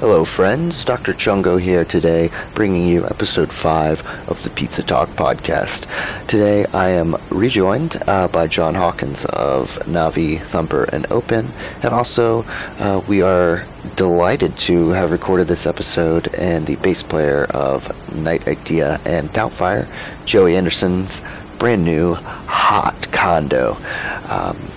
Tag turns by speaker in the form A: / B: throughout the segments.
A: Hello, friends. Dr. Chungo here today, bringing you episode 5 of the Pizza Talk podcast. Today, I am rejoined uh, by John Hawkins of Navi, Thumper, and Open. And also, uh, we are delighted to have recorded this episode and the bass player of Night Idea and Doubtfire, Joey Anderson's brand new Hot Condo. Um,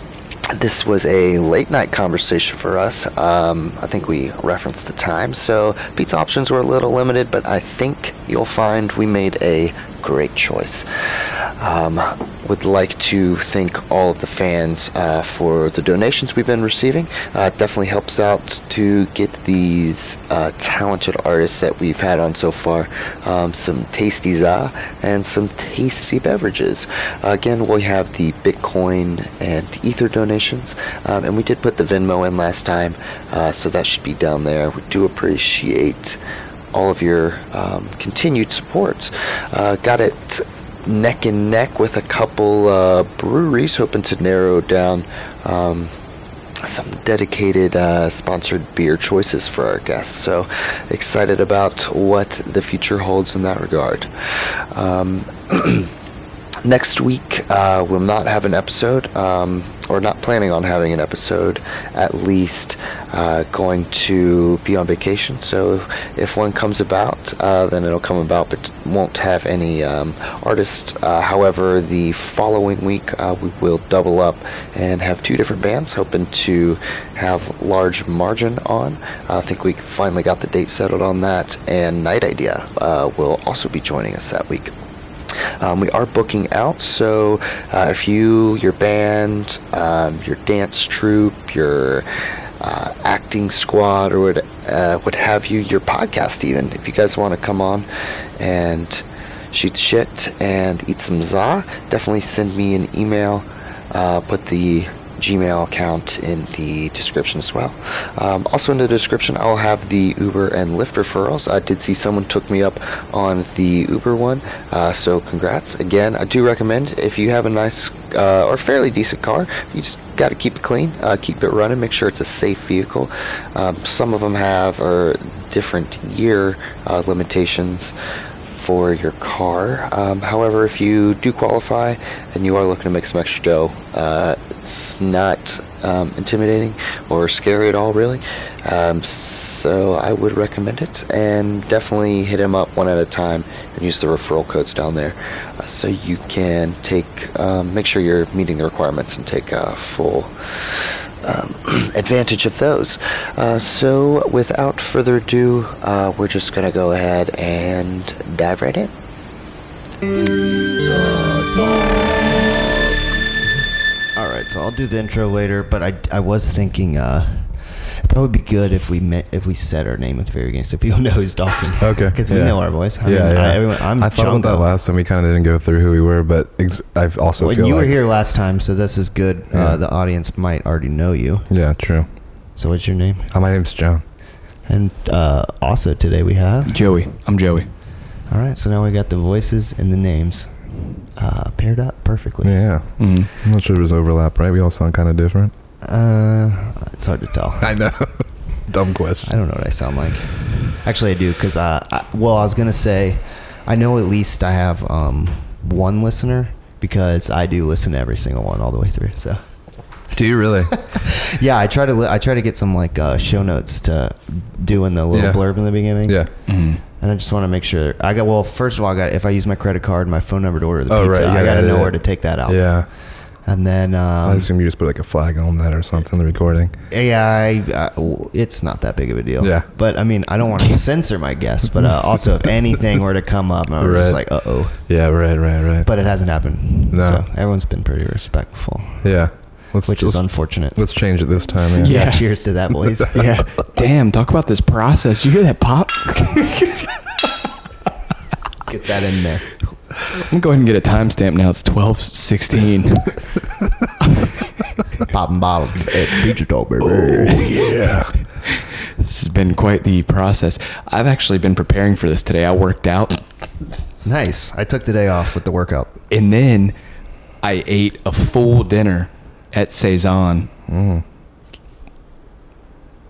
A: this was a late night conversation for us. Um, I think we referenced the time, so pizza options were a little limited, but I think you'll find we made a great choice. Um, would like to thank all of the fans uh, for the donations we've been receiving. Uh, it definitely helps out to get these uh, talented artists that we've had on so far um, some tasty za and some tasty beverages. Again, we have the Bitcoin and Ether donations, um, and we did put the Venmo in last time, uh, so that should be down there. We do appreciate all of your um, continued support. Uh, got it neck and neck with a couple uh, breweries, hoping to narrow down um, some dedicated uh, sponsored beer choices for our guests. So excited about what the future holds in that regard. Um, Next week, uh, we'll not have an episode, um, or not planning on having an episode, at least uh, going to be on vacation. So if one comes about, uh, then it'll come about, but won't have any um, artist. Uh, however, the following week, uh, we will double up and have two different bands, hoping to have large margin on. I think we finally got the date settled on that, and Night Idea uh, will also be joining us that week. Um, we are booking out, so uh, if you, your band, um, your dance troupe, your uh, acting squad, or what, uh, what have you, your podcast, even, if you guys want to come on and shoot the shit and eat some za, definitely send me an email. Uh, put the Gmail account in the description as well. Um, also in the description, I'll have the Uber and Lyft referrals. I did see someone took me up on the Uber one, uh, so congrats. Again, I do recommend if you have a nice uh, or fairly decent car, you just got to keep it clean, uh, keep it running, make sure it's a safe vehicle. Um, some of them have or different year uh, limitations for your car. Um, however, if you do qualify and you are looking to make some extra dough, uh, it's not um, intimidating or scary at all, really. Um, so I would recommend it and definitely hit him up one at a time and use the referral codes down there uh, so you can take, um, make sure you're meeting the requirements and take uh, full um, advantage of those. Uh, so, without further ado, uh, we're just going to go ahead and dive right in.
B: All right, so I'll do the intro later, but I, I was thinking uh, it probably would be good if we met, if we said our name at the very beginning so people know who's talking.
C: Okay,
B: because we
C: yeah.
B: know our voice. I
C: yeah,
B: mean,
C: yeah.
B: I, everyone, I'm
C: I thought
B: Django.
C: about that last time. We kind of didn't go through who we were, but ex- I also
B: Well,
C: feel
B: you
C: like
B: were here last time, so this is good. Uh, the audience might already know you.
C: yeah, true.
B: So, what's your name?
C: Uh, my name's John.
B: And uh, also today we have.
D: Joey. I'm Joey.
B: All right, so now we got the voices and the names uh, paired up perfectly.
C: Yeah,
D: Mm.
C: I'm not sure if it was overlap, right? We all sound kind of different.
B: Uh, it's hard to tell.
C: I know. Dumb
B: I
C: question.
B: don't know what I sound like. Actually, I do because uh, I, well, I was gonna say, I know at least I have um, one listener because I do listen to every single one all the way through. So
C: Do you really?
B: yeah, I try to li- I try to get some like uh, show notes to do in the little
C: Yeah.
B: blurb in the beginning.
C: yeah.
D: Mm.
B: and I just want to make sure I got. Well, first of all, I got if I use my credit card, and my phone number to order the
C: Oh,
B: pizza,
C: right, you
B: I
C: gotta
B: gotta
C: edit
B: know
C: it.
B: where to take that out.
C: yeah.
B: and then
C: I
B: um,
C: assume you just put like a flag on that or something. The recording.
B: AI, uh, w- it's not that big of a deal.
C: Yeah.
B: But I mean, I don't want to censor my guests, but uh, also if anything were to come up, I was just like,
C: Right.
B: uh oh.
C: Yeah. Right. Right. Right.
B: But it hasn't happened.
C: No.
B: So everyone's been pretty respectful,
C: yeah. Let's
B: which is
C: let's,
B: unfortunate.
C: let's change it this time. Yeah.
D: Yeah.
B: Cheers to that, boys.
D: Yeah. Damn, talk about this process. You hear that pop?
B: Let's get that in there.
D: I'm going to go ahead and get a timestamp now. It's 1216.
B: Popping bottles. Hey, Pizza talk, baby.
C: Oh, yeah.
D: this has been quite the process. I've actually been preparing for this today. I worked out
B: Nice. I took the day off with the workout.
D: and then I ate Mm. a full dinner at Cezanne.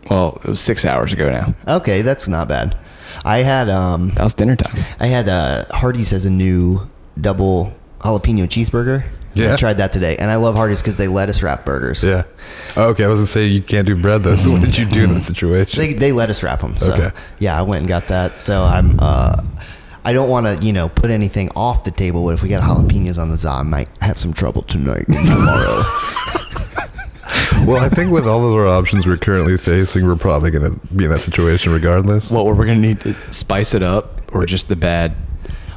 D: well, it was six hours ago now.
B: Okay, that's not bad. I had um,
D: That was dinner time.
B: I had uh, Hardee's as a new double jalapeno cheeseburger. I
C: Yeah.
B: tried that today, and I love Hardee's because they lettuce wrap burgers.
C: Yeah. Oh, okay, I wasn't saying you can't do bread though. So what did you do in that situation?
B: They, they let us wrap them. So
C: Okay.
B: yeah, I went and got that. So I'm uh, I don't want to you know put anything off the table. But if we got jalapenos on the za, I might have some trouble tonight and tomorrow.
C: well, I think with all of our options we're currently facing, we're probably going to be in that situation regardless.
D: What were we gonna need to spice it up, or just the bad?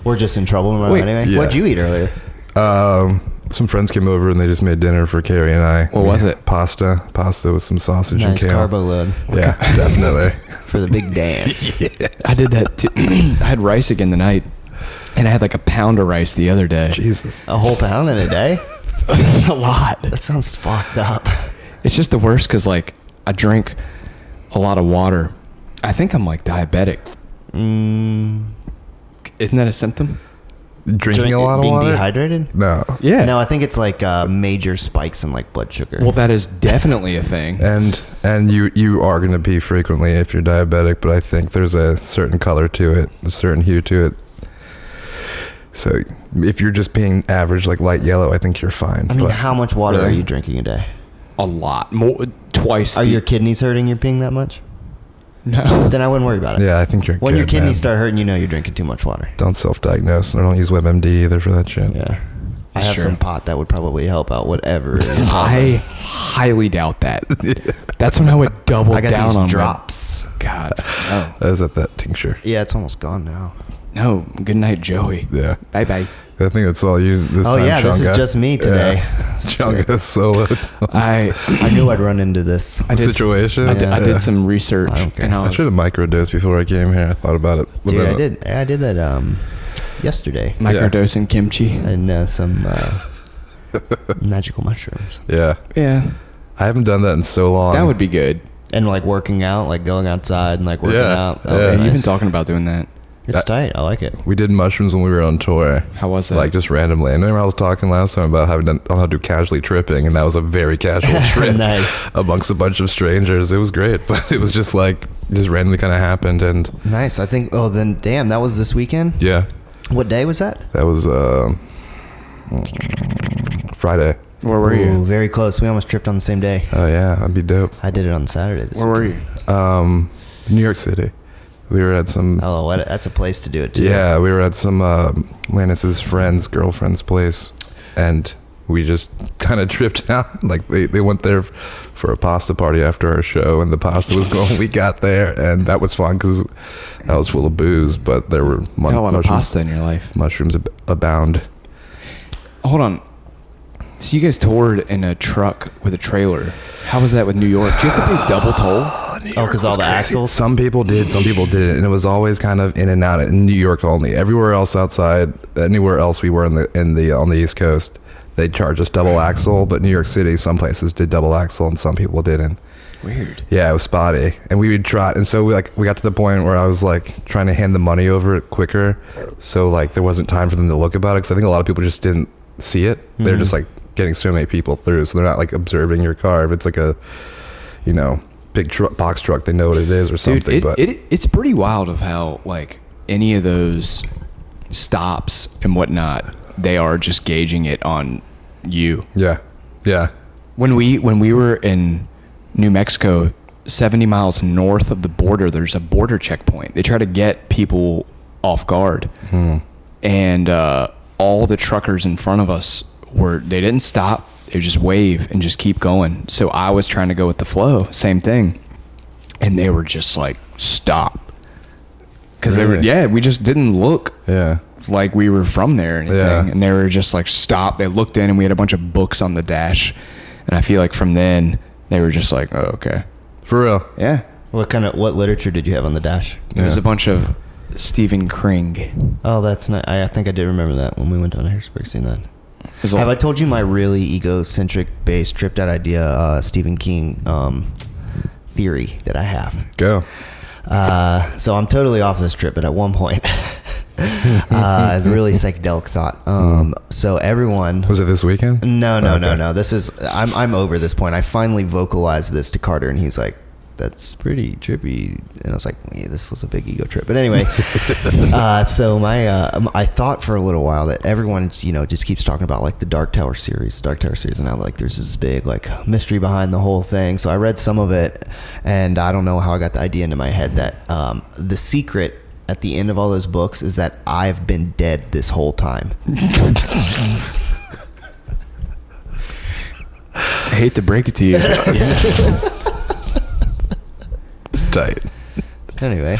B: We're just in trouble tomorrow
D: Wait,
B: anyway.
C: yeah.
B: What'd you eat earlier?
C: Um, some friends came over and they just made dinner for Carrie and I.
D: What was it?
C: Pasta, pasta with some sausage and
B: Nice
C: kale.
B: carbo load
C: Yeah, definitely.
B: for the big dance.
D: I did that. Too. I had rice again tonight, and I had like a pound of rice the other day.
C: Jesus.
B: A whole pound in a day.
D: a lot.
B: That sounds fucked up.
D: It's just the worst because like I drink a lot of water. I think I'm like diabetic. Isn't that a symptom?
C: Drinking a lot of
B: Being
C: water.
B: dehydrated.
C: No.
D: Yeah.
B: No, I think it's like uh, major spikes in like blood sugar.
D: well, that is definitely a thing.
C: And and you you are going to pee frequently if you're diabetic, but I think there's a certain color to it, a certain hue to it. So if you're just peeing average, like light yellow, I think you're fine.
B: I mean,
C: but
B: how much water
D: Really?
B: are you drinking a day?
D: A lot more, twice.
B: Are
D: the-
B: your kidneys hurting? You're peeing that much?
D: no?
B: Then I wouldn't worry about it.
C: yeah, I think you're.
B: When your
C: good, man.
B: kidneys start hurting, you know you're drinking too much water.
C: don't self-diagnose, and I don't use WebMD either for that shit.
B: Yeah. I have
D: Sure.
B: some pot that would probably help out whatever.
D: I highly doubt that. That's when I would double
B: I got
D: down
B: these
D: on my-
B: drops.
D: God, no,
C: I was at that tincture.
B: Yeah, it's almost gone now.
D: no. Good night, Joey.
C: Yeah,
D: Bye bye.
C: I think that's all you this
B: Oh,
C: time.
B: yeah, this is
C: Changa.
B: just me today.
C: Yeah. Changa solo
D: I
B: I knew I'd run into this.
D: I did some,
C: situation.
D: I did, I
C: Yeah. Oh,
D: did some research
B: I don't care.
D: and I
C: I should have
D: was
C: microdosed before I came here. I thought about it.
B: Dude, I
C: About-
B: did. I did that um, yesterday.
D: microdosing kimchi.
B: And uh, some uh, magical mushrooms.
C: Yeah,
D: Yeah,
C: I haven't done that in so long.
D: that would be good.
B: And like working out, like going outside and like working
C: Yeah,
B: out. That was
C: yeah.
D: Yeah, You've been
B: nice.
D: talking about doing that.
B: It's tight. I like it.
C: We did mushrooms when we were on tour.
D: How was that?
C: Like just randomly. I remember I was talking last time about having done, on how to do casually tripping, and that was a very casual trip
B: Nice.
C: amongst a bunch of strangers. It was great, but it was just like just randomly kind of happened, and
B: Nice. I think. Oh, then damn, that was this weekend.
C: yeah,
B: What day was that?
C: that was uh, Friday.
D: Where were
B: Ooh,
D: you?
B: Very close. We almost tripped on the same day.
C: Oh yeah, that'd be dope.
B: I did it on Saturday. This
D: Where were you?
C: Um, New York City. We were at some.
B: Oh, what, that's a place to do it too.
C: Yeah, we were at some uh, Lannis's friend's girlfriend's place, and we just kind of tripped out. Like they, they went there f- for a pasta party after our show, and the pasta was going. we got there, and that was fun because I was full of booze, but there were
D: Had a lot of
C: mushrooms-
D: pasta in your life.
C: Mushrooms ab- abound.
D: Hold on. So you guys toured in a truck with a trailer. How was that with New York? Do you have to pay double toll?
B: Oh, because all the axles.
C: Some people did, some people didn't, and it was always kind of in and out. In New York only. Everywhere else outside, anywhere else we were in the in the on the East Coast, they charged us double axle. But New York City, some places did double axle, and some people didn't.
D: Weird.
C: Yeah, it was spotty, and we would try. And so we like we got to the point where I was like trying to hand the money over quicker, so like there wasn't time for them to look about it because I think a lot of people just didn't see it. They're just
B: Mm-hmm.
C: like getting so many people through, so they're not like observing your car. If it's like a, you know, big tru box truck, they know what it is or something.
D: Dude, it,
C: but
D: it, it's pretty wild of how like any of those stops and whatnot, they are just gauging it on you.
C: yeah, yeah,
D: When we when we were in New Mexico, seventy miles north of the border, there's a border checkpoint. They try to get people off guard, and uh, all the truckers in front of us were they didn't stop. They would just wave and just keep going. So I was trying to go with the flow, same thing, and they were just like stop because they were
C: Really?
D: yeah. We just didn't look
C: yeah.
D: like we were from there or anything.
C: Yeah.
D: And they were just like, stop. They looked in and we had a bunch of books on the dash. And I feel like from then they were just like, oh, okay.
C: For real,
D: Yeah.
B: What kind of what literature did you have on the dash?
D: It was
C: Yeah.
D: a bunch of Stephen Kring.
B: Oh, that's not. I, I think I did remember that when we went down to Harrisburg. Seen that.
D: It's
B: Have I
D: like-
B: told you my really egocentric based tripped out idea, uh, Stephen King um, theory that I have?
C: go.
B: Uh, so I'm totally off this trip, but at one point, uh, it's a really psychedelic thought. Um, so everyone,
C: Was it this weekend?
B: no, no, no,
C: Okay.
B: no. This is I'm I'm over this point. I finally vocalized this to Carter, and he's like, that's pretty trippy. And I was like, yeah, this was a big ego trip. But anyway, uh, so my, uh, um, I thought for a little while that everyone, you know, just keeps talking about like the Dark Tower series, Dark Tower series. And now like there's this big like mystery behind the whole thing. So I read some of it and I don't know how I got the idea into my head that um, the secret at the end of all those books is that I've been dead this whole time.
D: I hate to break it to you. but-
C: Tight.
B: Anyway,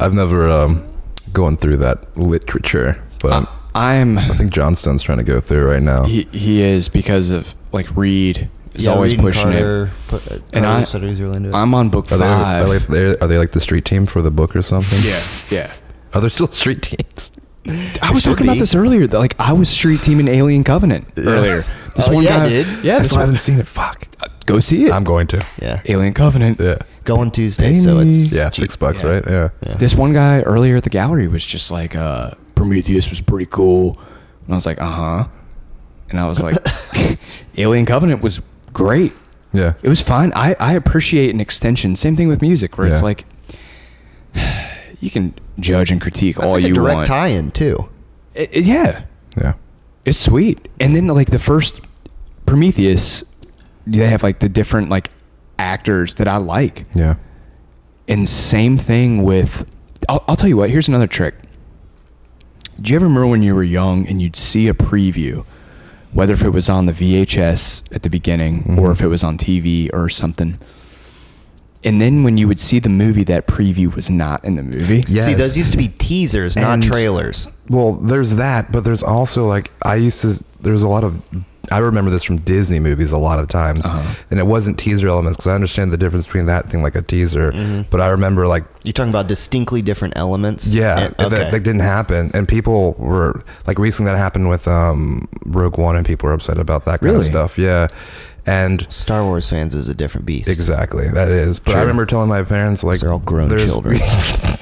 C: I've never um, gone through that literature, but
B: Uh,
D: I- I'm.
C: Um, I think Johnstone's trying to go through right now.
D: He he is because of like Reed is
B: Yeah,
D: always
B: Reed and
D: pushing
B: Carter put- uh,
D: And
B: Carter
D: I-
B: said he was really into
D: it.
B: it.
D: I'm on book
C: Are they,
D: five.
C: are, they, they're- are they like the street team for the book or something?
D: yeah, yeah.
C: Are there still street teams?
D: I was
B: should
D: talking about
B: be.
D: this earlier. that, Like I was street teaming Alien Covenant earlier. This
B: Oh,
D: one
B: yeah,
D: guy,
B: dude.
D: yeah.
C: That's
D: This
C: why I
D: one,
C: haven't seen it. Fuck.
D: go see it.
C: Uh, I'm going to.
B: yeah,
D: Alien Covenant.
C: Yeah.
B: going Tuesday, so it's
C: Yeah,
B: cheap.
C: six bucks,
B: Yeah.
C: right? Yeah.
D: This one guy earlier at the gallery was just like, uh, Prometheus was pretty cool. And I was like, uh huh. And I was like, Alien Covenant was great.
C: Yeah.
D: It was fine. I, I appreciate an extension. Same thing with music, where it's
C: Yeah.
D: like, you can judge and critique
B: That's
D: all
B: like
D: you
B: a direct
D: want.
B: tie-in too.
D: It- it- yeah.
C: Yeah.
D: It's sweet. And then like the first Prometheus, they have like the different like actors that I like.
C: Yeah.
D: And same thing with, I'll, I'll tell you what, here's another trick. Do you ever remember when you were young and you'd see a preview, whether if it was on the VHS at the beginning
C: Mm-hmm.
D: or if it was on TV or something? And then when you would see the movie, that preview was not in the movie.
C: Yes.
B: See, those used to be teasers, not
C: And-
B: trailers.
C: Well, there's that, but there's also like I used to. There's a lot of. I remember this from Disney movies a lot of times, and it wasn't teaser elements because I understand the difference between that thing like a teaser, but I remember like
B: You're talking about distinctly different elements.
C: yeah,
B: And-
C: that,
B: okay.
C: that didn't happen, and people were like recently that happened with um Rogue One, and people were upset about that kind
D: Really?
C: of stuff. Yeah, and
B: Star Wars fans is a different beast.
C: exactly that is. But I
D: True.
C: remember telling my parents like
B: They're all grown
C: there's-
B: children.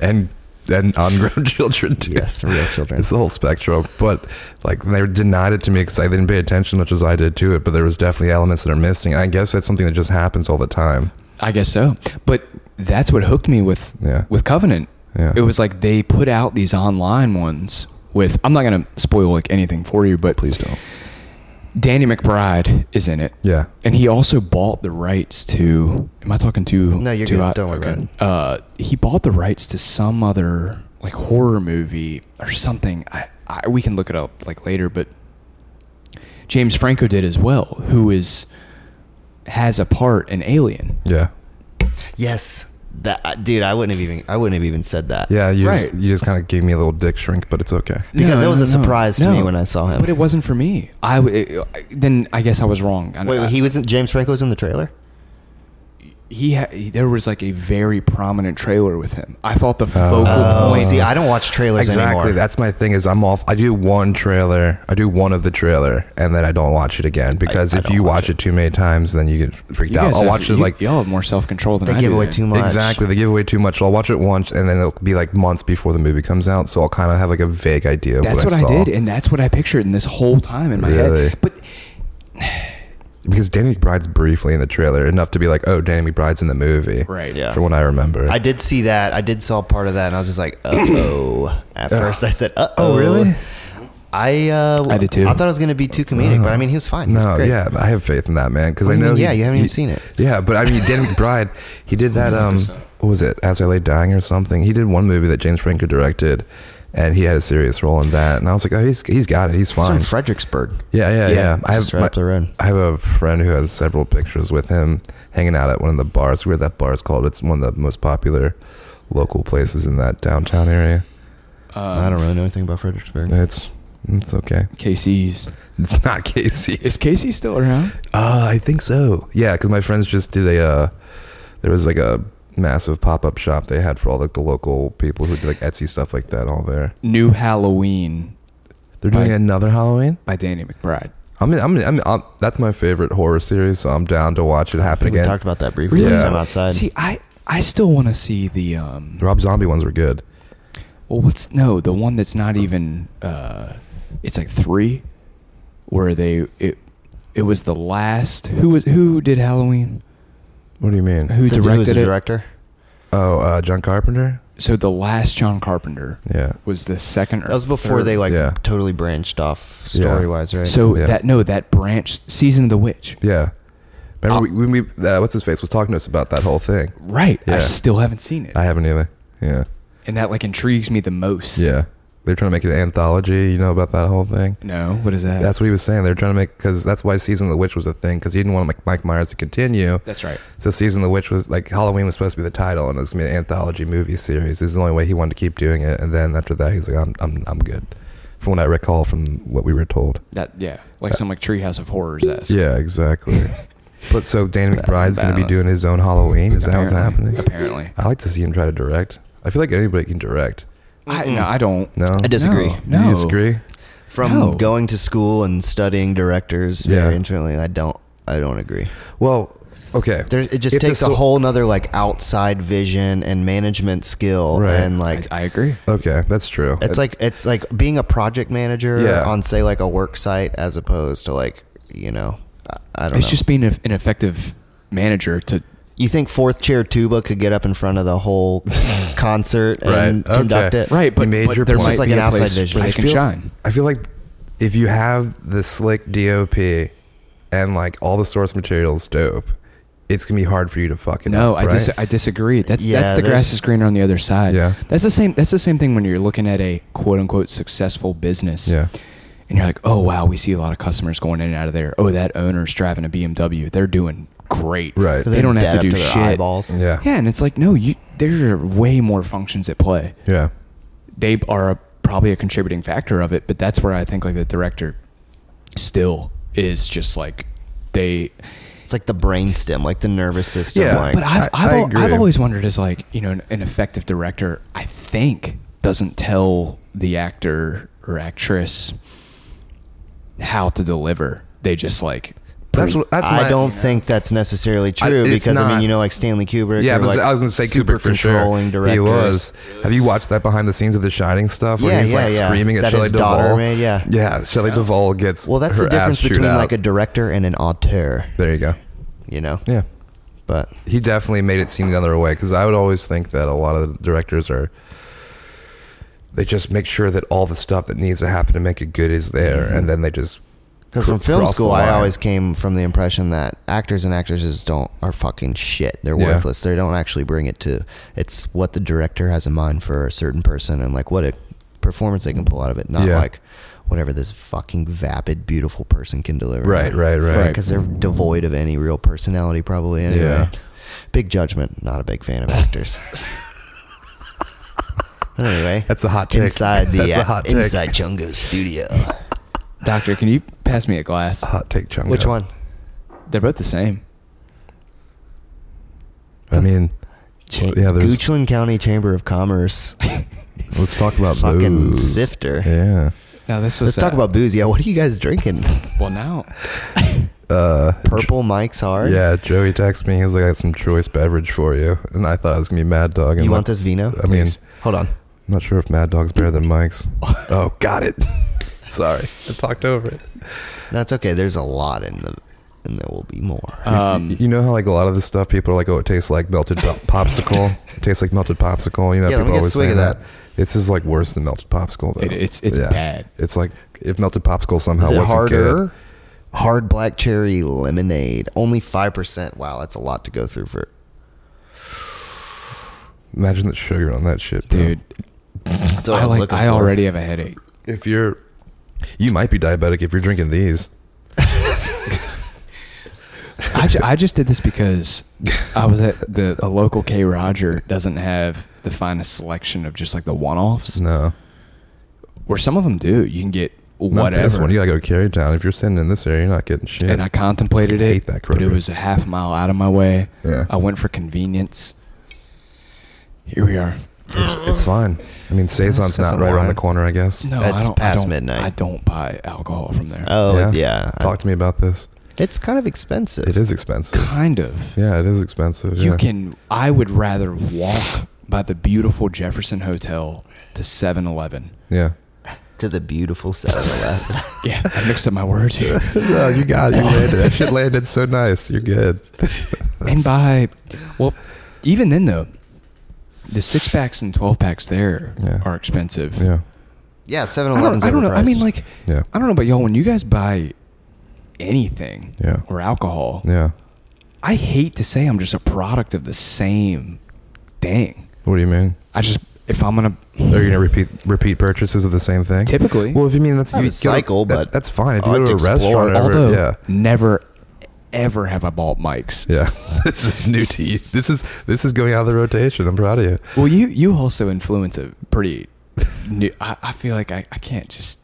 C: and and ungrown children too.
B: yes, real children.
C: It's the whole spectrum, but like they denied it to me because I didn't pay attention as much as I did to it. But there was definitely elements that are missing. And I guess that's something that just happens all the time.
D: I guess so. But that's what hooked me with
C: Yeah.
D: with Covenant.
C: Yeah.
D: It was like they put out these online ones with I'm not gonna spoil like anything for you, but
C: Please don't.
D: Danny McBride is in it.
C: Yeah,
D: And he also bought the rights to. Am I talking to?
B: No, you're
D: to,
B: good.
D: uh,
B: Don't worry about
D: Uh, he bought the rights to some other like horror movie or something. I, I we can look it up like later, but James Franco did as well, who is has a part in Alien.
C: yeah,
B: Yes, that I- dude. I wouldn't have even. I wouldn't have even said that.
C: yeah. You
D: Right.
C: just, you just kind of gave me a little dick shrink, but it's okay.
B: Because that was a surprise to me when I saw him.
D: But it wasn't for me. I w- it- I- then I guess I was wrong. I-
B: Wait,
D: I-
B: wait, he was in, James Franco was in the trailer.
D: he, ha- he- there was like a very prominent trailer with him. I thought the focal
B: Oh,
D: point.
B: see, I don't watch trailers
C: Exactly.
B: anymore.
C: That's my thing. Is I'm off. I do one trailer. I do one of the trailer, and then I don't watch it again because
B: I
C: if
B: don't
C: you
B: watch
C: watch it too many times, then you get freaked
D: You
C: out.
D: guys
C: I'll
D: have-
C: watch it
D: you-
C: like
D: y'all have more self control than
B: They
D: I
B: give
D: do
B: away
D: then.
B: too much.
C: Exactly, they give away too much. I'll watch it once, and then it'll be like months before the movie comes out. So I'll kind of have like a vague idea. Of
D: That's what I,
C: saw.
D: did, and that's what I pictured in this whole time in my
C: Really?
D: head. But
C: because Danny McBride's briefly in the trailer enough to be like, "Oh, Danny McBride's in the movie,"
D: right,
B: Yeah.
C: From what I remember,
B: I did see that. I did saw part of that, and I was just like, uh oh. At first, I said, uh oh.
C: Oh, really?
B: I uh,
D: I did too.
B: I thought it was going to be too comedic, but I mean, he was fine. He was
C: Oh. No,
B: great.
C: yeah, I have faith in that man because
B: What
C: I
B: do you
C: know.
B: mean,
C: he-
B: yeah, you haven't even
C: he-
B: seen it.
C: Yeah, but I mean, Danny McBride, he did that. Um, what was it? As I Lay Dying or something. He did one movie that James Franco directed, and he had a serious role in that. And I was like, "Oh, he's he's got it. He's
B: It's
C: fine."
B: from Fredericksburg.
C: Yeah, yeah, yeah. I
B: just
C: have
B: right up the road.
C: I have a friend who has several pictures with him hanging out at one of the bars. Where that bar is called. It's one of the most popular local places in that downtown area.
D: um,
B: I don't really know anything about Fredericksburg.
C: It's it's okay.
D: Casey's
C: It's not Casey.
D: is Casey still around?
C: Uh, I think so. Yeah, because my friends just did a. Uh, there was like a massive pop up shop they had for all like the local people who did like Etsy stuff like that. All there.
D: New Halloween
C: They're doing
D: Right.
C: another Halloween.
D: by Danny McBride.
C: I'm in, I'm in, I'm, in, I'm that's my favorite horror series, so I'm down to watch it
B: I
C: happen
B: think we
C: again.
B: talked about that briefly
C: Really?
B: last
C: Yeah.
B: time outside.
D: See, I I still want to see the um.
C: The Rob Zombie ones were good.
D: Well, what's no the one that's not even? Uh, it's like three, where they it it was the last. Who was who did Halloween?
C: What do you mean?
D: who
B: Who was
D: directed
B: the
D: it.
B: director?
C: Oh, uh, John Carpenter.
D: so the last John Carpenter
C: Yeah.
D: was the second. Or
B: That was before
D: third.
B: they like
C: Yeah.
B: totally branched off
C: Yeah.
B: story wise, right?
D: So
C: Yeah.
D: that no, that branch season of the witch.
C: Yeah.
B: Oh.
C: Remember we, when we uh, what's his face was talking to us about that whole thing.
D: Right. I
C: Yeah.
D: still haven't seen it,
C: I haven't either. Yeah.
D: and that like intrigues me the most.
C: Yeah. They're trying to make it an anthology. You know about that whole thing.
D: No, what is that?
C: That's what he was saying. They're trying to make because that's why season of the witch was a thing because he didn't want Mike- Mike Myers to continue.
D: That's right.
C: So season of the witch was like Halloween was supposed to be the title and it was gonna be an anthology movie series. This is the only way he wanted to keep doing it. And then after that, he's like, I'm I'm I'm good. From what I recall, from what we were told.
D: That yeah, like some like Treehouse of Horrors. That's
C: Uh, Yeah, exactly. but so Danny McBride's going to be
D: badass.
C: doing his own Halloween. Is that what's
D: Apparently.
C: happening?
D: Apparently.
C: I like to see him try to direct. I feel like anybody can direct.
D: I, no, I don't.
C: No,
B: I disagree.
D: No,
C: Do
D: no.
C: you disagree?
B: From
D: No.
B: going to school and studying directors very
C: Yeah.
B: intimately, I don't I don't agree.
C: Well, okay.
B: There, it just
C: If the
B: takes a
C: so-
B: whole nother like outside vision and management skill
C: Right.
B: and like
D: I, I agree.
C: Okay, that's true. Uh,
B: It's like it's like being a project manager
C: Yeah.
B: on say like a work site as opposed to like you know I, I don't
D: It's
B: know.
D: just being a, an effective manager to.
B: you think fourth chair tuba could get up in front of the whole concert
C: Right,
B: and
C: okay.
B: conduct it
D: Right, but,
C: You made
D: but
C: your
D: there
C: point.
D: might
C: It's
B: like
D: be
B: an
D: a place
B: outside vision.
D: where they
B: I
D: can
C: feel-
D: shine.
C: I feel like if you have the slick DOP and like all the source materials dope, it's gonna be hard for you to fuck it
D: No,
C: up.
D: I
C: right?
D: dis- I disagree. That's that's
B: Yeah,
D: the grass
B: there's-
D: is greener on the other side.
C: Yeah.
D: That's the same that's the same thing when you're looking at a quote unquote successful business.
C: Yeah.
D: And you're like, "Oh wow, we see a lot of customers going in and out of there. Oh, that owner's driving a BMW. They're doing great.
C: Right.
D: They don't have
B: Dead
D: to
B: up
D: do
B: their
D: shit."
B: eyeballs.
C: Yeah.
D: Yeah, and it's like, "No, you there are way more functions at play.
C: Yeah.
D: They are a, probably a contributing factor of it, but that's where I think like the director still is just like they
B: It's like the brainstem, like the nervous system.
C: Yeah,
B: like,
D: But I've,
C: I-
D: I've,
C: I
D: al-
C: agree.
D: I've always wondered is like, you know, an, an effective director, I think, doesn't tell the actor or actress how to deliver. They just like,
C: That's what. That's my,
B: I don't think that's necessarily true
C: it's
B: because I mean
C: not-
B: you know like Stanley Kubrick.
C: Yeah,
B: or,
C: but
B: like,
C: I was going to say
B: super
C: Kubrick for
B: controlling
C: sure.
B: Directors.
C: He was. Have you watched that behind the scenes of The Shining stuff where
B: Yeah,
C: he's
B: yeah,
C: like
B: yeah.
C: screaming at
B: That
C: Shelley
B: his daughter
C: Duvall?
B: made, yeah.
C: yeah. Shelley Duvall gets
B: Well, that's
C: her
B: the difference
C: ass chewed
B: between
C: out.
B: like a director and an auteur.
C: There you go.
B: You know.
C: Yeah,
B: But
C: he definitely made it seem the other way because I would always think that a lot of the directors are. They just make sure that all the stuff that needs to happen to make it good is there, and then they just.
B: Because
C: cr-
B: Mm-hmm. from film
C: cross the
B: school, I
C: line.
B: always came from the impression that actors and actresses don't are fucking shit. They're
C: Yeah.
B: worthless. They don't actually bring it to. It's what the director has in mind for a certain person and like what a performance they can pull out of it, not
C: Yeah.
B: like whatever this fucking vapid, beautiful person can deliver.
C: Right, right, right.
B: Because they're devoid of any real personality, probably. Anyway.
C: Yeah.
B: Big judgment. Not a big fan of actors. anyway,
C: That's a hot take.
B: inside the
C: That's a
B: uh,
C: hot take.
B: inside Chungo studio.
D: Doctor, can you pass me a glass?
B: Uh-huh.
C: Hot take chunk.
B: Which one?
D: They're both the same.
C: I mean,
B: Cha-
C: Yeah, there's-
B: Goochland County Chamber of Commerce.
C: let's talk about
B: Fucking
C: booze.
B: sifter.
C: Yeah.
D: No, this was.
B: Let's talk
D: uh,
B: about booze. Yeah, what are you guys drinking?
D: Well, now.
C: Uh,
B: Purple Mike's Hard.
C: Yeah, Joey texted me. He was like, "I got some choice beverage for you," and I thought I was gonna be Mad Dog. And
B: You
C: I'm
B: want
C: like,
B: this vino?
C: I mean,
B: Please. hold on.
C: I'm not sure if Mad Dog's better than Mike's. oh, got it. Sorry, I talked over it.
B: That's okay. There's a lot in the, and there will be more.
D: Um,
C: you know how like a lot of this stuff, people are like, "Oh, it tastes like melted pop- popsicle. It tastes like melted popsicle." You know,
B: Yeah, let me
C: people
B: get a
C: always
B: swig
C: say
B: of
C: that.
B: that.
C: This is like worse than melted popsicle. Though.
D: It- it's- it's bad.
C: It's like if melted popsicle somehow
B: Is it
C: wasn't
B: harder?
C: good.
B: Hard black cherry lemonade. Only five percent. Wow, that's a lot to go through for.
C: Imagine the sugar on that shit, bro.
D: dude,
B: That's what
D: I,
B: was
D: like,
B: looking
D: I
B: for.
D: already have a headache.
C: If you're, you might be diabetic if you're drinking these.
D: I, ju- I just did this because I was at the a local K Roger doesn't have the finest selection of just like the one offs.
C: No.
D: Where some of them do. You can get
C: Not
D: whatever.
C: this one. You gotta go to Carytown. If you're sitting in this area, you're not getting shit.
D: And I contemplated it,
C: Hate that
D: but it
C: Kroger.
D: was a half mile out of my way.
C: Yeah.
D: I went for convenience. Here we are.
C: it's, it's fine. I mean,
B: Let's
C: saison's
B: get
C: not
B: some
C: right around the
B: wine.
C: corner, I guess.
D: No, I
B: That's
D: don't, I
B: past
D: don't,
B: midnight.
D: I don't buy alcohol from there.
B: Oh yeah. I-
C: Talk to me about this.
B: it's kind of expensive.
C: It is expensive.
D: kind of.
C: Yeah, it is expensive.
D: You
C: yeah.
D: can. I would rather walk by the beautiful Jefferson Hotel to 7-Eleven.
C: Yeah.
B: to the beautiful South Alaska.
D: Yeah, I mixed up my words here.
C: No, you got it. You landed. That shit landed so nice. You're good.
D: and by well, even then though, the six packs and twelve packs there
C: Yeah.
D: are expensive.
C: Yeah.
B: Yeah, 7
D: I
B: Eleven's
D: don't, I don't know. I mean, like,
C: Yeah.
D: I don't know about y'all. When you guys buy anything
C: Yeah.
D: or alcohol,
C: Yeah.
D: I hate to say I'm just a product of the same thing.
C: What do you mean?
D: I just if I'm gonna
C: Are you Oh, gonna repeat repeat purchases of the same thing?
D: Typically.
C: Well, if you mean that's
B: Not
C: you
B: a cycle,
C: that's,
B: but
C: that's fine. If
B: I
C: you
B: like
C: go to a
B: to explore.
C: restaurant, or whatever,
D: although
C: yeah,
D: never ever have I bought mics.
C: yeah, this is new to you. This is this is going out of the rotation. I'm proud of you.
D: Well, you you also influence a pretty new. I, I feel like I, I can't just.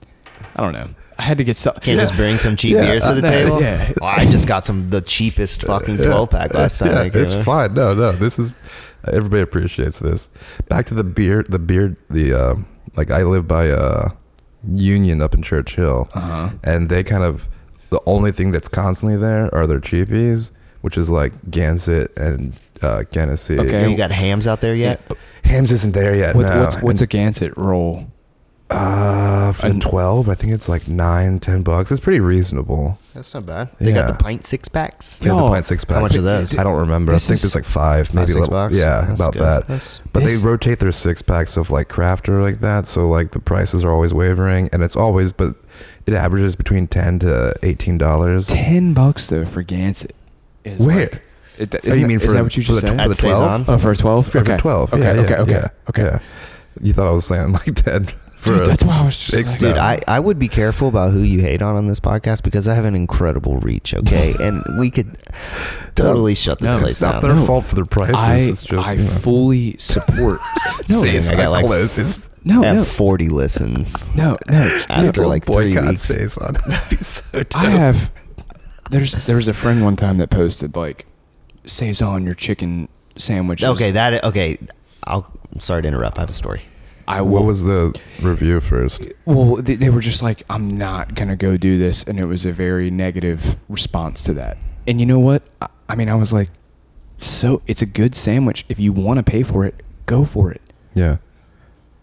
D: I don't know. I had to get something.
B: Can't just bring some cheap
C: Yeah,
B: beers to
C: I
B: the
C: know,
B: table.
C: yeah.
B: uh, Well, I just got some the cheapest fucking twelve pack last time.
C: Yeah,
B: I
C: it's fine. No, no, this is everybody appreciates this. Back to the beer, the beer, the uh, like I live by uh, Union up in Church Hill, and they kind of the only thing that's constantly there are their cheapies, which is like Gansett and uh, Genesee.
D: Okay.
B: You got hams out there yet?
C: Hams isn't there yet.
D: What,
C: no.
D: What's what's a Gansett roll?
C: Uh, for the
D: And-
C: 12, I think it's like nine, ten bucks. It's pretty reasonable.
B: That's not bad. They got
C: Yeah.
B: the pint six packs.
C: Yeah, the
D: No.
C: pint six packs.
B: much are those?
C: I don't remember. I
D: This
C: think
D: is-
C: there's like five, maybe
B: six
C: a little.
B: bucks?
C: Yeah,
B: That's
C: about
B: good.
C: that.
B: That's-
C: but
D: this-
C: they rotate their six packs of like craft or like that, so like the prices are always wavering, and it's always but it averages between ten to eighteen dollars.
D: Ten bucks though for Gansett. Is
C: Where?
D: Like, it,
C: Oh,
D: isn't
C: you
D: that-
C: mean
D: is
C: for
D: that
C: the-
D: what you
C: for
D: just
C: the
D: said?
C: For
B: At Saison?
D: Oh, for a twelve.
C: for, for
D: okay.
C: twelve?
D: Okay.
C: yeah, yeah,
D: okay. Okay.
C: yeah,
D: okay.
C: yeah. You thought I was saying like ten for
D: Dude,
C: a
D: that's why I was just
C: big
D: like-
B: Dude,
C: step.
B: I, I would be careful about who you hate on on this podcast because I have an incredible reach, okay? and we could totally shut this
D: no,
B: place
C: it's not
B: down.
C: their
D: No.
C: fault for their prices.
D: I
C: it's just
D: I
C: you know.
D: fully support. no,
C: See, it's
B: I
C: not
B: got, like,
C: close. It's-
D: no,
B: At
D: no,
B: 40 listens
D: no, no.
B: after
C: Little
B: like three
C: boycott
B: weeks.
C: Saison. That'd be so dope.
D: I have. There's there was a friend one time that posted like, saison your chicken sandwich. is-
B: Okay, that okay. I'll I'm sorry to interrupt. I have a story.
D: I will.
C: What was the review first?
D: well, they, they were just like, I'm not gonna go do this, and it was a very negative response to that. And you know what? I, I mean, I was like, so it's a good sandwich. If you want to pay for it, go for it.
C: Yeah.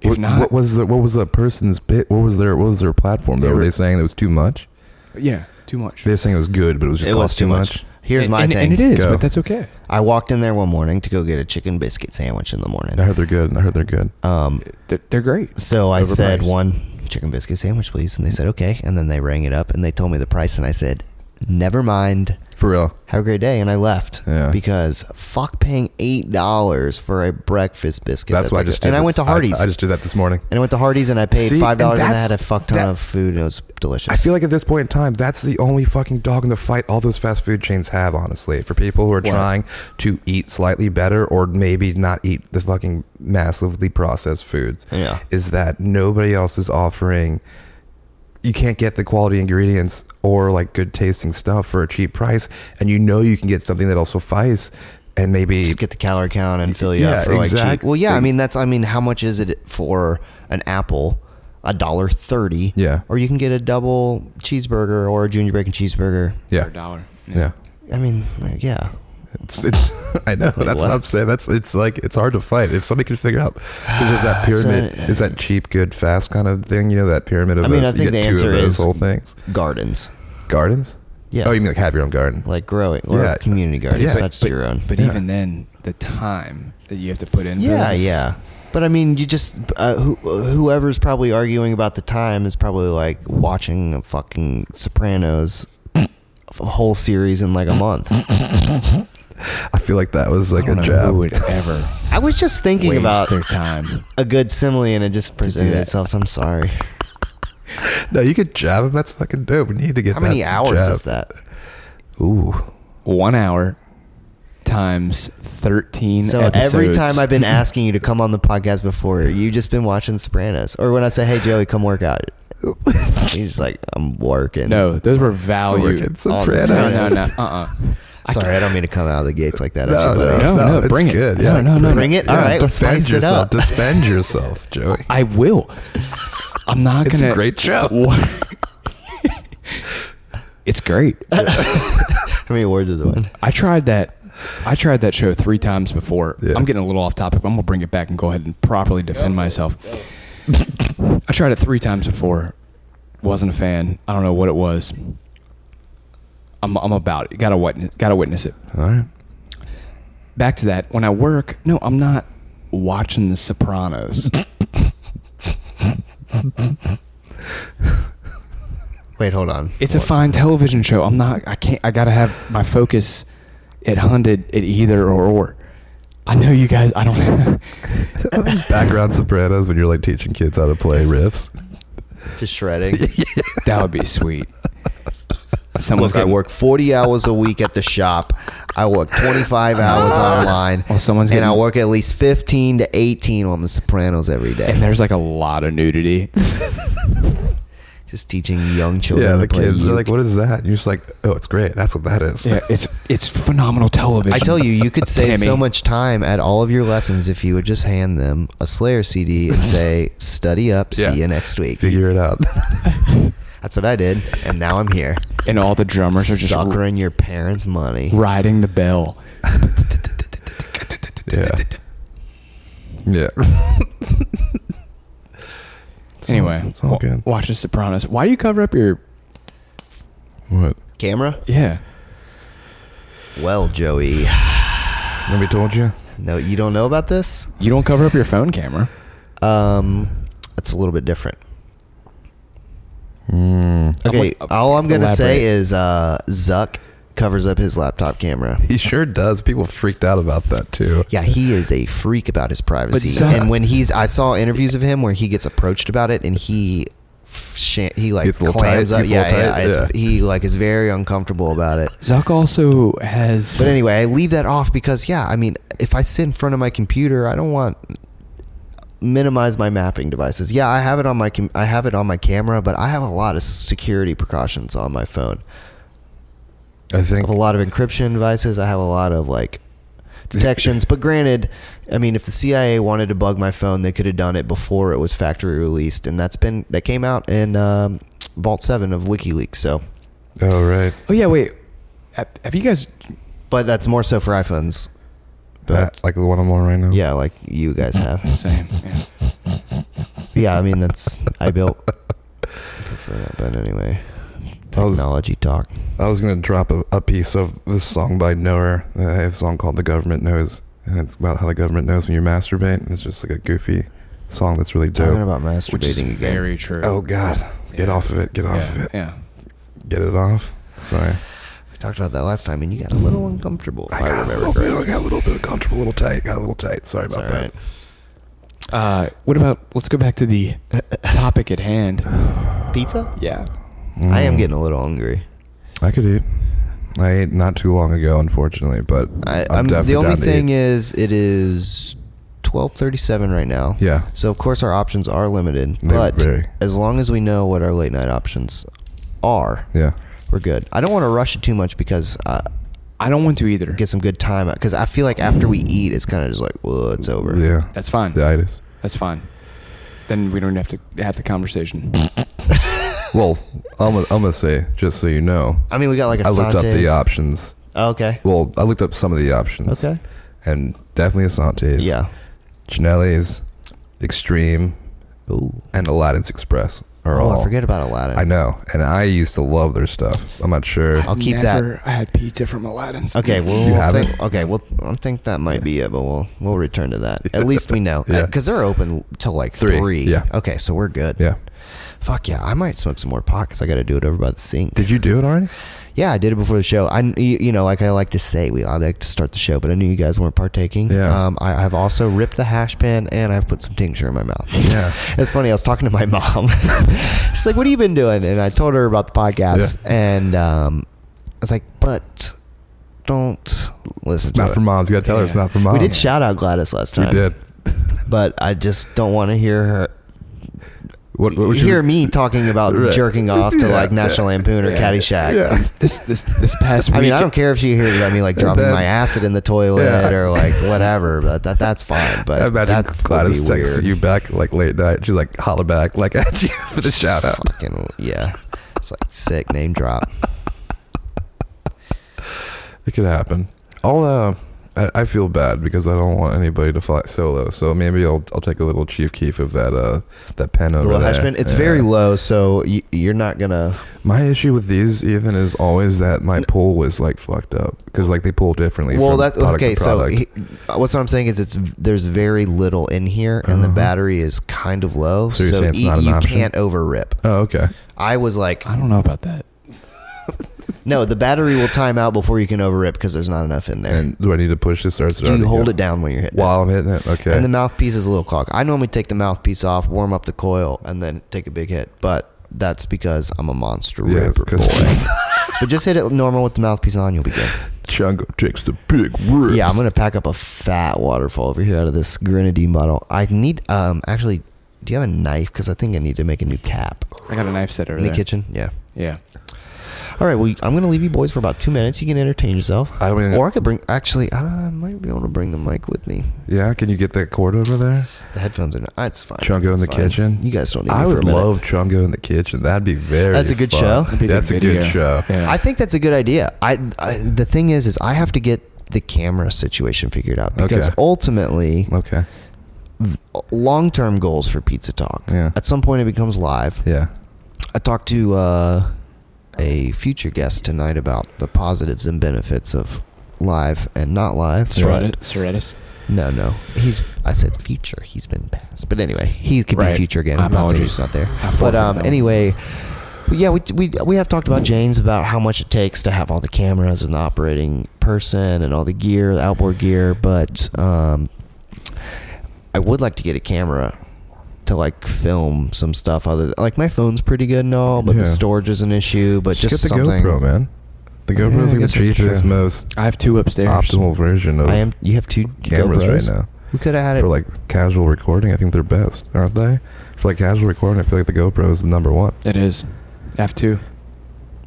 D: If
C: what,
D: not,
C: what was the what was that person's bit? What was their what was their platform?
D: They
C: though? Were,
D: were-
C: they saying it was too much?
D: yeah, too much.
C: They were saying it was good, but it was just
B: It was
C: cost
B: too much. Here's
D: And-
B: my
D: and,
B: thing.
D: and it is,
C: Go.
D: but that's okay.
B: I walked in there one morning to go get a chicken biscuit sandwich in the morning.
C: I heard they're good. I heard they're good.
B: Um,
D: They're, they're great.
B: so I said
D: Overpriced.
B: one chicken biscuit sandwich, please, and they said okay, and then they rang it up and they told me the price, and I said, never mind.
C: For real.
B: Have a great day, and I left
C: Yeah.
B: because fuck paying eight dollars for a breakfast biscuit.
C: That's, why I
B: like
C: just
B: a-
C: did
B: and I went
C: this.
B: to Hardee's.
C: I, just did that this morning.
B: and I went to Hardee's and I paid
C: See,
B: five dollars
C: and
B: and I
C: that's-
B: had a fuck ton
C: that-
B: of food. and It was delicious.
C: I feel like at this point in time, that's the only fucking dog in the fight all those fast food chains have, honestly, for people who are trying to eat slightly better or maybe not eat the fucking massively processed foods.
B: Yeah.
C: Is that nobody else is offering you can't get the quality ingredients or like good tasting stuff for a cheap price and you know you can get something that'll suffice and maybe
B: just get the calorie count and fill you
C: Yeah,
B: up for like cheap.
C: exactly.
B: Well, yeah, I mean that's I mean how much is it for an apple? A dollar thirty.
C: Yeah.
B: Or you can get a double cheeseburger or a junior bacon cheeseburger.
D: For
C: yeah.
D: a dollar.
C: Yeah.
B: I mean, like, yeah.
C: It's, it's I know that's
B: what?
C: what I'm saying. That's it's like it's hard to fight if somebody could figure out because there's that pyramid,
B: So-
C: is that cheap, good, fast kind of thing. You know that pyramid of
B: I mean,
C: those,
B: I think
C: you get
B: the
C: two
B: answer
C: of those
B: is-
C: whole things.
B: Gardens.
C: Gardens.
B: Yeah.
C: Oh, you mean like have your own garden?
B: like growing or
C: Yeah.
B: community gardens.
C: Yeah.
B: That's
D: But-
B: your own.
D: But
C: Yeah.
D: even then, the time that you have to put in. for
B: Yeah,
D: that-
B: yeah. But I mean, you just uh, who, whoever's probably arguing about the time is probably like watching a fucking Sopranos f- whole series in like a month.
C: I feel like that was like
D: I
C: a
D: don't know
C: jab.
D: who would ever
B: I was just thinking
D: waste
B: about
D: their time.
B: a good simile and it just presented
D: that.
B: itself. so I'm sorry.
C: No, you could jab him. That's fucking dope. We need to get
B: How many
C: that
B: hours
C: jab.
B: is that?
C: Ooh,
D: One hour times thirteen.
B: So every
D: episodes.
B: time I've been asking you to come on the podcast before, you've just been watching Sopranos. Or when I say, "Hey Joey, come work out," you're just like, "I'm working."
D: no, those were value.
C: Working
B: Oh,
D: on-
C: Sopranos.
D: No, no, no. Uh, uh
B: Uh-uh. sorry, I don't mean to come out of the gates like that.
C: no,
B: at you, buddy.
C: no,
D: No, no,
C: it's
D: bring it.
C: good.
D: No,
C: Yeah.
D: no, no,
B: Bring it.
C: Yeah,
B: All right, let's
C: defend
B: spice it
C: yourself.
B: up.
C: Defend yourself, Joey.
D: I will. I'm not
C: It's
D: gonna.
C: a great show.
D: It's great.
B: How many awards is it win?
D: I tried that. I tried that show three times before.
C: Yeah.
D: I'm getting a little off topic. but I'm gonna bring it back and go ahead and properly defend myself. I tried it three times before. Wasn't a fan. I don't know what it was. I'm, I'm about it. Gotta witness. Gotta witness it.
C: All right.
D: back to that. When I work, no, I'm not watching The Sopranos.
B: Wait, hold on.
D: It's a fine television show. I'm not. I can't. I gotta have my focus at hunted at either or or. I know you guys. I don't.
C: Background Sopranos when you're like teaching kids how to play riffs.
B: Just shredding.
D: that would be sweet. Someone's
B: Look, I
D: getting
B: work 40 hours a week at the shop. I work 25 hours online.
D: Well, someone's
B: and I
D: getting-
B: work at least 15 to 18 on The Sopranos every day.
D: And there's like a lot of nudity.
B: Just teaching young children.
C: Yeah,
B: to
C: the
B: play
C: kids are
B: Uke.
C: like, "What is that?" And you're just like, "Oh, it's great. That's what that is."
D: Yeah, it's it's phenomenal television.
B: I tell you, you could save
D: Tammy.
B: so much time at all of your lessons if you would just hand them a Slayer CD and say, "Study up.
C: Yeah.
B: See you next week."
C: Figure it out.
B: That's what I did, and now I'm here,
D: and all the drummers are just r-
B: suckering your parents' money.
D: riding the bell.
C: yeah. Yeah. It's all-
D: Anyway,
C: it's all
D: wa-
C: good.
D: watch The Sopranos. Why do you cover up your?
C: What?
B: Camera?
D: Yeah,
B: Well, Joey,
C: Nobody told you?
B: no, you don't know about this.
D: you don't cover up your phone camera.
B: Um, it's a little bit different.
C: Mm.
B: Okay,
D: I'm like-
B: all I'm gonna
D: Elaborate.
B: say is uh, Zuck covers up his laptop camera.
C: He sure does. People freaked out about that too.
B: Yeah, he is a freak about his privacy.
C: Zuck-
B: and when he's, I saw interviews of him where he gets approached about it, and he, sh- he like
C: Gets a little
B: clams
C: tight,
B: up.
C: gets a
B: Yeah,
C: little
B: yeah,
C: tight,
B: it's- He like is very uncomfortable about it.
D: Zuck also has.
B: But anyway, I leave that off because yeah, I mean, if I sit in front of my computer, I don't want minimize my mapping devices. Yeah, I have it on my com- I have it on my camera, but I have a lot of security precautions on my phone.
C: I
B: I
C: think.
B: have a lot of encryption devices. I have a lot of like detections. but granted, I mean, if the CIA wanted to bug my phone, they could have done it before it was factory released, and that's been that came out in um, Vault Seven of WikiLeaks. So,
C: Oh right.
D: oh yeah, wait. Have have you guys?
B: but that's more so for iPhones. But
C: That, like the one I'm on right now.
B: yeah, like you guys have.
D: Same. Yeah.
B: yeah, I mean that's I built. I prefer that, But anyway,
C: I was-
B: technology talk.
C: I was gonna drop a, a piece of this song by Knower. I have a song called "The Government Knows," and it's about how the government knows when you masturbate. And it's just like a goofy song that's really
B: Talking
C: dope.
B: about masturbating
D: Which is
B: again.
D: very true.
C: Oh God, get
D: Yeah.
C: off of it! Get off of
D: yeah.
C: it!
D: yeah.
C: Get it off! Sorry,
B: we talked about that last time, and you got a little uncomfortable. if
C: I got a
B: remember
C: little bit. I
B: correctly.
C: got a little bit uncomfortable, a little tight. Got a little tight. Sorry
B: It's
C: about
B: all
C: that.
B: right.
D: Uh, what about? Let's go back to the topic at hand.
B: Pizza?
D: Yeah.
B: I am getting a little hungry.
C: Mm. I could eat. I ate not too long ago, unfortunately, but I,
B: I,
C: am
B: I'm,
C: definitely
B: the only
C: down to
B: thing
C: eat.
B: is, it is 12:37 right now.
C: yeah,
B: So of course our options are limited,
C: They
B: but
C: vary.
B: as long as we know what our late night options are,
C: yeah.
B: we're good. I don't want to rush it too much because uh,
D: I don't want to either.
B: get some good time out. Because I feel like after we eat, it's kind of just like, well, it's over.
C: Yeah.
D: That's fine.
C: The itis.
D: That's fine. Then we don't have to have the conversation.
C: Well, I'm, I'm going to say, just so you know,
B: I mean, we got like a.
C: I looked up the options.
B: Oh, okay.
C: Well, I looked up some of the options.
B: Okay.
C: And definitely Asante's.
B: Yeah.
C: Chinelli's, Extreme,
B: Ooh.
C: and Aladdin's Express are
B: Oh,
C: all.
B: I forget about Aladdin.
C: I know. And I used to love their stuff. I'm not sure.
B: I'll keep
D: Never had pizza from Aladdin's.
B: that. Okay, well,
C: You
B: we'll
C: haven't?
B: think, okay, well, I think that might be it, but we'll we'll return to that. At least we know
C: Yeah.
B: because they're open till like
C: Three,
B: three.
C: yeah.
B: Okay, so we're good.
C: Yeah.
B: Fuck yeah, I might smoke some more pot because I got to do it over by the sink.
C: Did you do it already?
B: Yeah, I did it before the show. I, you you know, like I like to say, we I like to start the show, but I knew you guys weren't partaking.
C: Yeah.
B: Um, I, I've also ripped the hash pan and I've put some tincture in my mouth.
C: Yeah.
B: It's funny. I was talking to my mom. She's like, "What have you been doing?" And I told her about the podcast, and um, I was like, "But don't listen
C: It's
B: to
C: not
B: it."
C: for moms. You got to tell her it's
D: Yeah.
C: not for moms.
B: We did shout out Gladys last
C: We
B: time.
C: did.
B: but I just don't want to hear her.
C: What, what was
B: hear
C: your,
B: me talking about
C: Right.
B: jerking off to
C: Yeah.
B: like National Lampoon or Caddyshack.
C: Yeah.
D: This this this past week.
B: I mean, I don't care if she hears about me like dropping
C: That-
B: my acid in the toilet
C: Yeah.
B: or like whatever, but that that's fine. But
C: I imagine
B: that
C: Gladys
B: would be
C: texts
B: weird.
C: you back like late night. She's like holler back like at you for the shout out.
B: Fucking yeah, it's like sick name drop.
C: It could happen. I'll uh, I, I feel bad because I don't want anybody to fly solo. So maybe I'll I'll take a little Chief Keef of that uh that pen
B: The
C: over
B: little
C: there.
B: hatchman. It's
C: Yeah.
B: very low, so you, you're not gonna.
C: My issue with these, Ethan, is always that my pull was like fucked up because like they pull differently.
B: Well,
C: from
B: that's
C: product to
B: okay. So
C: product.
B: he, what's what I'm saying is, it's there's very little in here, and the battery is kind of low,
C: Uh-huh. So
B: so,
C: you're saying it's
B: e-
C: not an
B: you
C: option?
B: can't over rip.
C: oh, okay.
B: I was like,
D: I don't know about that.
B: no, the battery will time out before you can over rip because there's not enough in there.
C: And do I need to push this or is it
B: you
C: already
B: hold
C: go-
B: it down when you're hitting. it.
C: while I'm hitting it? Okay.
B: And the mouthpiece is a little clogged. I normally take the mouthpiece off, warm up the coil, and then take a big hit. But that's because I'm a monster
C: yeah,
B: ripper boy.
C: because
B: but just hit it normal with the mouthpiece on, you'll be good.
C: Chungo takes the big rips.
B: Yeah, I'm gonna pack up a fat waterfall over here out of this grenadine bottle. I need um actually, do you have a knife? Because I think I need to make a new cap
D: I got a knife set over
B: in the
D: there.
B: kitchen. Yeah.
D: Yeah.
B: All right. Well, I'm gonna leave you boys for about two minutes. You can entertain yourself.
C: I don't even-
B: Or I could bring. Actually, I, don't, I might be able to bring the mic with me.
C: Yeah, can you get that cord over there?
B: The headphones are not. It's fine.
C: Chungo in
B: It's
C: the
B: fine.
C: kitchen.
B: You guys don't need. me
C: I
B: for
C: would
B: a minute.
C: love Chungo in the kitchen. That'd be very.
B: That's a good
C: fun.
B: show.
D: That'd be a good
C: That's a
D: video.
C: good show.
D: Yeah.
B: I think that's a good idea. I, I the thing is, is I have to get the camera situation figured out because
C: Okay.
B: ultimately,
C: Okay.
B: long term goals for Pizza Talk.
C: Yeah.
B: At some point, it becomes live.
C: Yeah.
B: I talked to uh, a future guest tonight about the positives and benefits of live and not live.
D: Serret- Serretus.
B: but- No, no. He's. I said future. He's been past. But anyway, he could
D: Right.
B: be future again.
D: I
B: I'm not saying
D: apologize.
B: he's not there.
D: I
B: But
D: forfeit
B: um,
D: that one.
B: anyway, yeah, we, we we have talked about James about how much it takes to have all the cameras and the operating person and all the gear, the outboard gear. But um, I would like to get a camera to like film some stuff. Other like my phone's pretty good and all, but
C: Yeah.
B: the storage is an issue. But just,
C: get the
B: something.
C: GoPro, man. The
B: Yeah,
C: GoPro
B: I
C: is like the
B: guess that's
C: cheapest,
B: true.
C: most
D: I have two upstairs.
C: optimal version of
B: I am. You have two
C: cameras
B: GoPros?
C: right now.
B: We could have had it.
C: For like casual recording, I think they're best, aren't they? For like casual recording, I feel like the GoPro is the number one.
D: It is. F two.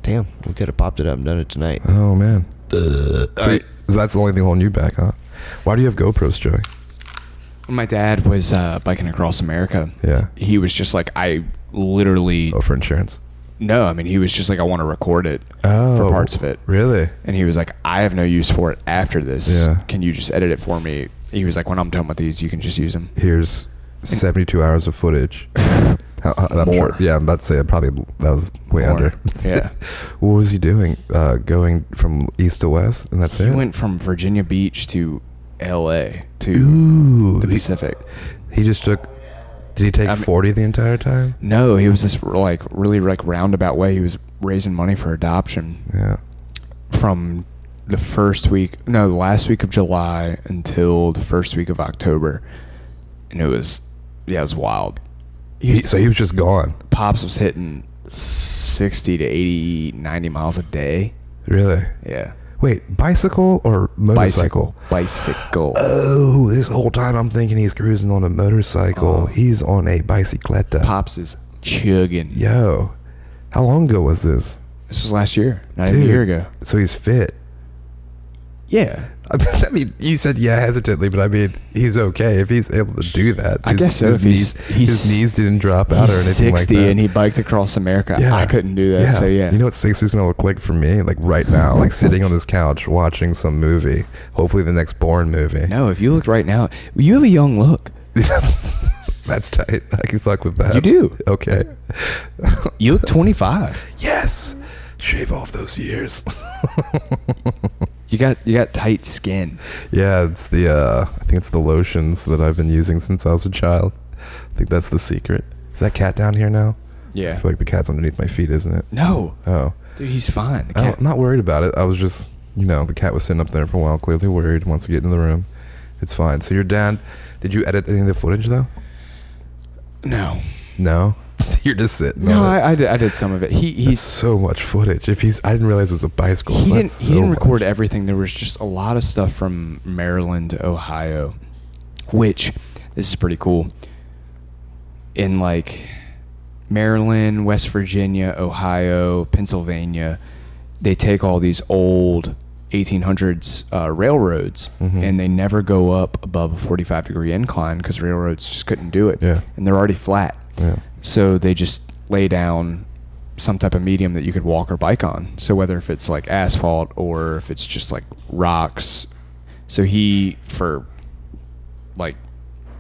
B: damn, we could have popped it up and done it tonight.
C: Oh man. so, you- so that's the only thing holding you back, huh? Why do you have GoPros, Joey?
D: My dad was uh, biking across America.
C: Yeah.
D: He was just like, I literally
C: Oh, for insurance.
D: no. I mean, he was just like, I want to record it
C: Oh,
D: for parts of it.
C: Really?
D: And he was like, I have no use for it after this.
C: Yeah.
D: Can you just edit it for me? He was like, when I'm done with these, you can just use them.
C: Here's 72 hours of footage. How, how- I'm
D: More.
C: sure. Yeah, I'm about to say I probably that was way
D: Or-
C: under.
D: Yeah.
C: What was he doing? Uh, going from east to west, and that's
D: he
C: it.
D: went from Virginia Beach to L.A. to
C: Ooh,
D: the
C: he,
D: Pacific.
C: he just took. Did he take
D: I mean-
C: 40 the entire time?
D: No, he was this like really like roundabout way. He was raising money for adoption.
C: Yeah.
D: from the first week, no, the last week of July until the first week of October, and it was, yeah, it was wild. He
C: He,
D: was,
C: so he was just gone.
D: Pops was hitting sixty to 80, 90 miles a day.
C: Really?
D: Yeah,
C: Wait, bicycle or motorcycle?
D: bicycle. Uh,
C: Oh, this whole time I'm thinking he's cruising on a motorcycle.
D: Oh.
C: He's on a bicycletta.
D: Pops is chugging.
C: Yo, how long ago was this?
D: this was last year, not even a
C: Dude.
D: year ago.
C: So he's fit.
D: Yeah,
C: I mean, I mean, you said yeah hesitantly, but I mean, he's okay if he's able to do that.
D: I
C: His-
D: guess so,
C: His,
D: if he's-
C: knees,
D: he's-
C: his knees didn't drop out
D: he's
C: or anything like
D: sixty,
C: that.
D: and he biked across America.
C: Yeah.
D: I couldn't do that. So yeah,
C: You know what 60's going to look like for me? Like right now, like sitting on this couch watching some movie. Hopefully, the next Bourne movie.
D: no, if you look right now, you have a young look.
C: That's tight. I can fuck with that.
D: You do.
C: Okay.
D: You look twenty five.
C: Yes. Shave off those years.
D: You got you got tight skin.
C: yeah, it's the, uh, I think it's the lotions that I've been using since I was a child. I think that's the secret. Is that cat down here now? I
D: Yeah.
C: feel like the cat's underneath my feet, isn't it?
D: No,
C: Oh.
D: dude, he's fine. The
C: I
D: cat,
C: am not worried about it. I was just, you know, the cat was sitting up there for a while, clearly worried, wants to get in the room. It's fine. So your dad, did you edit any of the footage though?
D: no,
C: No. You're just sitting
D: no,
C: on it.
D: I, I, did, I did some of it. He
C: That's
D: he's
C: so much footage. If he's, I didn't realize it was a bicycle.
D: he
C: so
D: didn't
C: that's
D: he didn't
C: so
D: record
C: much.
D: everything. There was just a lot of stuff from Maryland to Ohio, which this is pretty cool. In like Maryland, West Virginia, Ohio, Pennsylvania, they take all these old 1800s uh, railroads
C: Mm-hmm.
D: and they never go up above a 45 degree incline because railroads just couldn't do it.
C: Yeah.
D: And they're already flat.
C: Yeah.
D: So they just lay down some type of medium that you could walk or bike on. So whether if it's like asphalt or if it's just like rocks, So he, for like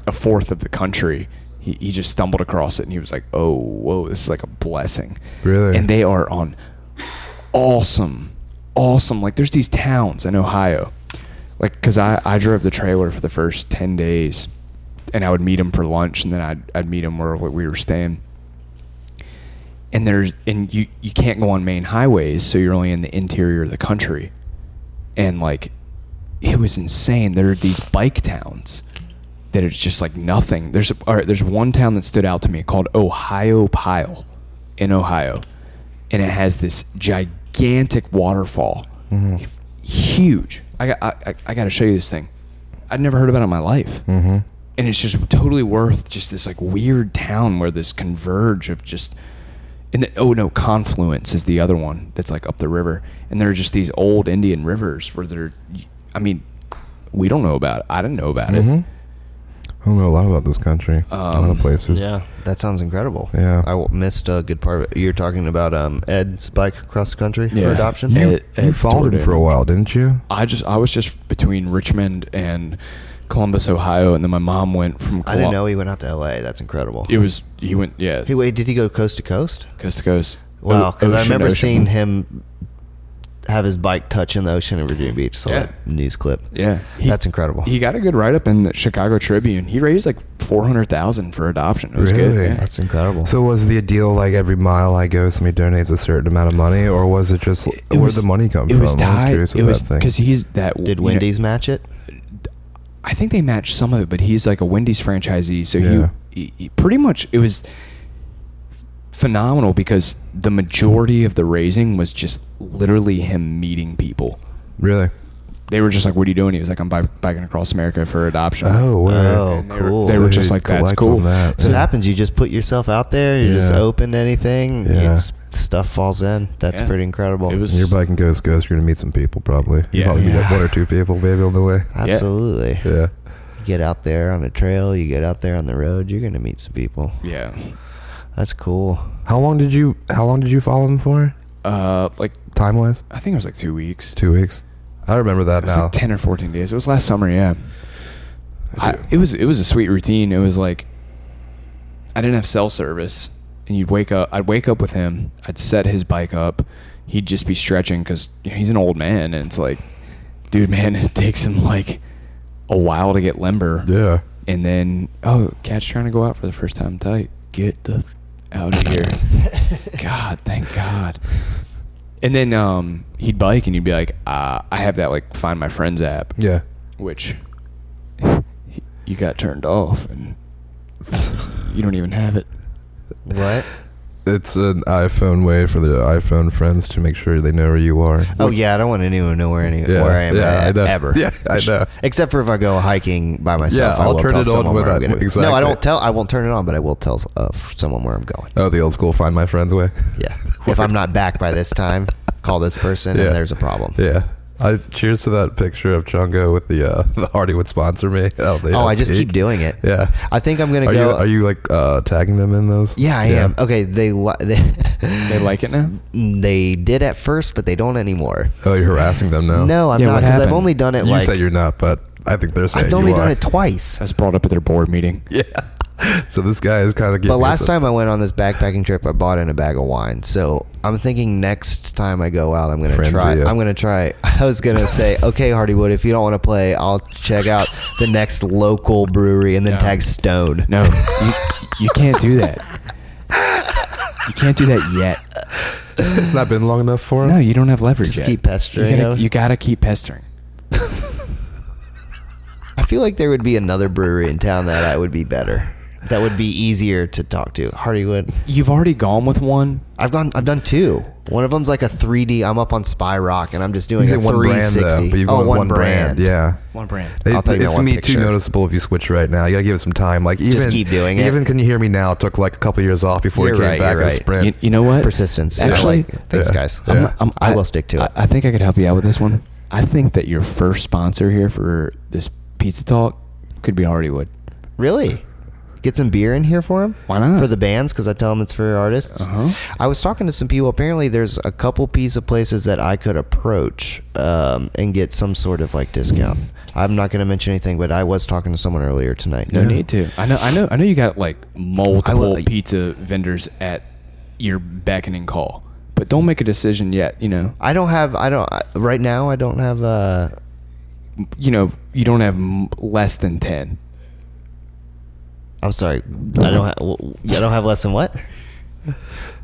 D: a fourth of the country, he, he just stumbled across it and he was like, oh, whoa, this is like a blessing.
C: Really?
D: And they are on awesome, awesome. Like there's these towns in Ohio, like because I, I drove the trailer for the first 10 days and I would meet him for lunch and then I'd, I'd meet him where we were staying and there's and you you can't go on main highways, so you're only in the interior of the country, and like it was insane. There are these bike towns that it's just like nothing. There's all right. There's one town that stood out to me called Ohio Pile in Ohio, and it has this gigantic waterfall, huge. I got I, I, I got to show you this thing. I'd never heard about it in my life
C: Mm-hmm.
D: and it's just totally worth just this like weird town where this converge of just and the, oh no confluence is the other one that's like up the river and there are just these old indian rivers where they're i mean we don't know about it i didn't know about it
C: Mm-hmm.
D: Um,
C: I don't know a lot about this country. a lot of places.
B: Yeah, that sounds incredible.
C: Yeah.
B: I w- missed a good part of it. You're talking about um, Ed's bike cross country
D: Yeah.
B: for adoption.
D: Yeah.
C: You,
D: It-
C: you
D: it's
C: followed him
D: Jordan.
C: for a while, didn't you?
D: i just i was just between richmond and columbus ohio and then my mom went from
B: I didn't know
D: Colum-
B: he went out to L.A. That's incredible.
D: it was he went yeah
B: hey, wait, did he go coast to coast?
D: coast to coast
B: Wow,
D: O-
B: because I
D: ocean,
B: remember
D: ocean.
B: seeing him have his bike touch in the ocean in Virginia Beach. Saw
D: Yeah.
B: that news clip.
D: Yeah,
B: That's incredible.
D: He got a good write up in the Chicago Tribune. He raised like four hundred thousand for adoption. It was
C: Really?
D: good. Yeah.
B: That's incredible.
C: So was the deal like every mile I go, somebody donates a certain amount of money, or was it just where would the money come
D: it
C: from? I
D: Was
C: was
D: tied,
C: curious
D: it
C: about
D: was
C: that thing.
D: because he's that.
B: did
D: you know,
B: Wendy's match it?
D: I think they matched some of it, but he's like a Wendy's franchisee, so
C: Yeah.
D: he, he- he pretty much it was phenomenal because the majority of the raising was just literally him meeting people.
C: really?
D: They were just like, "What are you doing?" He was like, "I'm bi- biking across America for adoption."
C: Oh, wow.
B: Oh, cool.
D: they
C: So
D: were
C: you
D: just like, "That's
C: collect on
D: cool."
C: that,
B: So
C: yeah.
B: it happens. You just put yourself out there. You're just
C: Yeah.
B: open to anything. you
C: Yeah.
B: just- stuff falls in. That's
D: Yeah.
B: pretty incredible.
D: It was
C: Your bike and goes goes. You're gonna meet some people probably.
D: Yeah.
C: You'll probably meet
B: Yeah.
C: like one or two people maybe on the way.
B: Absolutely.
C: Yeah.
B: You get out there on a trail. You get out there on the road. You're gonna meet some people.
D: yeah,
B: That's cool.
C: How long did you How long did you follow him for?
D: uh, like
C: Time wise,
D: I think it was like two weeks.
C: two weeks. I remember that
D: It was
C: now.
D: like ten or fourteen days. It was last summer, yeah. I, it was it was a sweet routine. It was like I didn't have cell service, and you'd wake up. I'd wake up with him. I'd set his bike up. He'd just be stretching because he's an old man, and it's like, dude, man, it takes him like a while to get limber.
C: yeah.
D: And then, oh, cat's trying to go out for the first time tight. Get the f- out of here. God, thank God. And then um, he'd bike and he'd be like, uh, I have that like find my friends app,
C: Yeah.
D: which he- you got turned off and you don't even have it.
B: What?
C: It's an iPhone way for the iPhone friends to make sure they know where you are.
B: Oh yeah, I don't want anyone to know where, any,
C: yeah.
B: where I am
C: yeah,
B: at,
C: I know.
B: ever.
C: Yeah, I know.
B: Except for if I go hiking by myself,
C: Yeah,
B: I
C: I'll
B: will
C: turn
B: tell
C: it on
B: someone where I'm going.
C: without-
B: No, I
C: exactly.
B: don't tell. I won't turn it on, but I will tell uh, someone where I'm going.
C: Oh, the old school find my friends way.
B: Yeah. if I'm not back by this time, call this person,
C: Yeah.
B: and there's a problem.
C: Yeah. I cheers to that picture of Chungo with the uh, the Hardy would sponsor me. Oh,
B: Oh, I just keep doing it.
C: Yeah.
B: I think I'm gonna
C: Are
B: go.
C: you are you like uh, tagging them in those?
B: yeah, I am. Oh. Okay, they li- they,
D: They like it now?
B: They did at first, but they don't anymore.
C: Oh, you're harassing them now.
B: No, I'm
D: Yeah,
B: not
D: what
B: because I've
D: happened?
B: only done it
C: you
B: like
C: say you're not, but I think they're saying
B: I've
C: you
B: only done
C: are.
B: it twice.
D: I was brought up at their board meeting.
C: yeah. So this guy is kind of.
B: But last time I went on this backpacking trip, I bought in a bag of wine. So I'm thinking next time I go out, I'm gonna
C: Frenzy,
B: try.
C: yeah.
B: I'm gonna try. I was gonna say, okay, Hardywood, if you don't want to play, I'll check out the next local brewery and then
D: No.
B: tag Stone.
D: No, you, you can't do that. You can't do that yet.
C: it's not been long enough for him.
D: No, you don't have leverage
B: Just
D: yet.
B: keep pestering
D: You
B: him.
D: gotta, you gotta keep pestering.
B: I feel like there would be another brewery in town that I would be better. That would be easier to talk to. Hardywood.
D: You've already gone with one.
B: I've gone. I've done two. One of them's like a 3D. I'm up on Spy Rock, and I'm just doing
C: You
B: a
C: said one brand
B: 360.
C: though, but you've
B: oh,
C: gone
B: one
C: one brand. Yeah.
D: One brand.
C: They,
B: I'll tell you
C: it's
B: about one
C: me
B: picture.
C: too noticeable if you switch right now. You gotta give it some time. Like even
B: keep doing it.
C: Even can you hear me now? Took like a couple years off before
B: You're
C: he came
B: right,
C: back
B: you're
C: as
B: right.
C: sprint.
D: You, you know what?
B: Persistence. I
D: Actually,
B: like it. thanks,
C: Yeah.
B: guys.
C: Yeah.
B: I'm,
C: I'm-
B: I'm, I will stick to it.
D: I, I think I could help you out with this one. I think that your first sponsor here for this pizza talk could be Hardywood.
B: really? Get some beer in here for him.
D: Why not?
B: For the bands, because I tell them it's for artists.
D: Uh-huh.
B: I was talking to some people. Apparently, there's a couple piece of places that I could approach um, and get some sort of like discount. I'm not going to mention anything, but I was talking to someone earlier tonight.
D: No need to. I know. I know. I know. You got like multiple
B: like-
D: pizza vendors at your beckoning call, but don't make a decision yet. You know.
B: I don't have. I don't. I, right now, I don't have. Uh,
D: You know. You don't have m- less than ten.
B: I'm sorry. I don't. Ha- I don't have less than what?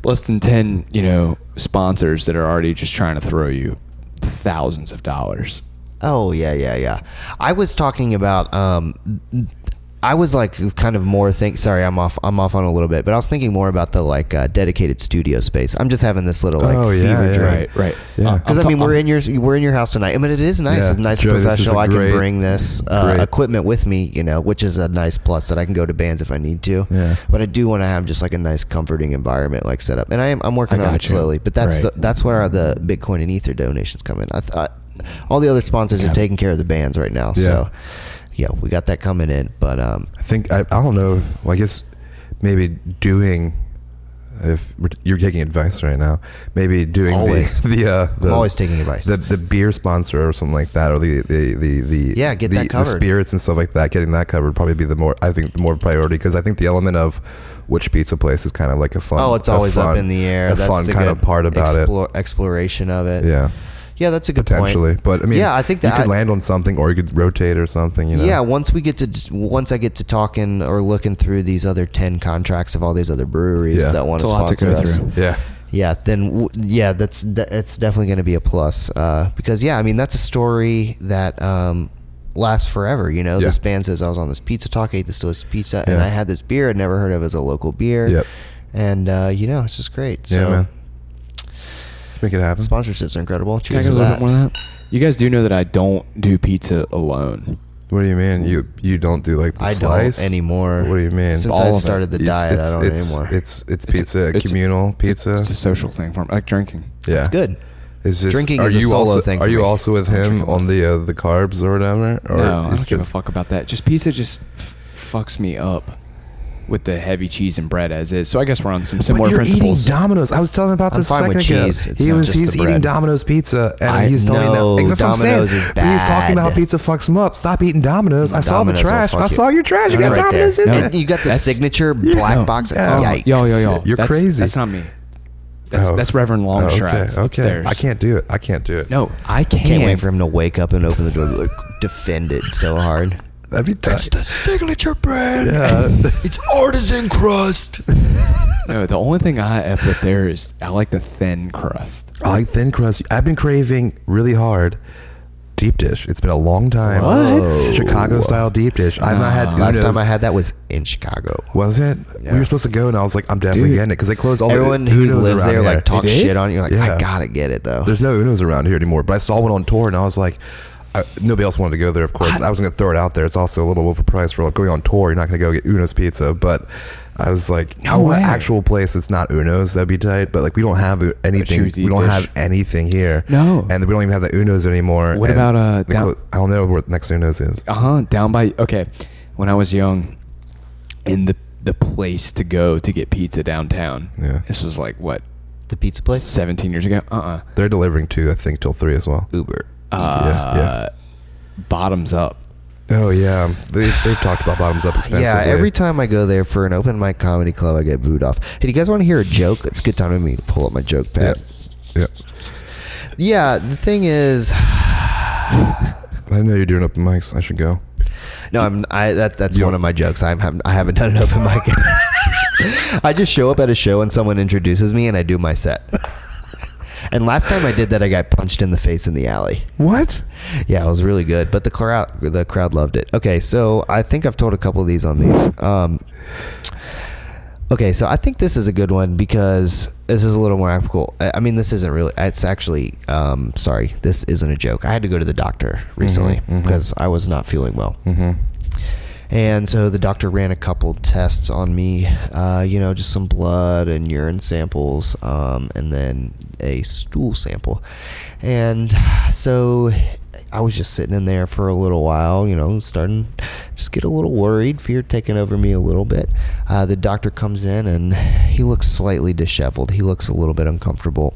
D: Less than ten. You know, sponsors that are already just trying to throw you thousands of dollars.
B: Oh yeah, yeah, yeah. I was talking about. Um, I was like kind of more think. Sorry, I'm off. I'm off on a little bit, but I was thinking more about the like uh, dedicated studio space. I'm just having this little like
C: Oh, yeah,
B: fever
C: yeah.
B: dream.
D: Right. Right.
C: Yeah.
D: Uh,
B: Because
D: I'm
B: I mean,
D: ta-
B: we're
D: I'm-
B: in your we're in your house tonight. I mean, it is nice.
C: Yeah.
B: It's nice
C: Joey,
B: and
C: this is
B: professional.
C: a
B: I can
C: great-
B: bring this uh,
C: great-
B: equipment with me, you know, which is a nice plus that I can go to bands if I need to.
C: Yeah.
B: But I do want to have just like a nice, comforting environment, like set up. And I am I'm working
D: I
B: on it
D: gotcha.
B: slowly. But that's
D: Right.
B: the, that's where the Bitcoin and Ether donations come in. I thought all the other sponsors
D: Got
B: are
D: it.
B: taking care of the bands right now.
C: Yeah.
B: So yeah, we got that coming in. But um,
C: I think I, I don't know. Well, I guess maybe doing if we're- you're taking advice right now, maybe doing
B: Always.
C: the the, uh, the
B: I'm always taking advice.
C: the the beer sponsor or something like that, or the the the, the
B: Yeah, get
C: the,
B: that covered.
C: The spirits and stuff like that, getting that covered would probably be the more I think the more priority because I think the element of which pizza place is kind of like a fun.
B: oh, it's
C: a
B: always up
C: fun-
B: in the air.
C: A
B: that's
C: fun
B: the
C: kind
B: good
C: of part about
B: explore, exploration of
C: it.
B: it.
C: Yeah,
B: yeah, that's a good point.
C: potentially, but I mean,
B: Yeah, I think that
C: you could
B: I-
C: land on something, or you could rotate or something. You know,
B: Yeah, once we get to once I get to talking or looking through these other ten contracts of all these other breweries
C: Yeah.
B: that want
D: It's
B: to
D: a lot to
B: sponsor
D: go
B: us,
D: through.
C: yeah,
B: yeah, then w- yeah, that's that, it's definitely going to be a plus uh, because yeah, I mean that's a story that um, lasts forever. You know,
C: Yeah.
B: this band says I was on this pizza talk, I ate this delicious pizza, and
C: Yeah.
B: I had this beer I'd never heard of as a local beer,
C: Yep.
B: and uh, you know it's just great. So
C: yeah, man. Let's make it happen.
B: sponsorships are incredible.
D: Can I
B: Cheers to
D: get a little
B: that.
D: bit more of that? You guys do know that I don't do pizza alone.
C: What do you mean? You you don't do like the
B: I
C: slice
B: don't anymore.
C: What do you mean?
B: Since
D: All
B: I
D: of it.
B: started the
C: It's-
B: diet,
C: it's,
B: I don't
C: it's,
B: anymore.
C: It's it's
D: a-
C: pizza,
D: it's a-
C: communal pizza.
D: It's a social thing for me, like drinking.
C: yeah,
B: it's good.
C: It's just,
B: Drinking
C: are
B: is a
C: you
B: solo
C: also,
B: thing
C: Are
B: for
C: you
B: me.
C: also with
D: drink
C: him
D: a lot.
C: on the uh, the carbs or whatever? Or
D: no, I
C: it's
D: don't give a
C: just-
D: fuck about that. Just pizza just f- fucks me up with the heavy cheese and bread as is. So I guess we're on some
C: But
D: similar
C: you're
D: principles.
C: eating Domino's. I was telling him about
B: I'm
C: this
B: fine
C: second
B: with
C: ago.
B: cheese. It's
C: He
B: not
C: was
B: just
C: he's
B: the
C: eating
B: bread.
C: Domino's pizza, and
B: I
C: he's telling
B: know,
C: me that. That's what I'm saying.
B: Domino's is
C: But He's talking about
B: bad.
C: how pizza fucks him up. Stop eating Domino's. I saw the
B: Domino's will
C: trash.
B: fuck
C: I
B: you.
C: saw your trash. You
B: That's
C: got
B: right
C: Domino's
B: there.
C: in
D: No.
C: there.
B: And you got the
D: That's-
B: signature black box.
C: Yeah.
D: Oh,
B: Yikes.
D: yo, yo, yo.
C: You're
D: that's,
C: crazy.
D: That's not me. That's,
C: Oh.
D: that's Reverend
C: Oh, okay,
D: Longstrides
C: okay.
D: upstairs.
C: I can't do it. I can't do it.
D: No, I can't.
B: Can't wait for him to wake up and open the door and be like, defend it so hard.
C: that'd be tough.
A: signature brand.
C: Yeah.
A: It's artisan crust.
D: No, the only thing I F with there is I like the thin crust.
C: I like thin crust. I've been craving really hard deep dish. It's been a long time.
D: What?
C: Chicago style deep dish. I've not had
B: Ah, Last
C: Uno's.
B: time I had that was in Chicago.
C: was it?
B: Yeah.
C: We were supposed to go, and I was like, I'm definitely
D: Dude.
C: getting it because they closed all
B: Everyone
C: the
B: who
C: Uno's
B: lives
C: around
B: there
C: here.
B: like talks
D: did?
B: shit on you. You're like,
C: Yeah.
B: I gotta get it though.
C: There's no Uno's around here anymore. But I saw one on tour, and I was like. I, nobody else wanted to go there, of course. I, was going to throw it out there. It's also a little overpriced for like, going on tour. You're not going to go get Uno's pizza, but I was like, I want
D: way.
C: an actual place that's not Uno's. That'd be tight. But like, we don't have uh, anything.
D: true
C: We
D: deep
C: don't
D: dish.
C: have anything here.
D: No.
C: and we don't even have the Uno's anymore.
D: What
C: and
D: about, uh,
C: they
D: down-
C: clo- I don't know where the next Uno's is.
D: Uh huh. Down by okay. When I was young, in the the place to go to get pizza downtown.
C: Yeah.
D: This was like what
B: the pizza place?
D: seventeen years ago. Uh uh
C: They're delivering two, I think, till three as well.
B: Uber.
D: Uh, Bottoms up.
C: Oh yeah, they, they've talked about bottoms up extensively.
B: Yeah, every time I go there for an open mic comedy club, I get booed off. Hey, do you guys want to hear a joke? It's a good time for me to pull up my joke
C: Yeah,
B: pad.
C: yeah.
B: yeah the thing is,
C: I know you're doing open mics. I should go.
B: No, I'm. I that that's
C: You
B: one
C: don't-
B: of my jokes. I'm. haven't- I haven't done an open mic. I just show up at a show and someone introduces me and I do my set. And last time I did that, I got punched in the face in the alley.
C: What?
B: Yeah, it was really good, but the crowd the crowd loved it. Okay, so I think I've told a couple of these on these. Um, okay, so I think this is a good one because this is a little more applicable. I I mean, this isn't really. It's actually. Um, sorry, this isn't a joke. I had to go to the doctor recently
C: mhm.
B: because I was not feeling well.
C: hmm
B: And so the doctor ran a couple tests on me, uh, you know, just some blood and urine samples, um, and then a stool sample. And so I was just sitting in there for a little while, you know, starting just get a little worried, fear taking over me a little bit. Uh, the doctor comes in and he looks slightly disheveled. He looks a little bit uncomfortable.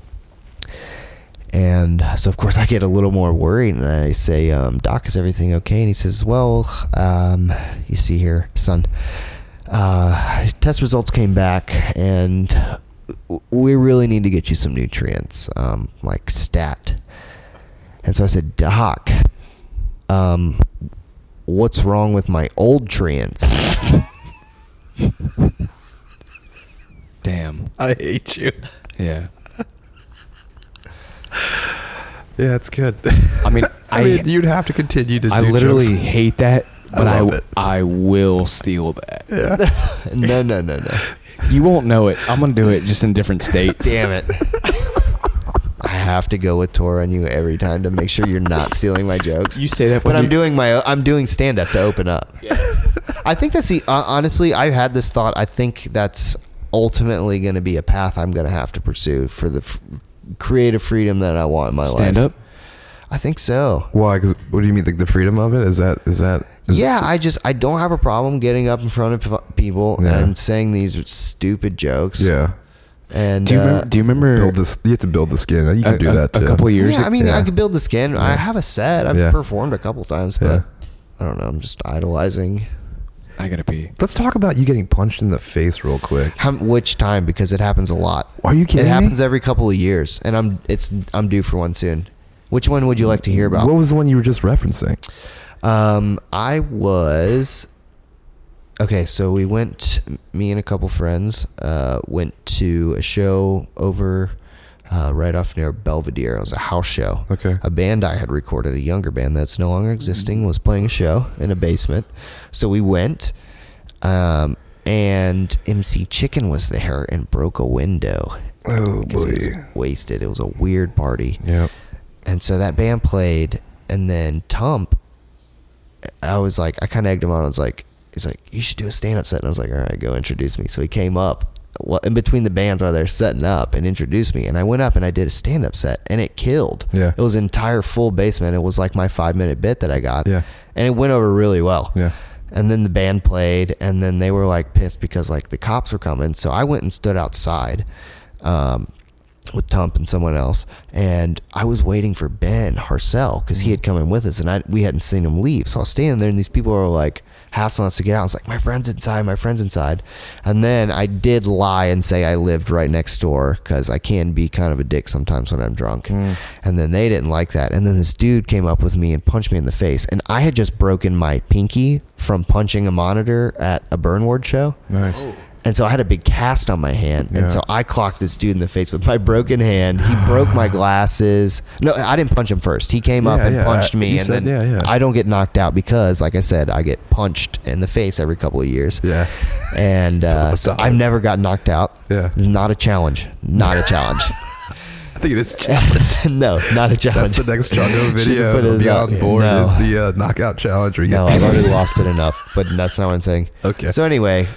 B: And so, of course, I get a little more worried and I say, um, Doc, is everything okay? And he says, Well, um, you see here, son, uh, test results came back and w- we really need to get you some nutrients, um, like stat. And so I said, Doc, um, what's wrong with my old treants?
D: Damn.
C: I hate you.
D: Yeah.
C: Yeah, it's good.
D: I mean,
C: I,
D: I-
C: mean, you'd have to continue to.
D: I
C: do
D: literally
C: jokes.
D: hate that, but I
C: love it.
D: I will steal that.
B: no, no, no, no.
D: You won't know it. I'm gonna do it just in different states.
B: Damn it. I have to go with Tor on you every time to make sure you're not stealing my jokes.
D: You say that,
B: but
D: when
B: I'm
D: you-
B: doing my I'm doing stand up to open up. I think that's the uh, honestly I've had this thought. I think that's ultimately going to be a path I'm going to have to pursue for the f- creative freedom that I want in my life.
D: stand up.
B: I think so.
C: Why? 'Cause what do you mean? Like the freedom of it? Is that? Is that? Is
B: Yeah, I just I don't have a problem getting up in front of p- people
C: Yeah.
B: and saying these stupid jokes.
C: Yeah.
B: And
D: Do you
B: uh,
D: remember, do you remember
C: Build this. You have to build the skin. You can
D: a,
C: do
D: a-
C: that.
D: a
C: too.
D: couple years?
B: yeah, I mean,
C: yeah.
B: I could build the skin. I have a set. I've
C: Yeah.
B: performed a couple times, but
C: Yeah.
B: I don't know. I'm just idolizing.
D: I gotta pee.
C: Let's talk about you getting punched in the face real quick.
B: How, which time? Because it happens a lot.
C: Are you kidding
B: It
C: me?
B: happens every couple of years, and I'm it's I'm due for one soon. Which one would you like to hear about?
C: What was the one you were just referencing?
B: Um, I was okay. So we went. Me and a couple friends uh, went to a show over uh, right off near Belvedere. It was a house show.
C: Okay.
B: A band I had recorded, a younger band that's no longer existing, was playing a show in a basement. So we went. Um, and MC Chicken was there and broke a window.
C: Oh
B: 'Cause he
C: boy.
B: was wasted. It was a weird party.
C: Yeah.
B: And so that band played, and then Tump, I was like, I kind of egged him on. I was like, he's like, you should do a stand up set. And I was like, all right, go introduce me. So he came up. Well, in between the bands while they're setting up and introduced me, and I went up and I did a stand up set, and it killed.
C: Yeah.
B: it was an entire full basement. It was like my five minute bit that I got.
C: Yeah.
B: and it went over really well.
C: Yeah.
B: And then the band played, and then they were like pissed because like the cops were coming. So I went and stood outside um, with Tump and someone else, and I was waiting for Ben Harcel because he had come in with us, and I we hadn't seen him leave. So I was standing there, and these people are like hassling us to get out. I was like, "My friend's inside, my friend's inside," and then I did lie and say I lived right next door because I can be kind of a dick sometimes when I'm drunk. And then they didn't like that, and then this dude came up with me and punched me in the face, and I had just broken my pinky from punching a monitor at a burn ward show.
C: Nice.
B: And so I had a big cast on my hand.
C: Yeah.
B: And so I clocked this dude in the face with my broken hand. He broke my glasses. No, I didn't punch him first. He came up
C: Yeah,
B: and
C: yeah,
B: punched
C: I-
B: me.
C: you
B: And
C: said,
B: then
C: yeah, yeah.
B: I don't get knocked out because, like I said, I get punched in the face every couple of years.
C: Yeah.
B: And uh, so I've
C: times.
B: never got knocked out.
C: Yeah.
B: Not a challenge. Not a challenge.
C: I think it's
B: no, not a challenge.
C: that's the next Chongo video.
B: Should've put
C: It'll
B: it
C: be
B: out.
C: on board
B: No.
C: is the uh, knockout challenge. Where you
B: No,
C: get
B: I've already lost it enough, but that's not what I'm saying.
C: Okay.
B: So anyway,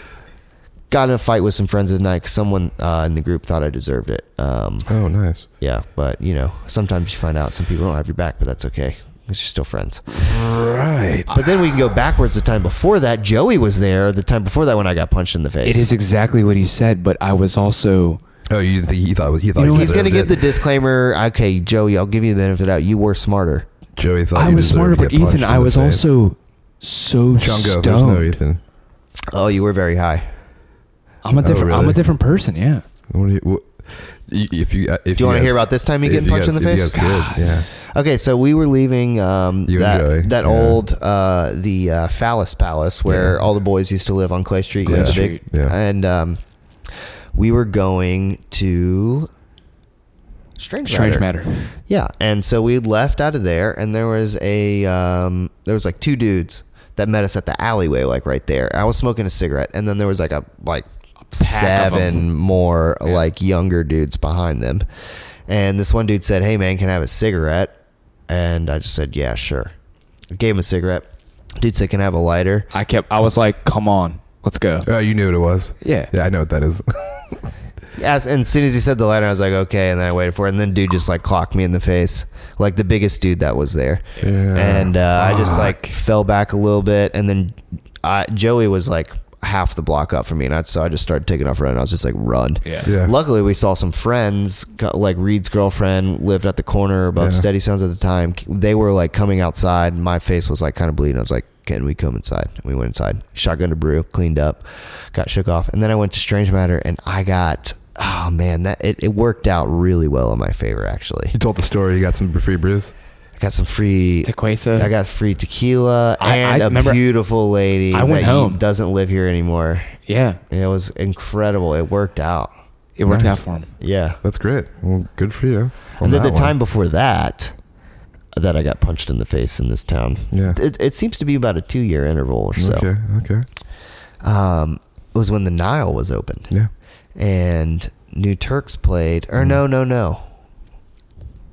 B: got in a fight with some friends at night. 'cause someone uh, in the group thought I deserved it. Um,
C: Oh, nice.
B: yeah, but you know, sometimes you find out some people don't have your back, but that's okay. Because you're still friends.
C: Right.
B: But then we can go backwards. The time before that, Joey was there. The time before that, when I got punched in the face.
D: It is exactly what he said, but I was also
C: Oh, you didn't think he thought he thought
D: know,
C: he
B: He's going to
C: deserved
B: give the
C: it.
B: disclaimer. Okay, Joey, I'll give you the benefit of the doubt. You were smarter.
C: Joey thought
D: I
C: he
D: was
C: deserved
D: smarter,
C: to
D: but
C: get punched
D: Ethan,
C: in
D: I
C: the
D: was
C: face.
D: also so
C: Chongo. There's
D: stoned.
C: no Ethan.
B: Oh, you were very high.
D: I'm a different.
C: Oh,
D: I'm
C: really?
D: a different person. Yeah.
C: What do you, what, y- if you, uh, if
B: Do you want to
C: guys-
B: hear about this time you
C: if
B: getting punched
C: guys-
B: in the
C: if
B: face?
C: You guys did, yeah.
B: Okay, so we were leaving um,
C: You and Joey,
B: that, that
C: yeah.
B: old uh, the uh, Phallus Palace where all the boys used to live on Clay Street. you know,
C: Clay
B: the big-
D: Street,
C: yeah.
B: And um, we were going to Strange
D: Strange
B: Matter.
D: matter.
B: Yeah, and so we left out of there, and there was a um, there was like two dudes that met us at the alleyway, like right there. I was smoking a cigarette, and then there was like a like
D: pack of 'em.
B: seven more like younger dudes behind them, and this one dude said, "Hey man, can I have a cigarette?" And I just said, "Yeah, sure." I gave him a cigarette. Dude said, "Can I have a lighter?"
D: I kept. I was like, "Come on, let's go."
C: Oh, you knew what it was.
D: Yeah.
C: Yeah, I know what that is.
B: as and as soon as he said the line, I was like, okay, and then I waited for it, and then dude just like clocked me in the face, like the biggest dude that was there,
C: Yeah.
B: and uh, I just like
C: Fuck.
B: fell back a little bit, and then I, Joey was like half the block up from me, and I, so I just started taking off running. I was just like, run.
D: Yeah.
C: Yeah.
B: Luckily, we saw some friends, co- like Reed's girlfriend lived at the corner above
C: Yeah.
B: Steady Sounds at the time. They were like coming outside. My face was like kind of bleeding. I was like, can we come inside? And we went inside. Shotgun to brew, cleaned up, got shook off. And then I went to Strange Matter and I got, oh man, that it, it worked out really well in my favor, actually.
C: You told the story. You got some free brews.
B: I got some free.
D: Tequesa.
B: I got free tequila
D: I- I
B: and a
D: remember-
B: beautiful lady
D: I went
B: that you-
D: home.
B: doesn't live here anymore.
D: yeah.
B: It was incredible. It worked out.
D: It worked
C: Nice.
D: out for him.
B: Yeah.
C: That's great. Well, good for you. on
B: and then
C: that
B: the
C: one.
B: time before that, that I got punched in the face in this town.
C: Yeah.
B: It, it seems to be about a two year interval or so.
C: Okay. Okay.
B: Um, it was when the Nile was opened
C: Yeah.
B: and New Turks played. Or no,
D: Mm.
B: no, no.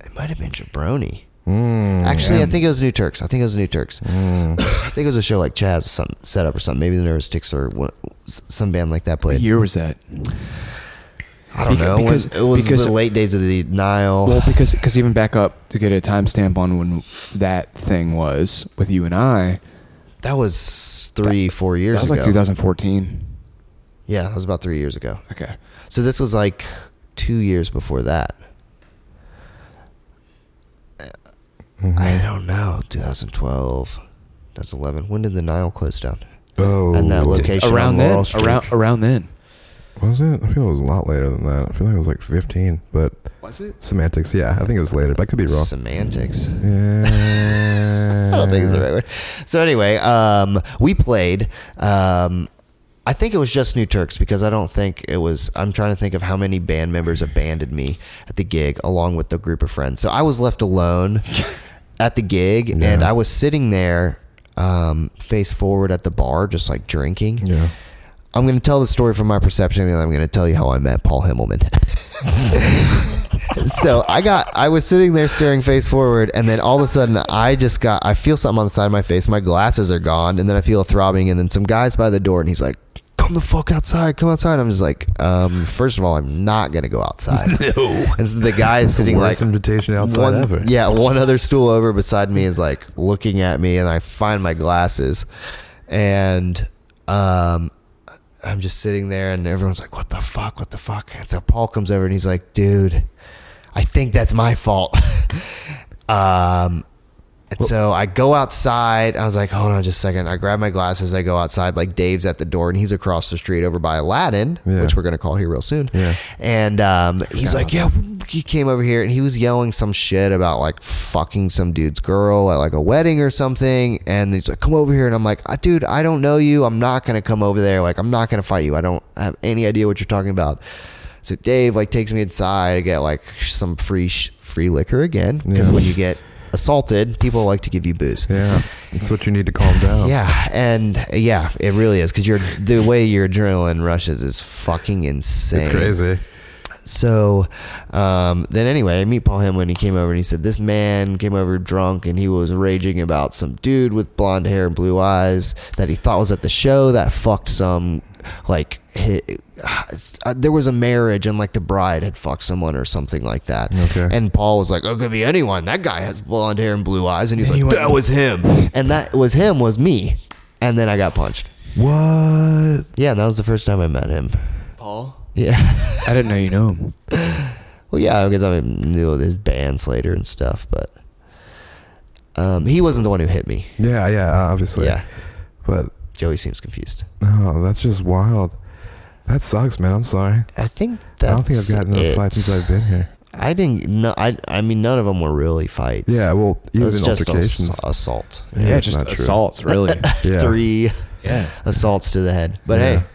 B: It might have been Jabroni.
C: Mm.
B: Actually, I think it was New Turks. I think it was New Turks. I think it was a show like Chaz some set up or something. Maybe the Nervous Ticks or one, s- some band like that
D: What
B: played.
D: year was that?
B: I don't
D: Beca-
B: know.
D: because-
B: it was
D: because-
B: the late days of the Nile.
D: Well, because because even back up to get a timestamp on when that thing was with you and I.
B: that was three, four years
D: that was
B: ago.
D: like 2014.
B: Yeah, that was about three years ago.
D: Okay.
B: So this was like two years before that.
C: mm. Mm-hmm.
B: I don't know. 2012, 2011. When did the Nile close down?
C: Oh.
B: And that location- on
D: around then.
B: Laurel Street.
D: Around around then.
C: Was it? I feel it was a lot later than that. I feel like it was like 15, but
D: Was it?
C: semantics. Yeah, I think it was later, but I could be wrong.
B: Semantics.
C: yeah.
B: I don't think it's the right word. So anyway, um, we played. Um, I think it was just New Turks because I don't think it was. I'm trying to think of how many band members abandoned me at the gig along with the group of friends. So I was left alone at the gig, and
C: Yeah.
B: I was sitting there um, face forward at the bar, just like drinking.
C: Yeah.
B: I'm going to tell the story from my perception, and I'm going to tell you how I met Paul Himmelman. so I got, I was sitting there staring face forward, and then all of a sudden, I just got, I feel something on the side of my face. My glasses are gone, and then I feel a throbbing, and then some guy's by the door, and he's like, "Come the fuck outside! Come outside!" I'm just like, um, first of all, I'm not going to go outside.
C: No.
B: And so the guy is sitting
C: Worst
B: like
C: invitation outside
B: one,
C: ever.
B: Yeah, one other stool over beside me is like looking at me, and I find my glasses, and um, I'm just sitting there, and everyone's like, "What the fuck? What the fuck?" And so Paul comes over, and he's like, "Dude, I think that's my fault." um. And so I go outside. I was like, hold on just a second. I grab my glasses. I go outside. Like Dave's at the door and he's across the street over by Aladdin,
C: Yeah.
B: which we're going to call here real soon.
C: Yeah.
B: And um, he's like, yeah, he came over here and he was yelling some shit about like fucking some dude's girl at like a wedding or something. And he's like, come over here. And I'm like, "Ah, dude, I don't know you. I'm not going to come over there. Like, I'm not going to fight you. I don't have any idea what you're talking about. So Dave like takes me inside to get like some free sh- free liquor again because
C: Yeah.
B: when you get assaulted, people like to give you booze.
C: Yeah. It's what you need to calm down.
B: Yeah, and yeah, it really is because you're the way your adrenaline rushes is fucking insane.
C: It's crazy.
B: So um, then, anyway, I meet Paul Him when he came over and he said this man came over drunk and he was raging about some dude with blonde hair and blue eyes that he thought was at the show that fucked some like hi uh, there was a marriage and like the bride had fucked someone or something like that.
C: Okay.
B: And Paul was like, "Oh, it could be anyone. That guy has blonde hair and blue eyes." And he's
D: And
B: like,
D: he went-
B: "That was him." And that was him was me. And then I got punched.
C: What?
B: Yeah, and that was the first time I met him.
D: Paul.
B: Yeah.
D: I didn't know you knew him.
B: Well, yeah, because I knew his band Slater and stuff, but um, he wasn't the one who hit me.
C: Yeah, yeah, uh, obviously.
B: yeah,
C: But
B: Joey seems confused.
C: no, that's just wild. That sucks, man. I'm sorry.
B: I think that's
C: I don't think I've gotten in
B: it.
C: a fight since I've been here.
B: I didn't. No, I. I mean, none of them were really fights.
C: Yeah, well,
B: it
C: even
B: was just
C: altercations.
B: ass- assault.
C: Yeah,
D: Yeah,
C: it's
D: just
C: not true.
D: assaults, really.
C: Yeah.
B: Three
D: yeah.
B: assaults to the head. But
C: Yeah.
B: hey,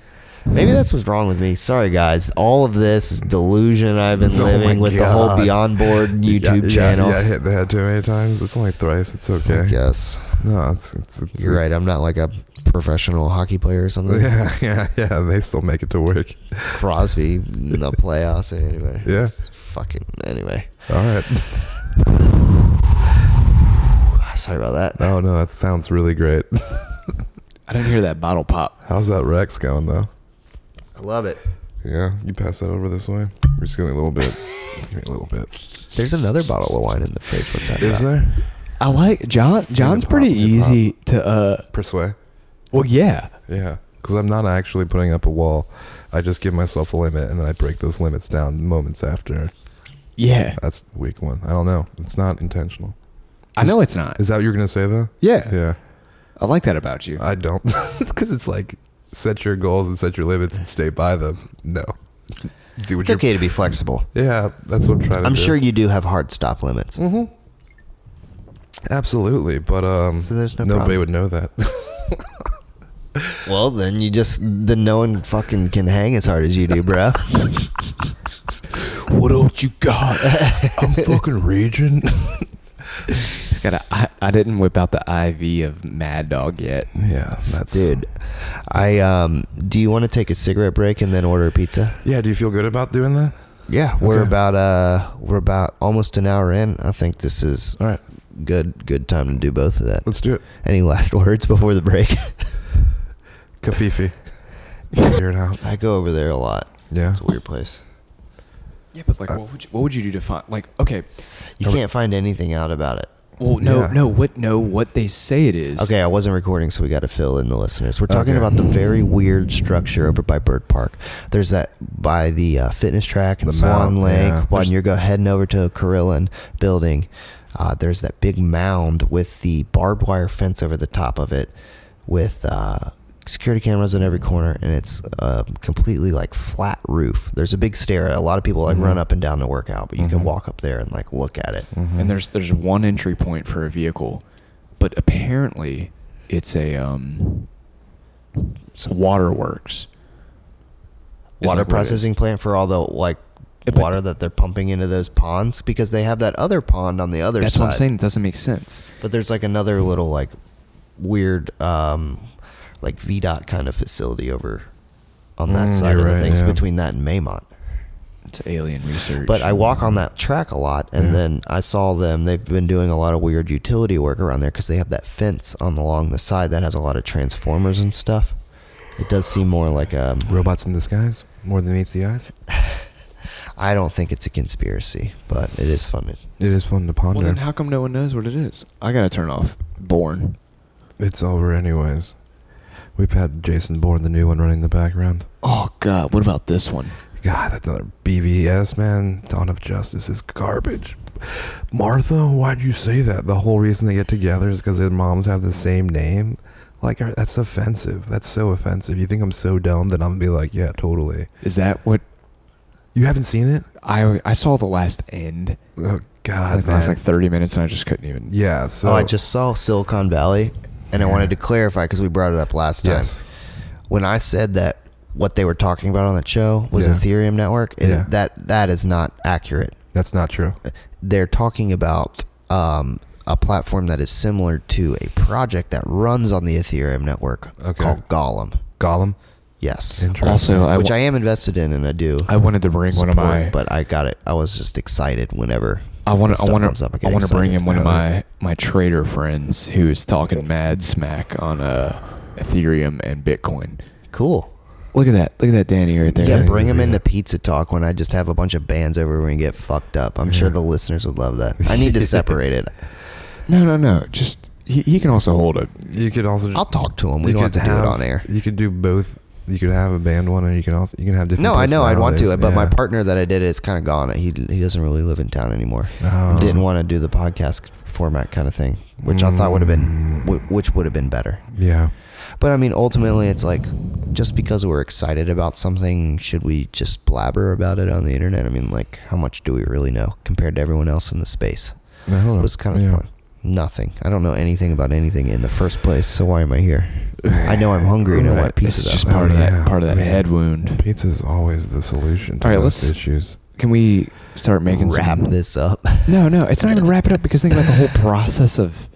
B: maybe that's what's wrong with me. Sorry, guys. All of this delusion I've been
C: Oh my
B: living with the whole
C: God.
B: Beyond Board YouTube
C: yeah,
B: channel.
C: Yeah, yeah, hit the head too many times. It's only thrice. It's okay.
B: Yes,
C: No, it's, it's, it's
B: you're right. I'm not like a professional hockey player or something.
C: Yeah, yeah, yeah. They still make it to work.
B: Crosby in the playoffs anyway.
C: Yeah.
B: Fucking anyway.
C: All right.
B: Sorry about that.
C: Oh no, that sounds really great.
D: I didn't hear that bottle pop.
C: How's that Rex going though?
B: I love it.
C: Yeah, you pass that over this way. We're just gonna a little bit, give me a little bit.
B: There's another bottle of wine in the fridge. What's that?
C: Is
B: about?
C: there
D: I like John. John's
C: pop,
D: pretty
C: new pop.
D: easy to. uh
C: persuade?
D: Well, yeah.
C: Yeah, because I'm not actually putting up a wall. I just give myself a limit, and then I break those limits down moments after.
D: Yeah.
C: That's week one. I don't know. It's not intentional.
D: I know it's not.
C: Is that what you're gonna say though?
D: Yeah.
C: Yeah,
D: I like that about you.
C: I don't, because it's like set your goals and set your limits and stay by them. No, do what
B: It's
C: you.
B: okay to be flexible.
C: Yeah, that's what I'm trying to.
B: I'm
C: do.
B: sure you do have hard stop limits.
C: Mm-hmm. Absolutely, but um,
B: So there's no
C: nobody
B: problem.
C: would know that.
B: Well, then you just then no one fucking can hang as hard as you do, bro.
C: what else you got? I'm fucking raging.
D: He's got a. I, I didn't whip out the IV of Mad Dog yet.
C: yeah, that's
B: Dude, I um. Do you want to take a cigarette break and then order a pizza?
C: Yeah, do you feel good about doing that?
B: Yeah, we're
C: Okay.
B: about uh, we're about almost an hour in. I think this is
C: All right,
B: good. Good time to do both of that.
C: let's do it.
B: Any last words before the break?
C: Kafifi, figure it out.
B: I go over there a lot.
C: Yeah,
B: It's a weird place.
D: Yeah, but like,
C: Uh,
D: what would you, what would you do to find? Like, okay.
B: You
C: Okay.
B: can't find anything out about it.
D: Well, no,
C: Yeah.
D: no. What? No. What they say it is.
B: Okay, I wasn't recording, so we got to fill in the listeners. We're talking
C: Okay.
B: about the very weird structure over by Bird Park. There's that by the uh, fitness track and
C: The
B: Swan
C: mound,
B: Lake.
C: yeah.
B: When
C: There's-
B: you're go heading over to Carillon Building, uh, there's that big mound with the barbed wire fence over the top of it, with uh, security cameras on every corner, and it's uh, completely like flat roof. There's a big stair. A lot of people
C: Mm-hmm.
B: like run up and down to work out, but you can walk up there and like look at it.
C: Mm-hmm.
D: and there's there's one entry point for a vehicle, but apparently it's a um it's a waterworks. It's
B: water
D: like what it is.
B: processing plant for all the like
D: Yeah, but-
B: water that they're pumping into those ponds because they have that other pond on the other
D: That's
B: side.
D: what I'm saying. It doesn't make sense.
B: But there's like another little like weird um like VDOT kind of facility over on that
C: Mm,
B: side
C: you're
B: of the
C: right,
B: things
C: yeah.
B: between that and Maymont.
D: It's alien research.
B: But I walk on that track a lot, and
C: Yeah.
B: then I saw them. They've been doing a lot of weird utility work around there because they have that fence on along the side that has a lot of transformers and stuff. It does seem more like um,
C: robots in disguise, more than meets the eyes.
B: I don't think it's a conspiracy, but it is fun.
C: It is fun to ponder.
D: Well, then how come no one knows what it is? I gotta turn off Born.
C: it's over anyways. We've had Jason Bourne, the new one, running in the background.
D: Oh God, what about this one?
C: God, that's another BVS, man. Dawn of Justice is garbage. Martha, why'd you say that? The whole reason they get together is because their moms have the same name. Like, are- that's offensive. That's so offensive. You think I'm so dumb that I'm gonna be like, yeah, totally.
D: Is that what
C: You haven't seen it?
D: I I saw the last end?
C: Oh God,
D: Like the last
C: man.
D: like 30 minutes, and I just couldn't even.
C: yeah. So
B: oh, I just saw Silicon Valley, and I wanted to clarify because we brought it up last time.
C: yes.
B: When I said that what they were talking about on that show was
C: Yeah.
B: Ethereum network, it-
C: Yeah.
B: that that is not accurate.
C: That's not true.
B: They're talking about um, a platform that is similar to a project that runs on the Ethereum network
C: Okay.
B: called Golem.
C: Gollum.
B: Yes,
C: Interesting.
D: Also, I
B: which
D: wa-
B: I am invested in, and I do.
D: I wanted to bring one of
B: support,
D: my.
B: but I got it. I was just excited whenever
D: I want
B: that
D: to. I
B: stuff
D: want
B: comes up,
D: to.
B: get
D: I want to bring
B: excited.
D: in one of
C: Yeah.
D: my my trader friends who is talking mad smack on uh, Ethereum and Bitcoin.
B: Cool.
D: Look at that! Look at that, Danny right there.
B: Yeah,
C: Yeah,
B: bring
C: yeah,
B: them
C: yeah.
B: into pizza talk when I just have a bunch of bands over and we get fucked up. I'm sure
C: Yeah.
B: the listeners would love that. I need to separate it.
D: No, no, no. Just he, he can also hold it.
C: You could also. Just,
B: I'll talk to 'em. We
C: you
B: don't have
C: could
B: to do it on air.
C: You could do both. You could have a band one, and you can also you can have different.
B: No, I know I'd want to,
C: personalities.
B: but my
C: Yeah.
B: partner that I did is kind of gone. He he doesn't really live in town anymore.
C: Oh.
B: Didn't want to do the podcast format kind of thing, which I thought would have
C: Mm.
B: been wh- which would have been better.
C: Yeah.
B: But I mean, ultimately, it's like just because we're excited about something, should we just blabber about it on the internet? I mean, like, how much do we really know compared to everyone else in the space?
C: I don't know.
B: It was kind of
C: Oh, Yeah.
B: fun. Nothing. I don't know anything about anything in the first place, so why am I here? I know I'm hungry and I want
C: Right.
B: pizza.
D: It's
B: though.
D: just
C: Oh,
D: part of
C: yeah.
D: that part of that
C: Man.
D: head wound.
C: Pizza's always the solution to
D: All right,
C: most
D: let's-
C: issues.
D: Can we start making
B: wrap
D: some,
B: this up.
D: No, no, it's not even wrap it up because think about the whole process of.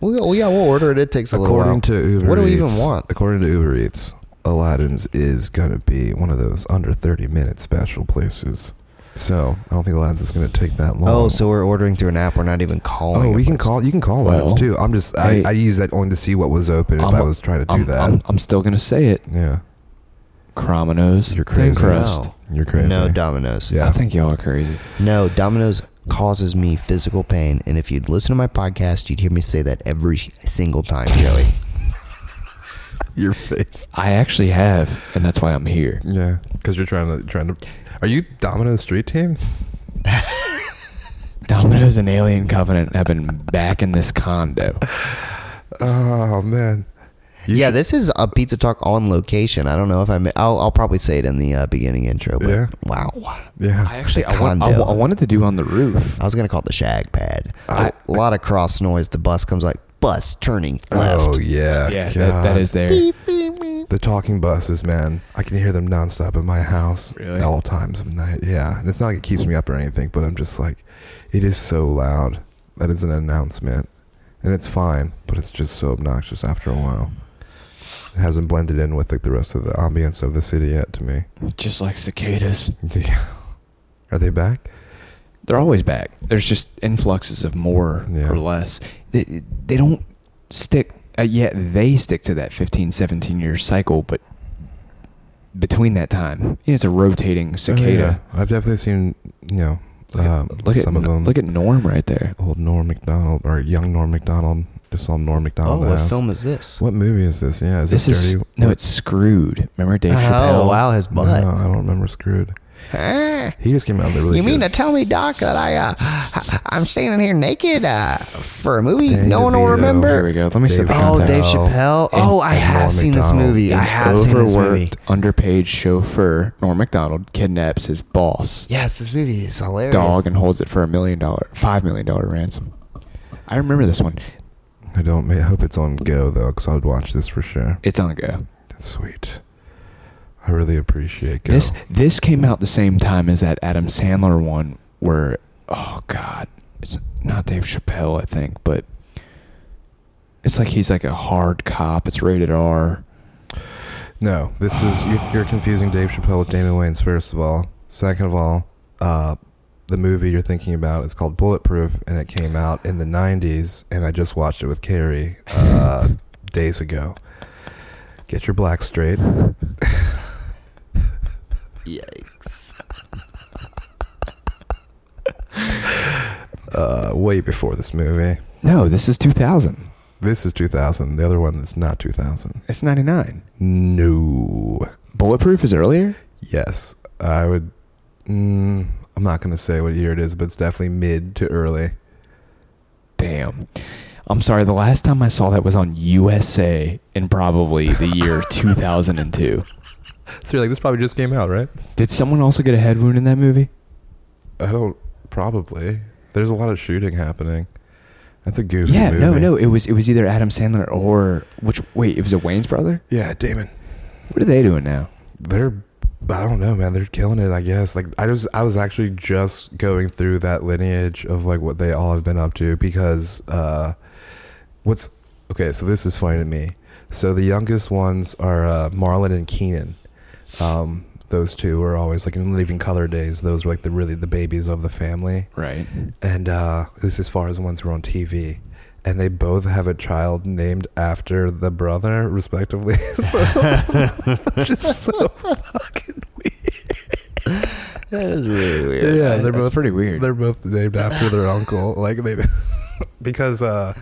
B: Well, yeah, well, yeah, we'll order it. It takes a little while.
C: According to Uber
B: what do we even
C: Eats-
B: want?
C: According to Uber Eats, Aladdin's is going to be one of those under 30 minute special places. So I don't think Aladdin's is going to take that long.
B: Oh, so we're ordering through an app. We're not even calling.
C: Oh,
B: a
C: we can
B: place.
C: call. You can call Aladdin's
D: Well,
C: too. I'm just.
D: hey,
C: I, I use that only to see what was open if
D: I'm-
C: i was trying to do
D: I'm,
C: that.
D: I'm, I'm still gonna say it.
C: yeah.
D: Crominos.
C: You're crazy.
D: Thin crust.
C: You're crazy.
B: No dominoes.
C: Yeah.
D: I think y'all are crazy.
B: No, Domino's causes me physical pain, and if you'd listen to my podcast, you'd hear me say that every single time, Joey.
C: Your face.
D: I actually have, and that's why I'm here.
C: Yeah, because you're trying to trying to. Are you Domino's Street Team?
D: Domino's and Alien Covenant have been back in this condo.
C: Oh man. You
B: yeah,
C: should-
B: this is a pizza talk on location. I don't know if I. May, I'll, I'll probably say it in the uh, beginning intro. But
C: Yeah.
B: Wow.
C: yeah.
D: I actually,
B: The
D: I, want, I,
B: condo.
D: wa- I wanted to do on the roof.
B: I
C: Oh
B: was gonna call it the shag pad.
C: I-
B: a lot of cross noise. The bus comes like bus turning left.
C: Oh yeah.
D: yeah, that, that
C: God.
D: is there.
B: Beep, beep, beep.
C: The talking buses, man. I can hear them nonstop at my house
D: Really?
C: at all times of night. Yeah. And it's not like it keeps me up or anything, but I'm just like, it is so loud. That is an announcement. And it's fine, but it's just so obnoxious after a while. It hasn't blended in with like the rest of the ambience of the city yet to me.
D: Just like cicadas.
C: Are they back?
D: They're always back. There's just influxes of more
C: Yeah.
D: or less. They, they don't stick, uh, yet they stick to that 15, 17 year cycle, but between that time, it's a rotating cicada.
C: Oh, yeah. I've definitely seen, you know, um,
D: Look at
C: some of them.
D: look at Norm right there.
C: old Norm McDonald or young Norm McDonald. Just saw Norm
B: Oh,
C: McDonald.
B: what
C: ass.
B: film is this?
C: What movie is this? Yeah, is
D: this
C: this
D: is
C: dirty?
D: no, it's screwed. Remember Dave Chappelle?
B: Oh wow, his butt.
C: No, I don't remember Screwed.
B: Ah.
C: He just came out with a really.
B: you mean
C: good-
B: to tell me, Doc, that I, uh, I- I'm standing here naked uh, for a movie
C: Danny
B: no one will
C: DeVito.
D: Here we
B: remember?
D: go. Let me see
C: Dave
D: the
B: Oh,
D: context.
B: Dave
C: Chappelle
B: Chappelle.
C: and-
B: Oh, I
C: and
B: have
C: Norm
B: seen
C: Macdonald.
B: this movie. I
D: An
B: have seen this movie.
D: overworked, underpaid chauffeur Norm Macdonald kidnaps his boss
B: Yes, this movie is hilarious.
D: dog and holds it for a million dollar, five million dollar ransom. I remember this one.
C: I don't. I hope it's on Go though, because I would watch this for sure.
D: It's on go.
C: That's sweet. I really appreciate Go.
D: This this came out the same time as that Adam Sandler one where oh god, it's not Dave Chappelle I think, but it's like he's like a hard cop. It's rated R.
C: no, this is you're, you're confusing Dave Chappelle with Damon Wayans. First of all, second of all, uh, the movie you're thinking about is called Bulletproof, and it came out in the '90s, and I just watched it with Carrie uh, days ago. Get your black straight.
B: Yikes.
C: Uh, way before this movie.
D: No, this is 2000.
C: This is 2000. The other one is not 2000.
D: It's 99.
C: No.
D: Bulletproof is earlier?
C: Yes, I would. Mm, I'm not gonna say what year it is, but it's definitely mid to early.
D: Damn. I'm sorry, the last time I saw that was on USA in probably the year 2002.
C: So you're like, this probably just came out, right?
D: Did someone also get a head wound in that movie?
C: I don't. Probably. There's a lot of shooting happening. That's a goofy.
D: Yeah, no,
C: movie.
D: no. It was it was either Adam Sandler or which wait, it was a Wayne's brother?
C: Yeah, Damon.
D: What are they doing now?
C: They're. I don't know, man. They're killing it. I guess. Like I was. I was actually just going through that lineage of like what they all have been up to because. uh What's okay? So this is funny to me. So the youngest ones are uh, Marlon and Keenan. Um, those two were always like in Living Color days. Those were like the really the babies of the family,
D: Right.
C: and uh, this is as far as the ones who are on TV. And they both have a child named after the brother, respectively. so, just so fucking weird.
B: That is really weird.
C: Yeah, they're
D: Uh, That's
C: both
D: pretty weird.
C: They're both named after their uncle, like they, because uh,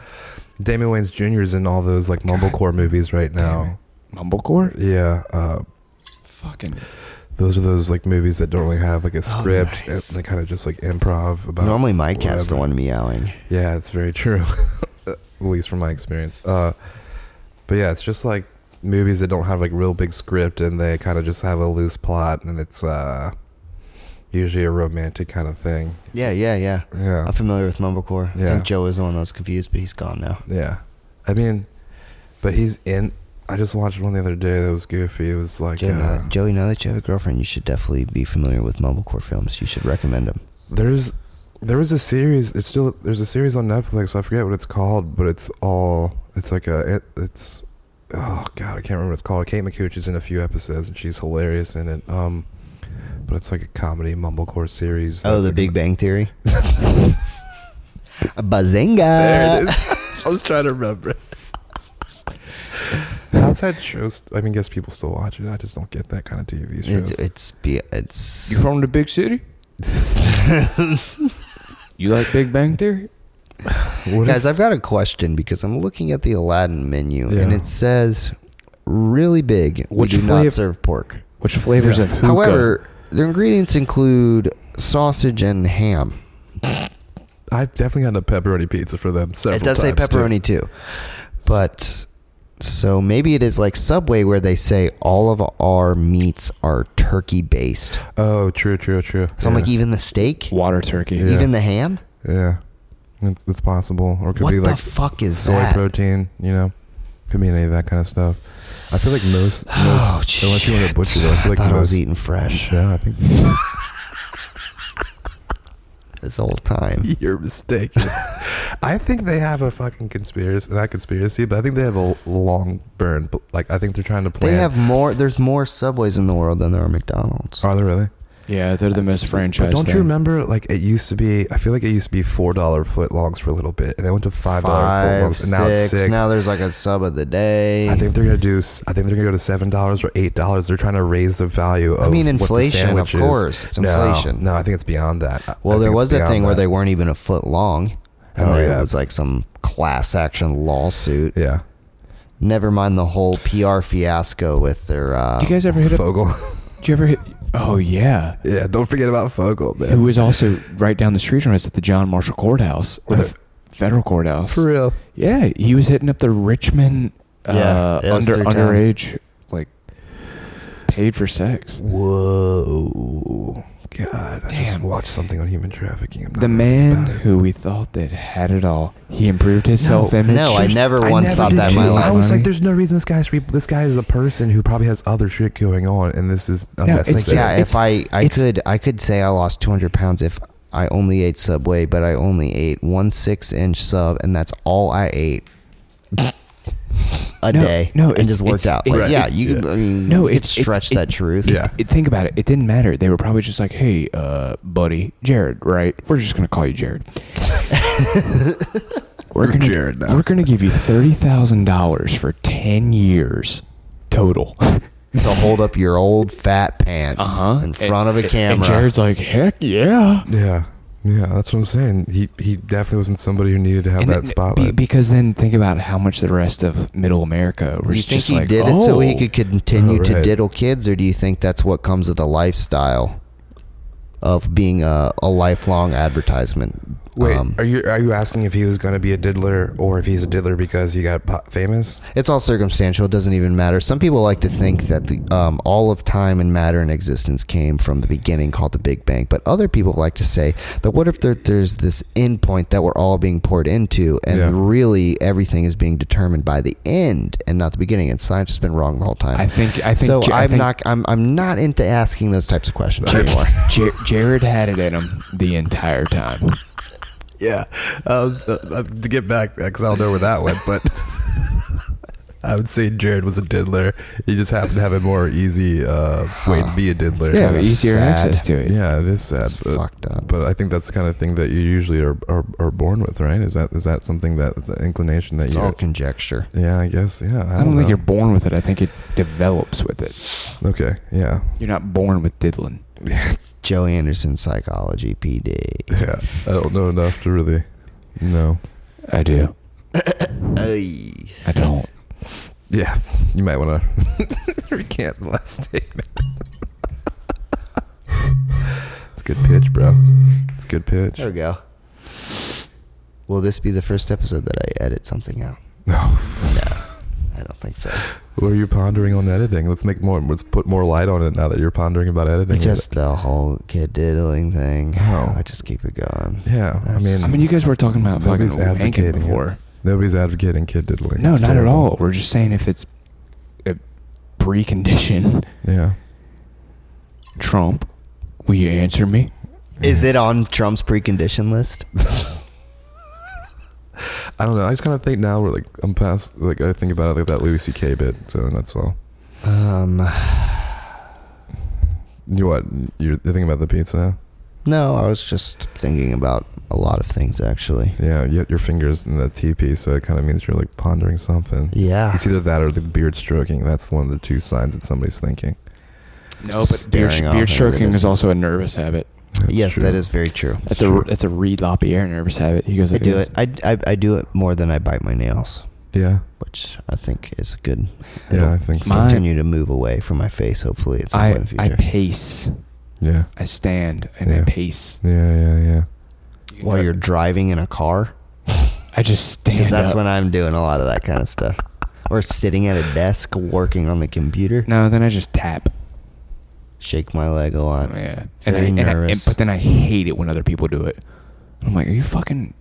C: Damon Wayans Jr. is in all those like mumblecore movies right now.
D: Mumblecore?
C: Yeah, uh,
D: Fucking
C: those are those like movies that don't really have like a script.
B: Oh, nice.
C: and they kind of just like improv about.
B: Normally, my cat's the
C: whatever.
B: one meowing.
C: Yeah, it's very true, at least from my experience. Uh, but yeah, it's just like movies that don't have like real big script and they kind of just have a loose plot and it's uh, usually a romantic kind of thing.
B: Yeah, yeah, yeah.
C: Yeah.
B: I'm familiar with Mumblecore. I
C: Yeah.
B: think Joe is the one that was confused, but he's gone now.
C: Yeah. I mean, but he's in. I just watched one the other day that was goofy. It was like.
B: Joe, now
C: Uh,
B: that- Joey, now that you have a girlfriend, you should definitely be familiar with Mumblecore films. You should recommend them.
C: there's. There was a series. It's still there's a series on Netflix. I forget what it's called, but it's all it's like a it, it's oh god I can't remember what it's called. Kate McCooch is in a few episodes and she's hilarious in it. Um, but it's like a comedy mumblecore series.
B: Oh,
C: that's
B: The
C: like-
B: Big Bang Theory. Bazinga!
C: There it is. I was trying to remember. How's had shows. I mean, guess people still watch it. I just don't get that kind of TV shows.
B: It's it's be- it's
D: You from the big city? you like Big Bang Theory?
C: What
B: Guys,
C: is-
B: I've got a question because I'm looking at the Aladdin menu and
C: Yeah.
B: it says really big,
D: Which
B: we do
D: flavor-
B: not serve pork.
D: Which flavors
C: Yeah.
D: of hookah?
B: However, the ingredients include sausage and ham.
C: I've definitely had a pepperoni pizza for them several
B: it does say
C: times, too.
B: pepperoni too. But so maybe it is like Subway where they say all of our meats are turkey based. So
C: Oh, true, true, true.
B: I'm
C: Yeah.
B: like even the steak,
D: water turkey.
C: Yeah.
B: even the ham?
C: yeah, it's, it's possible, or it could
B: What
C: be
B: the
C: like
B: fuck is
C: soy
B: that?
C: protein. You know, could be any of that kind of stuff. I feel like most, most unless you want to butcher, though, I feel like
B: thought
C: most.
B: Oh, I was eating fresh
C: Yeah, I think
B: this whole time.
C: you're mistaken. I think they have a fucking conspiracy, not conspiracy, but I think they have a long burn. But like, I think they're trying to plan.
B: They have more. There's more Subways in the world than there are McDonald's.
C: Are they really?
D: Yeah, they're the most franchised.
C: But don't
D: thing.
C: you remember? Like it used to be. I feel like it used to be four dollar foot longs for a little bit, and they went to five dollar foot longs, and now it's six.
B: Now there's like a sub of the day.
C: I think they're gonna do. s- I think they're gonna go to seven dollars or eight dollars. They're trying to raise the value of.
B: I mean,
C: what the
B: inflation, of
C: sandwich is.
B: course. It's
C: No,
B: inflation.
C: No, I think it's beyond that. I-
B: well,
C: I
B: there
C: think
B: was
C: it's
B: that thing
C: beyond
B: where they
C: that.
B: weren't even a foot long, and
C: Oh,
B: there
C: yeah.
B: was like some class action lawsuit.
C: Yeah.
B: Never mind the whole PR fiasco with their. Uh,
D: Do you guys ever hit up?
C: Fogel.
D: Did you ever hit? Oh yeah.
C: yeah. Don't forget about Fogel,
D: Who
C: man.
D: was also right down the street from us at the John Marshall Courthouse or the federal courthouse.
C: Uh, For real.
D: Yeah, he was hitting up the Richmond uh,
B: Yeah, it was
D: under
B: through town.
D: underage like paid for sex.
C: Whoa. God. I just
D: Damn.
C: watched something on human trafficking. I'm not
D: The
C: happy
D: man
C: about it.
D: who we thought that had it all, he improved his
C: No,
D: self-image.
B: no, I never
C: I
B: once
C: never
B: thought
C: did
B: that in my
C: too. I
B: life.
C: was
D: Money.
C: like, "There's no reason this guy's re- this guy is a person who probably has other shit going on, and this is
D: it's-
C: unnecessary."
B: yeah,
D: it's-
B: if I I
D: it's-
B: could I could say I lost 200 pounds if I only ate Subway, but I only ate one six inch sub, and that's all I ate a
D: No,
B: day.
D: no,
B: and
D: it's-
B: just worked
D: it's-
B: out.
D: it-
B: Like,
C: Right.
B: Yeah, you could. I mean,
D: No,
B: you could
D: it's- it-
B: stretch
D: it-
B: that truth.
C: Yeah.
D: It- think about it. It didn't matter. They were probably just like, "Hey, uh, buddy, Jared, right? We're just gonna call you Jared. we're
C: You're
D: gonna,
C: Jared now.
D: We're gonna give you thirty thousand dollars for ten years total." Uh
B: to hold up your old fat pants in front of a camera.
D: Uh-huh. And Jared's like, "Heck yeah!"
C: yeah, yeah. That's what I'm saying. He he definitely wasn't somebody who needed to have
D: And
C: that
D: then-
C: spotlight.
D: be- because then think about how much the rest of Middle America was
B: you think
D: just
B: he
D: like,
B: did it so he
D: "Oh."
B: could continue
C: Oh,
B: to
C: right.
B: diddle kids, or do you think that's what comes of the lifestyle of being a, a lifelong advertisement?
C: Wait,
B: Um,
C: are you are you asking if he was going to be a diddler or if he's a diddler because he got po- famous?
B: It's all circumstantial. It doesn't even matter. Some people like to think that the, um, all of time and matter and existence came from the beginning called the Big Bang. But other people like to say that what if there, there's this end point that we're all being poured into and
C: Yeah.
B: really everything is being determined by the end and not the beginning. And science has been wrong the whole time.
D: I think. I think.
B: so
D: Ja- I
B: I'm
D: think
B: not I'm, I'm not into asking those types of questions anymore.
D: Ja- Jared had it in him the entire time.
C: Yeah, um, uh, uh, to get back because I don't know where that went, but I would say Jared was a diddler. He just happened to have a more easy uh, way to be a diddler.
D: Yeah,
B: that's
D: easier
B: sad.
D: access to it.
C: Yeah, it is sad,
B: It's
D: uh,
C: but
B: fucked up.
C: but I think that's the kind of thing that you usually are, are, are born with, right? Is that is that something that it's an inclination that
B: It's
C: you?
B: all conjecture.
C: yeah, I guess. Yeah, I don't,
D: I don't think
C: know.
D: you're born with it. I think it develops with it.
C: Okay, yeah,
D: You're not born with diddling.
B: Joe Anderson psychology PD.
C: yeah. I don't know enough to really know.
D: I do.
B: Ay.
D: I don't.
C: Yeah, you might want to recant the last statement. it's a good pitch, bro. It's a good pitch.
B: There we go. Will this be the first episode that I edit something out?
C: No,
B: I don't think so.
C: what are you pondering on editing? Let's make more. Let's put more light on it now that you're pondering about editing. it.
B: just the whole kid diddling thing.
C: Oh.
B: I just keep it going.
C: yeah. I mean,
D: I mean, you guys were talking about fucking
C: nobody's
D: wanking
C: advocating
D: before.
C: it. Nobody's advocating kid diddling.
D: No,
C: It's
D: not at
C: terrible.
D: all. We're just saying if it's a precondition,
C: Yeah.
D: Trump, will you answer me?
B: Is it on Trump's precondition list?
C: I don't know. I just kind of think now we're like I'm past like I think about it like that Louis C.K. bit. So that's all.
B: Um,
C: You what? You're thinking about the pizza now?
B: No, I was just thinking about a lot of things actually.
C: Yeah, you your fingers in the teepee, so it kind of means you're like pondering something.
B: Yeah.
C: It's either that or the beard stroking. That's one of the two signs that somebody's thinking.
D: No, but beard,
B: Staring off
D: beard
B: into
D: stroking
B: the
D: is also a nervous habit.
C: That's
B: yes,
C: true.
B: that is very true.
D: That's a that's a Reed Lapierre nervous habit. He goes
B: I
D: like
B: do
D: this.
B: it. I, I, I do it more than I bite my nails,
C: Yeah.
B: which I think is good.
C: Yeah, I think so.
D: My-
B: continue to move away from my face. Hopefully, at some point in
D: I
B: the future.
D: I pace.
C: Yeah.
D: I stand and I
C: Yeah.
D: pace.
C: Yeah, yeah, yeah.
B: While you're driving in a car,
D: I just stand.
B: because that's
D: up.
B: when I'm doing a lot of that kind of stuff, or sitting at a desk working on the computer.
D: No, then I just tap. Oh,
B: Shake my leg a lot.
D: Yeah, and, I,
B: Very
D: and, I, and
B: nervous.
D: but then I hate it when other people do it. I'm like, are you fucking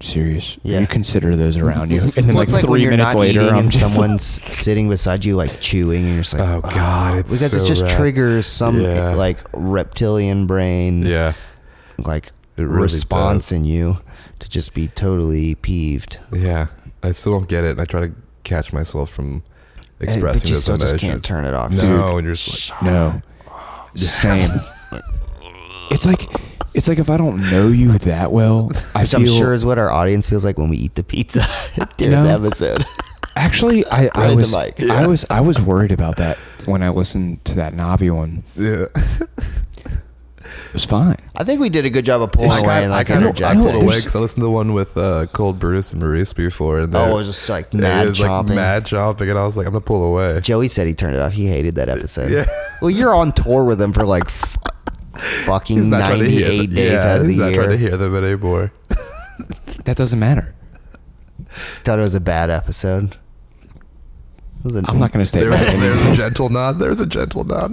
D: serious?
B: Yeah.
D: You consider those around you, and then
B: Well,
D: like
B: it's like when
D: three
B: you're
D: minutes
B: not
D: later,
B: eating
D: I'm
B: and
D: just
B: someone's sitting beside you like chewing, and you're just like, ah,
C: Oh, God, it's
B: because
C: so
B: it just
C: rad.
B: triggers some
C: Yeah.
B: like reptilian brain,
C: Yeah.
B: like
C: It really
B: response
C: does.
B: in you to just be totally peeved.
C: Yeah. I still don't get it. and I try to catch myself from
B: Hey,
C: expressing
B: but you
C: those
B: still just
C: emotions.
B: can't turn it off.
C: No,
B: Dude,
C: and you're just like,
D: no, same. it's like it's like if I don't know you that well, I
B: which
D: feel
B: I'm sure is what our audience feels like when we eat the pizza during
D: No.
B: the episode.
D: Actually, I,
B: Right
D: I
B: in the
D: was
B: mic.
D: I was I was worried about that when I listened to that Navi one.
C: yeah.
D: It was fine.
B: I think we did a good job of pulling
C: I
B: away
C: got,
B: and
C: I
B: like
C: got I
B: interjecting.
C: pulled away
D: There's-
C: because I listened to the one with uh, Cold Brutus and Maurice before, and
B: Oh,
C: they're-
B: it was just like mad
C: it was,
B: chomping.
C: like mad chomping, and I was like, I'm gonna pull away.
B: Joey said he turned it off. He hated that episode.
C: Yeah.
B: Well, you're on tour with him for like f-
C: He's
B: fucking
C: not trying to hear
B: 98
C: them.
B: days
C: yeah,
B: out of the
C: he's not trying to
B: year.
C: hear them anymore.
D: That doesn't matter.
B: Thought it was a bad episode. It was an-
D: I'm not going to stay.
C: There was, there was a gentle nod. There's a gentle nod.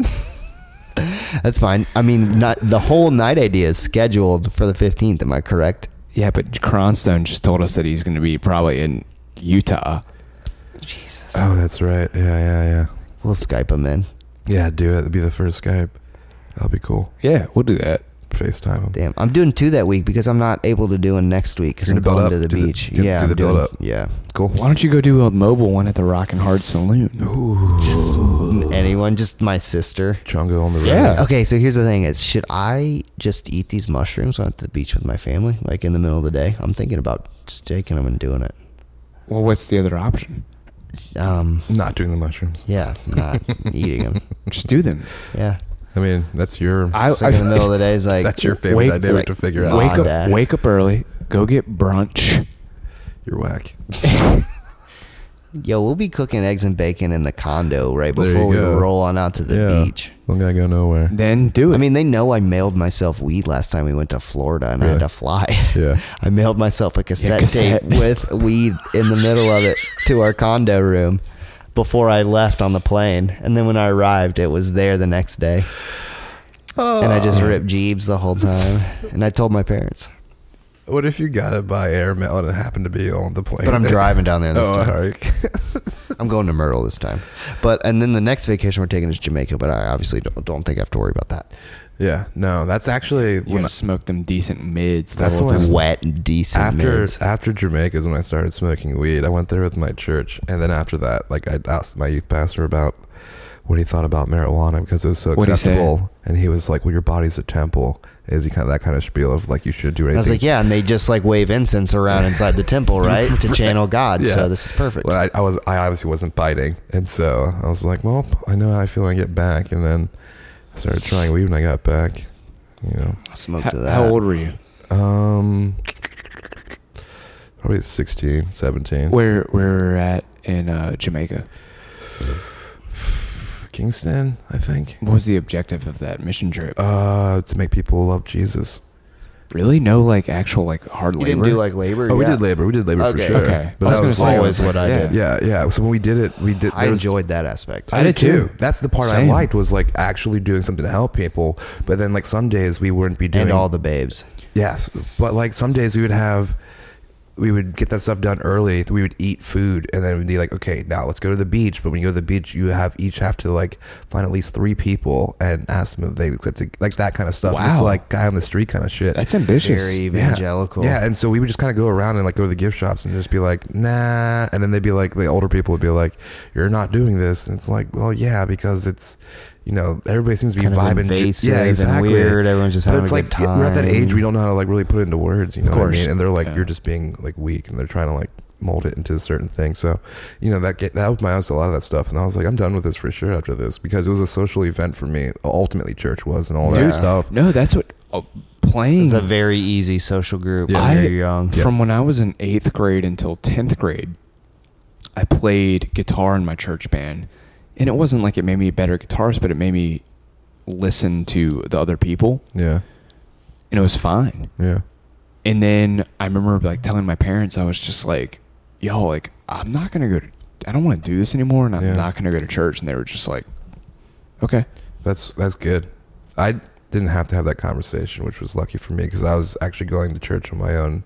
B: That's fine. I mean, not the whole night idea is scheduled for the 15th. Am I correct?
D: Yeah, but Cronstone just told us that he's going to be probably in Utah.
C: Oh, that's right. Yeah, yeah, yeah.
B: We'll Skype him in.
C: Yeah, do it. It'd be the first Skype. That'll be cool.
D: Yeah, we'll do that.
C: FaceTime him.
B: Damn, I'm doing two that week because I'm not able to do one next week because
C: You're
B: I'm
C: gonna build
B: going
C: up,
B: to the
C: do the-
B: beach.
C: do-
B: yeah,
C: do
B: I'm
C: the
B: doing,
C: build up.
B: Yeah,
C: Cool.
D: Why don't you go do a mobile one at the Rock and Hard Saloon?
B: anyone, just my sister.
C: Chongo on the road.
D: Yeah.
B: Okay, so here's the thing: is should I just eat these mushrooms when I'm at the beach with my family, like in the middle of the day? I'm thinking about just taking them and doing it.
D: Well, what's the other option?
B: Um,
C: Not doing the mushrooms.
B: yeah, not eating them.
D: Just do them.
B: Yeah,
C: I mean, that's your.
D: I,
B: it's like in the middle of the day is like
C: that's your favorite
D: wake-
C: dynamic
B: like,
C: to figure out.
D: wake up,
B: Dad.
D: wake up early, go get brunch.
C: You're whack.
B: Yo, we'll be cooking eggs and bacon in the condo right
C: There you
B: before we
C: go.
B: roll on out to the
C: yeah.
B: beach.
C: I'm gonna go nowhere.
D: Then do it.
B: I mean, they know I mailed myself weed last time we went to Florida and I had
C: Really?
B: to fly.
C: Yeah.
B: I mailed myself a cassette,
D: cassette.
B: tape with weed in the middle of it to our condo room before I left on the plane. And then when I arrived, it was there the next day. And
C: Oh,
B: I just ripped Jeebs the whole time. And I told my parents.
C: What if you got it by airmail and it happened to be on the plane?
B: But I'm driving down there this
C: oh,
B: time.
C: all right.
B: I'm going to Myrtle this time. But and then the next vacation we're taking is Jamaica, but I obviously don't, don't think I have to worry about that.
C: yeah. No, that's actually
D: you
C: when
D: gotta
C: I,
D: smoke them decent mids. the
C: That's
D: whole
C: what I
D: time.
C: was-
B: Wet and decent
C: after
B: mids.
C: after Jamaica is when I started smoking weed. I went there with my church, and then after that, like I asked my youth pastor about what he thought about marijuana because it was so
D: What'd he say?
C: acceptable, and he was like, "Well, your body's a temple." Is he kind of that kind of spiel of like you should do anything?
B: I was like, yeah, and they just like wave incense around inside the temple, right, to channel God. So this is perfect.
C: Well, I, I was I obviously wasn't biting, and so I was like, well, I know how I feel when I get back, and then I started trying weed when I got back. You know,
B: Smoke
D: How,
B: to that.
D: how old were you?
C: Um, probably 16, 17.
D: Where where we were at in uh, Jamaica?
C: Kingston, I think.
D: What was the objective of that mission trip?
C: Uh, to make people love Jesus.
D: Really? No, like actual like hard
B: You
D: labor.
B: didn't do like labor.
C: Oh, we
B: yeah.
C: did labor. We did labor
B: Okay.
C: for sure.
D: Okay.
C: But
D: I
C: that
D: was
C: was
D: gonna say,
C: fun.
B: always what I
D: yeah.
B: did.
C: Yeah, yeah. So when we did it, we did.
B: I
C: there was-
B: enjoyed that aspect.
D: I did too.
C: That's the part
D: Same.
C: I liked was like actually doing something to help people. But then like some days we wouldn't be doing
B: and all the babes.
C: Yes, but like some days we would have, we would get that stuff done early. We would eat food, and then we'd be like, okay, now let's go to the beach. But when you go to the beach, you have each have to like find at least three people and ask them if they accepted like that kind of stuff. It's
D: Wow.
C: like guy on the street kind of shit.
D: That's ambitious.
B: Very
C: Yeah.
B: evangelical.
C: Yeah, and so we would just kind of go around and like go to the gift shops and just be like, nah. And then they'd be like, the older people would be like, you're not doing this. And it's like, well, yeah, because it's you know, everybody seems to be
B: Kind of
C: vibing.
B: invasive and weird. Everyone's just
C: But
B: having
C: it's
B: a
C: like
B: good
C: we're at that
B: time.
C: age we don't know how to like really put it into words. You know what I
D: course.
C: mean? And they're like,
D: Yeah.
C: you're just being like weak, and they're trying to like mold it into a certain thing. So, you know, that get, that opened my eyes to a lot of that stuff, and I was like, I'm done with this for sure after this because it was a social event for me. Ultimately, church was and all that
D: Dude,
C: stuff.
D: No, that's what oh, playing.
B: It's a very easy social group
C: Yeah.
B: when
D: I,
B: you're young.
D: From when I was in eighth grade until 10th grade, I played guitar in my church band. And it wasn't like it made me a better guitarist, but it made me listen to the other people.
C: Yeah,
D: And it was fine.
C: yeah.
D: And then I remember like telling my parents, I was just like, yo, like, I'm not going to go to, I don't want to do this anymore. And I'm
C: Yeah.
D: not going to go to church. And they were just like, okay.
C: That's that's good. I didn't have to have that conversation, which was lucky for me because I was actually going to church on my own,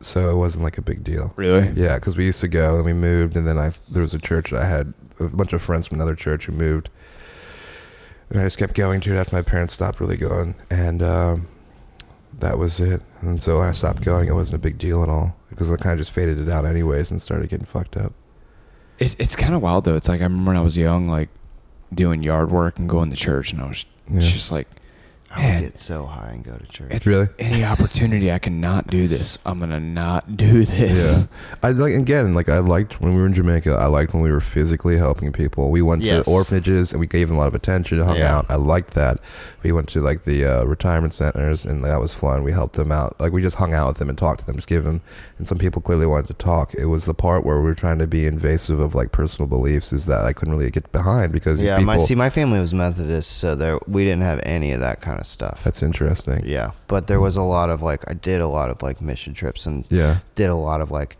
C: so it wasn't like a big deal.
D: Really?
C: Yeah, because we used to go and we moved, and then I there was a church that I had a bunch of friends from another church who moved, and I just kept going to it after my parents stopped really going, and um, that was it. And so I stopped going. It wasn't a big deal at all because I kind of just faded it out anyways and started getting fucked up.
D: It's, it's kind of wild though. It's like I remember when I was young, like doing yard work and going to church, and I was
C: Yeah.
D: it's just like,
B: I would
D: man,
B: get so high and go to church.
D: It's-
C: Really?
D: any opportunity I can not do this, I'm gonna not do this.
C: I like again, like I liked when we were in Jamaica. I liked when we were physically helping people. We went
B: Yes.
C: to orphanages and we gave them a lot of attention, hung
B: Yeah.
C: out. I liked that. We went to like the uh, retirement centers, and that was fun. We helped them out. Like we just hung out with them and talked to them, just give them. And some people clearly wanted to talk. It was the part where we were trying to be invasive of like personal beliefs, is that I couldn't really get behind because these
B: yeah,
C: people.
B: my see, my family was Methodist, so there we didn't have any of that kind of stuff.
C: that's interesting.
B: yeah, but there was a lot of like I did a lot of like mission trips and
C: Yeah.
B: did a lot of like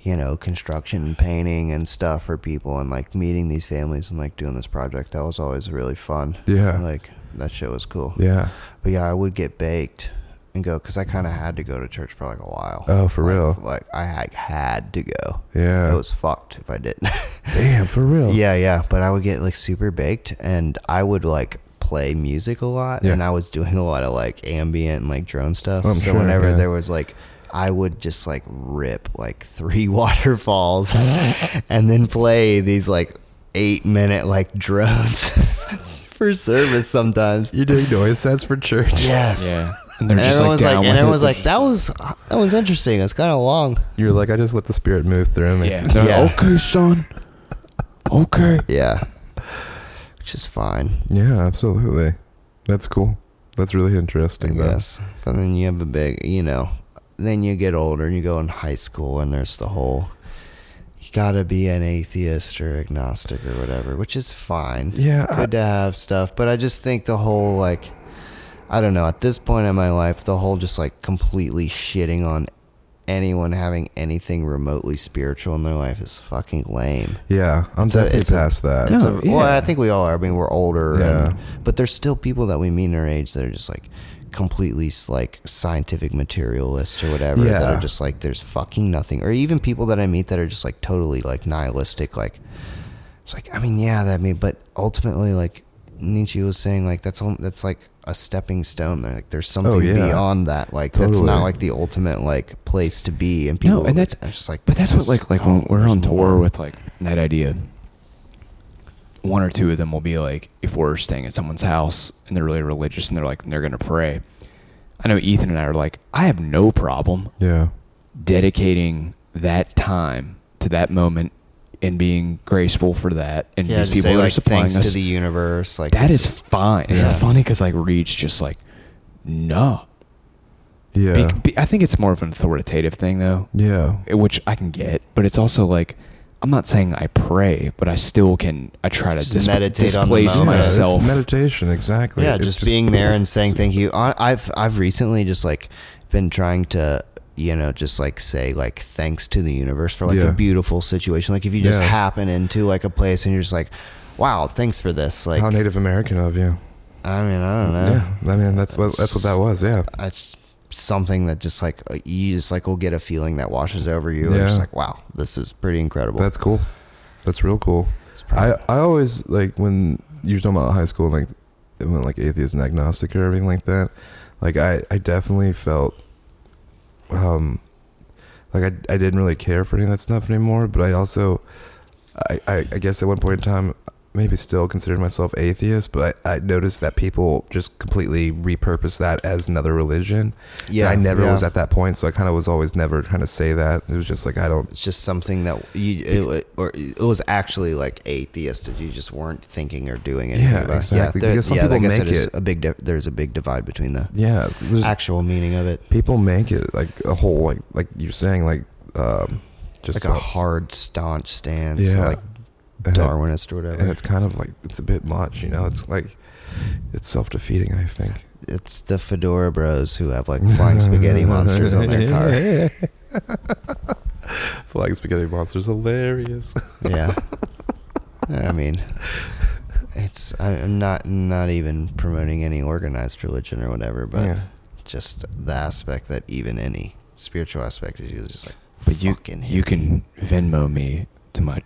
B: you know construction and painting and stuff for people and like meeting these families and like doing this project. That was always really fun.
C: Yeah.
B: like that shit was cool.
C: Yeah.
B: But yeah, I would get baked and go because I kind of had to go to church for like a while.
C: Oh, for
B: Like-
C: real?
B: Like I had, had to go.
C: Yeah.
B: I was fucked if I didn't.
C: Damn, for real.
B: yeah, yeah. But I would get like super baked, and I would like play music a lot,
C: Yeah.
B: and I was doing a lot of like ambient and like drone stuff.
C: I'm
B: so
C: sure,
B: whenever
C: yeah.
B: there was like. I would just like rip like three waterfalls and then play these like eight minute like drones for service sometimes.
C: You're doing noise sets for church.
B: Yes.
D: Yeah, and they're
B: And
D: just like
B: everyone's
D: down
B: like,
D: with
B: and
D: it.
B: everyone's like, that was that was interesting. It's kind of long.
C: You're like, I just let the spirit move through me.
D: yeah, They're like,
B: Yeah.
D: okay, son, okay.
B: Yeah, which is fine,
C: Yeah, absolutely. That's cool. That's really
B: I
C: interesting. though.
B: guess. But then you have a big, you know, then you get older and you go in high school, and there's the whole you gotta be an atheist or agnostic or whatever, which is fine.
C: Yeah, I-
B: good to have stuff, but I just think the whole like. I don't know. At this point in my life, the whole just like completely shitting on anyone having anything remotely spiritual in their life is fucking lame.
C: Yeah, I'm
B: It's a-
C: definitely
B: it's a-
C: past that.
D: No.
B: It's a-
D: yeah.
B: Well, I think we all are. I mean, we're older,
C: Yeah.
B: and, but there's still people that we meet in our age that are just like completely like scientific materialists or whatever that
C: Yeah.
B: are just like there's fucking nothing, or even people that I meet that are just like totally like nihilistic. Like it's like I mean, yeah, that mean, but ultimately, like Nietzsche was saying, like that's all, that's like a stepping stone. There, like there's
D: Oh,
B: something
C: yeah.
B: beyond that. Like that's
C: Totally.
B: not like the ultimate like place to be. And people,
D: No, and that's
B: are just like,
D: but that's what
B: just,
D: like like
B: oh,
D: when we're
B: there's
D: on tour
B: more.
D: with like that idea. One or two of them will be like, if we're staying at someone's house and they're really religious and they're like they're gonna pray. I know Ethan and I are like, I have no problem
C: Yeah.
D: dedicating that time to that moment and being graceful for that and
B: Yeah,
D: these
B: just
D: people
B: say,
D: are
B: like,
D: supplying
B: thanks
D: us
B: to the universe. Like
D: that
B: this
D: is fine and it's
C: Yeah.
D: funny because like reed's just like no Be-
C: Yeah.
D: be- i think it's more of an authoritative thing though
C: yeah.
D: which i can get but it's also like i'm not saying i pray but i still can i try to
B: Just
D: dis-
B: meditate on the
D: displace
B: moment.
C: Yeah, it's
D: myself
C: meditation, exactly.
B: yeah,
C: It's
B: just, being there and saying thank you. I, I've I've recently just like been trying to you know just like say like thanks to the universe for like
C: Yeah.
B: a beautiful situation. Like if you just
C: Yeah.
B: happen into like a place and you're just like, wow, thanks for this. Like
C: How Native American of you.
B: I mean, I don't know.
C: Yeah. I mean, that's what that's what that was. Yeah.
B: It's something that just like uh, you just like will get a feeling that washes over you. And you're just
C: Yeah.
B: like wow, this is pretty incredible.
C: That's cool. That's real cool.
B: It's
C: I,
B: probably-
C: I always like when you're talking about high school, like it went like atheist and agnostic or everything like that. Like I, I definitely felt, um, like I, I didn't really care for any of that stuff anymore. But I also, I, I, I guess at one point in time, maybe still considered myself atheist, but I, I noticed that people just completely repurpose that as another religion.
B: Yeah,
C: And I never
B: yeah.
C: was at that point, so I kind of was always never trying to say that. It was just like I don't.
B: It's just something that you it, or it was actually like atheistic. You just weren't thinking or doing anything
C: Yeah,
B: about it.
C: exactly,
B: there-
C: because some
B: yeah, I
C: people
B: guess
C: make
B: it is
C: it-
B: a big. Di- there's a big divide between the
C: Yeah, there's-
B: actual meaning of it,
C: people make it like a whole like like you're saying like um just
B: like a hard staunch stance,
C: yeah
B: like
C: and it-
B: Darwinist or
C: and
B: whatever.
C: it's kind of like it's a bit much, you know. It's like it's self defeating, I think.
B: It's the fedora bros who have like flying spaghetti monsters on their car.
C: Flying spaghetti monsters, hilarious.
B: Yeah, I mean, it's I- I'm not not even promoting any organized religion or whatever, but
C: Yeah.
B: just the aspect that even any spiritual aspect is usually just like.
D: But you
B: Fucking
D: you
B: hippie.
D: can Venmo me to my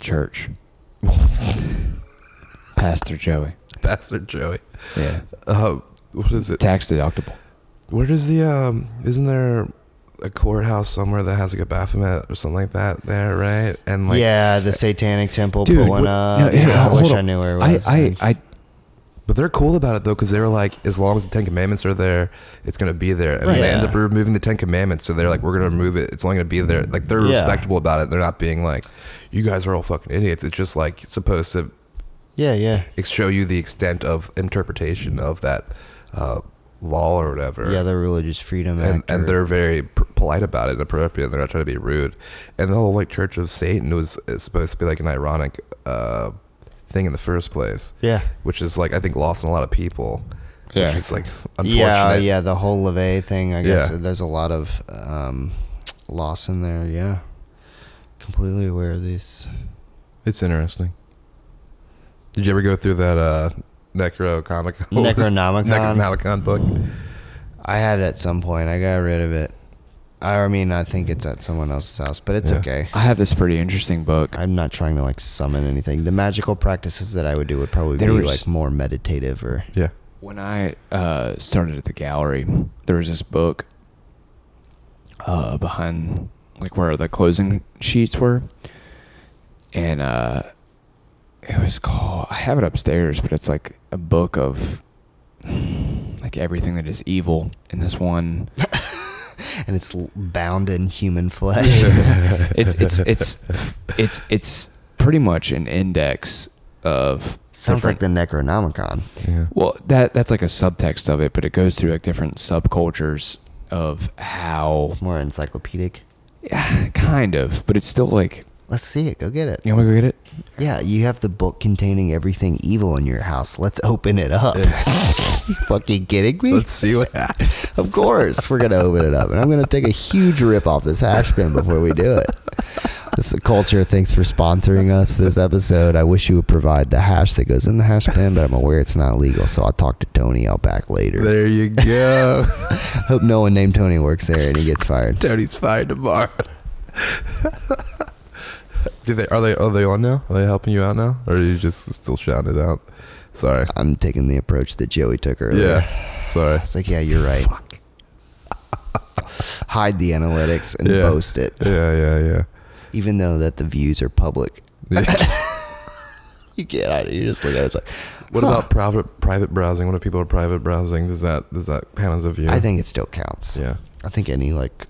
D: church, Pastor Joey.
C: Bastard Joey.
D: Yeah,
C: Uh, what is it?
D: tax deductible.
C: Where does the um? Isn't there a courthouse somewhere that has like a Baphomet or something like that? There, right? And like,
B: yeah, the Satanic Temple
D: Dude,
B: pulling
D: what-
B: up.
D: no, yeah,
B: yeah, I
D: hold
B: wish
D: on.
B: I knew where it
D: I
B: was.
D: I, I
C: But they're cool about it though, because they were like, as long as the Ten Commandments are there, it's gonna be there. And
B: Right.
C: they end
B: Yeah.
C: up removing the Ten Commandments, so they're like, we're gonna remove it. It's only gonna be there. Like they're
B: Mm. Yeah.
C: respectable about it. They're not being like, you guys are all fucking idiots. It's just like supposed to
B: yeah, yeah,
C: ex- show you the extent of interpretation of that uh, law or whatever.
B: yeah. The Religious Freedom
C: and,
B: Act.
C: and
B: or-
C: they're very p- polite about it and appropriate. They're not trying to be rude. And the whole like Church of Satan was is supposed to be like an ironic uh, thing in the first place,
B: yeah,
C: which is like I think lost on a lot of people.
D: Yeah.
C: which is like unfortunate.
B: yeah, yeah. The whole Levay thing. I guess
C: Yeah.
B: there's a lot of um, loss in there. Yeah, completely aware of these.
C: It's interesting. Did you ever go through that uh, Necrocomicon?
B: Necronomicon?
C: Necronomicon book.
B: I had it at some point. I got rid of it. I mean, I think it's at someone else's house, but it's
C: Yeah.
B: okay.
D: I have this pretty interesting book.
B: I'm not trying to like summon anything. The magical practices that I would do would probably
D: There
B: be
D: was-
B: like more meditative or
C: Yeah.
D: When I uh, started at the gallery, there was this book uh, behind, like where the closing sheets were, and uh, it was called. I have it upstairs, but it's like a book of like everything that is evil. And this one,
B: and it's l- bound in human flesh.
D: it's it's it's it's it's pretty much an index of
B: Sounds like
D: different-
B: the Necronomicon.
C: Yeah.
D: Well, that that's like a subtext of it, but it goes through like different subcultures of how,
B: More encyclopedic.
D: yeah, kind of, but it's still like
B: Let's see it. Go get it.
D: you want me to go get it?
B: Yeah, you have the book containing everything evil in your house. Let's open it up. You fucking kidding me?
C: Let's see what happens.
B: Of course, we're gonna open it up, and I'm gonna take a huge rip off this hash bin before we do it. This is culture. Thanks for sponsoring us this episode. I wish you would provide the hash that goes in the hash bin, but I'm aware it's not legal, so I'll talk to Tony out back later.
C: There you go.
B: Hope no one named Tony works there and he gets fired.
C: Tony's fired tomorrow. Do they are they are they on now? Are they helping you out now, or are you just still shouting it out? Sorry.
B: I'm taking the approach that Joey took earlier.
C: Yeah. Sorry.
B: It's like, yeah, you're right. Hide the analytics and
C: Yeah.
B: boast it,
C: Yeah,
B: even though that the views are public.
C: yeah, yeah.
B: You get out of here. You just look at it it's like,
C: what
B: huh.
C: about private private browsing? What if people are private browsing? Does that does that count as a view?
B: I think it still counts.
C: Yeah.
B: I think any like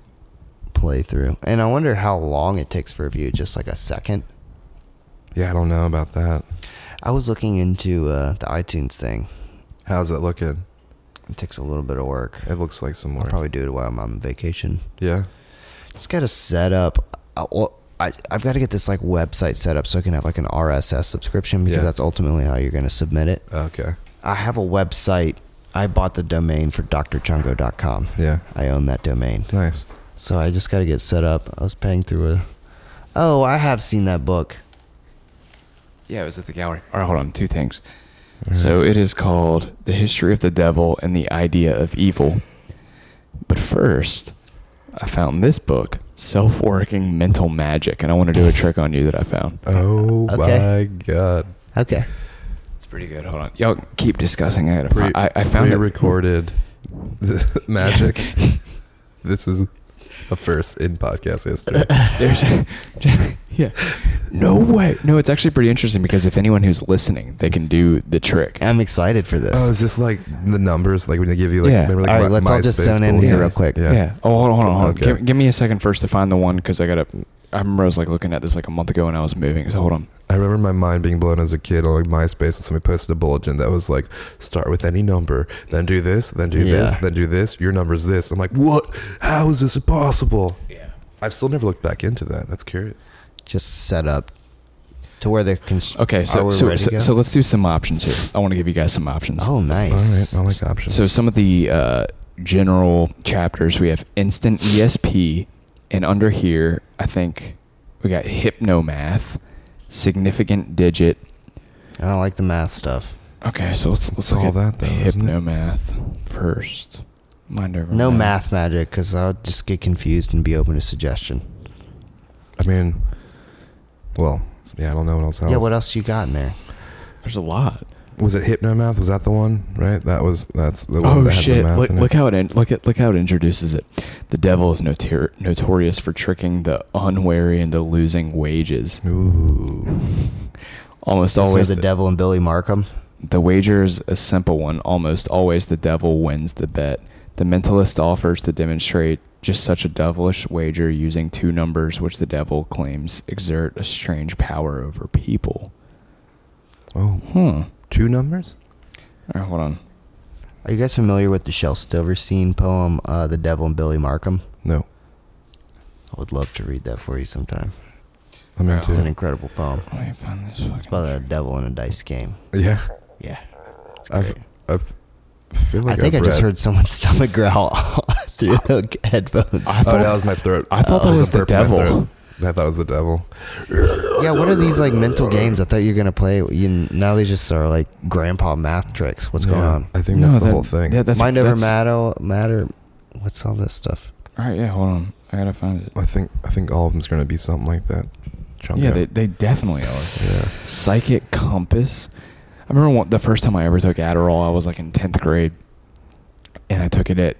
B: playthrough, and I wonder how long it takes for a view. Just like a second.
C: Yeah, I don't know about that.
B: I was looking into uh, the iTunes thing.
C: How's it looking?
B: It takes a little bit of work.
C: It looks like some
B: I'll
C: work.
B: probably do it while I'm on vacation.
C: yeah.
B: Just got to set up. I, well, I, I've got to get this like website set up so I can have like an RSS subscription because
C: Yeah.
B: that's ultimately how you're going to submit it.
C: Okay.
B: I have a website. I bought the domain for drchungo.com.
C: Yeah.
B: I own that domain.
C: Nice.
B: So I just got to get set up. I was paying through a. Oh, I have seen that book.
D: Yeah, it was at the gallery. All right, hold on, two things. So it is called "The History of the Devil and the Idea of Evil," but first, I found this book, "Self-Working Mental Magic," and I want to do a trick on you that I found.
C: Oh
B: Okay.
C: my god.
B: Okay.
D: It's pretty good. Hold on, y'all keep discussing. I gotta. Find, I, I found it.
C: recorded magic. this is a first in podcast history.
D: There's, yeah. No way. No, it's actually pretty interesting because if anyone who's listening, they can do the trick.
B: I'm excited for this.
C: oh, it's just like the numbers, like when they give you like,
D: Yeah.
C: remember, like
B: All right,
C: my,
B: let's all just
C: MySpace
B: zone in here
C: bulletins?
B: real quick.
C: Yeah.
D: Yeah. Oh, hold on, hold on. Hold on.
C: Okay.
D: Give, give me a second first to find the one because I got to. I remember I was like looking at this like a month ago when I was moving. So hold on.
C: I remember my mind being blown as a kid on like MySpace when somebody posted a bulletin that was like, start with any number, then do this, then do this,
B: Yeah.
C: then do this. Your number's this. I'm like, what? How is this possible?
D: Yeah.
C: I've still never looked back into that. That's curious.
B: Just set up to where they're. Cons-
D: Okay.
B: Are
D: So
B: we
D: so
B: ready to
D: so,
B: go?
D: so let's do some options here. I want to give you guys some options.
B: oh, nice.
C: All right, I like options.
D: So some of the uh, general chapters we have instant ESP, and under here I think we got hypnomath, significant digit.
B: I don't like the math stuff.
D: Okay, so let's let's
C: It's
D: look
C: all that
D: at
C: though, isn't it?
D: hypnomath first. Mind over
B: No
D: matter.
B: math magic, because I'll just get confused and be open to suggestion.
C: I mean, well, yeah, I don't know what else.
B: Yeah, what else you got in there?
D: There's a lot.
C: Was it Hypnomath? Was that the one? Right. That was that's the one
D: oh
C: that had the
D: shit!
C: math
D: Look,
C: in it.
D: look how it in- look at look how it introduces it. The devil is notor- notorious for tricking the unwary into losing wages.
C: Ooh.
D: Almost
B: So
D: always
B: the devil and Billy Markham.
D: The wager is a simple one. Almost always the devil wins the bet. The mentalist offers to demonstrate just such a devilish wager using two numbers, which the devil claims exert a strange power over people.
C: Oh,
D: Hmm.
C: two numbers.
D: All right, hold on.
B: Are you guys familiar with the Shel Silverstein poem, uh, "The Devil and Billy Markham"?
C: No,
B: I would love to read that for you sometime.
C: I'm
D: Yeah.
B: It's an
C: into it.
B: incredible poem.
D: Let me find this.
B: It's about a devil in a dice game.
C: Yeah,
B: Yeah, it's
C: I've-
B: great.
C: I've- I feel like
B: I think I
C: I've
B: just
C: read-
B: heard someone's stomach growl through the headphones.
D: I
C: oh,
D: thought-
C: that was my throat.
D: I thought that
C: There's a
D: was the
C: burp in my
D: devil.
C: throat. I thought it was the devil.
B: yeah, what are these like mental games? I thought you were gonna play. You, now they just are like grandpa math tricks. What's going
C: Yeah,
B: on?
C: I think that's the whole thing.
D: Yeah, that's,
B: Mind over
D: that's,
B: matter, matter. What's all this stuff?
D: All right, yeah, hold on. I gotta find it.
C: I think I think all of them's going to be something like that. Chunk
D: Yeah,
C: out.
D: they, they definitely are.
C: yeah.
D: Psychic compass. I remember one, the first time I ever took Adderall, I was like in tenth grade, and I took it at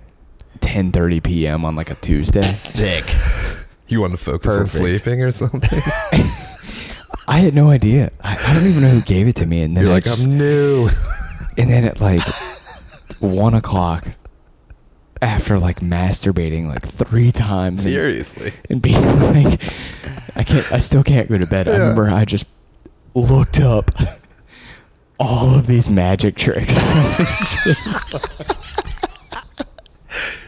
D: ten thirty p.m. on like a Tuesday.
B: Sick.
C: You want to focus
B: Perfect.
C: on sleeping or something?
D: I had no idea. I, I don't even know who gave it to me, and then
C: You're
D: I
C: like,
D: just,
C: I'm new.
D: and then at like one o'clock, after like masturbating like three times and,
C: Seriously.
D: and being like, I can't, I still can't go to bed. I
C: Yeah.
D: remember I just looked up all of these magic tricks.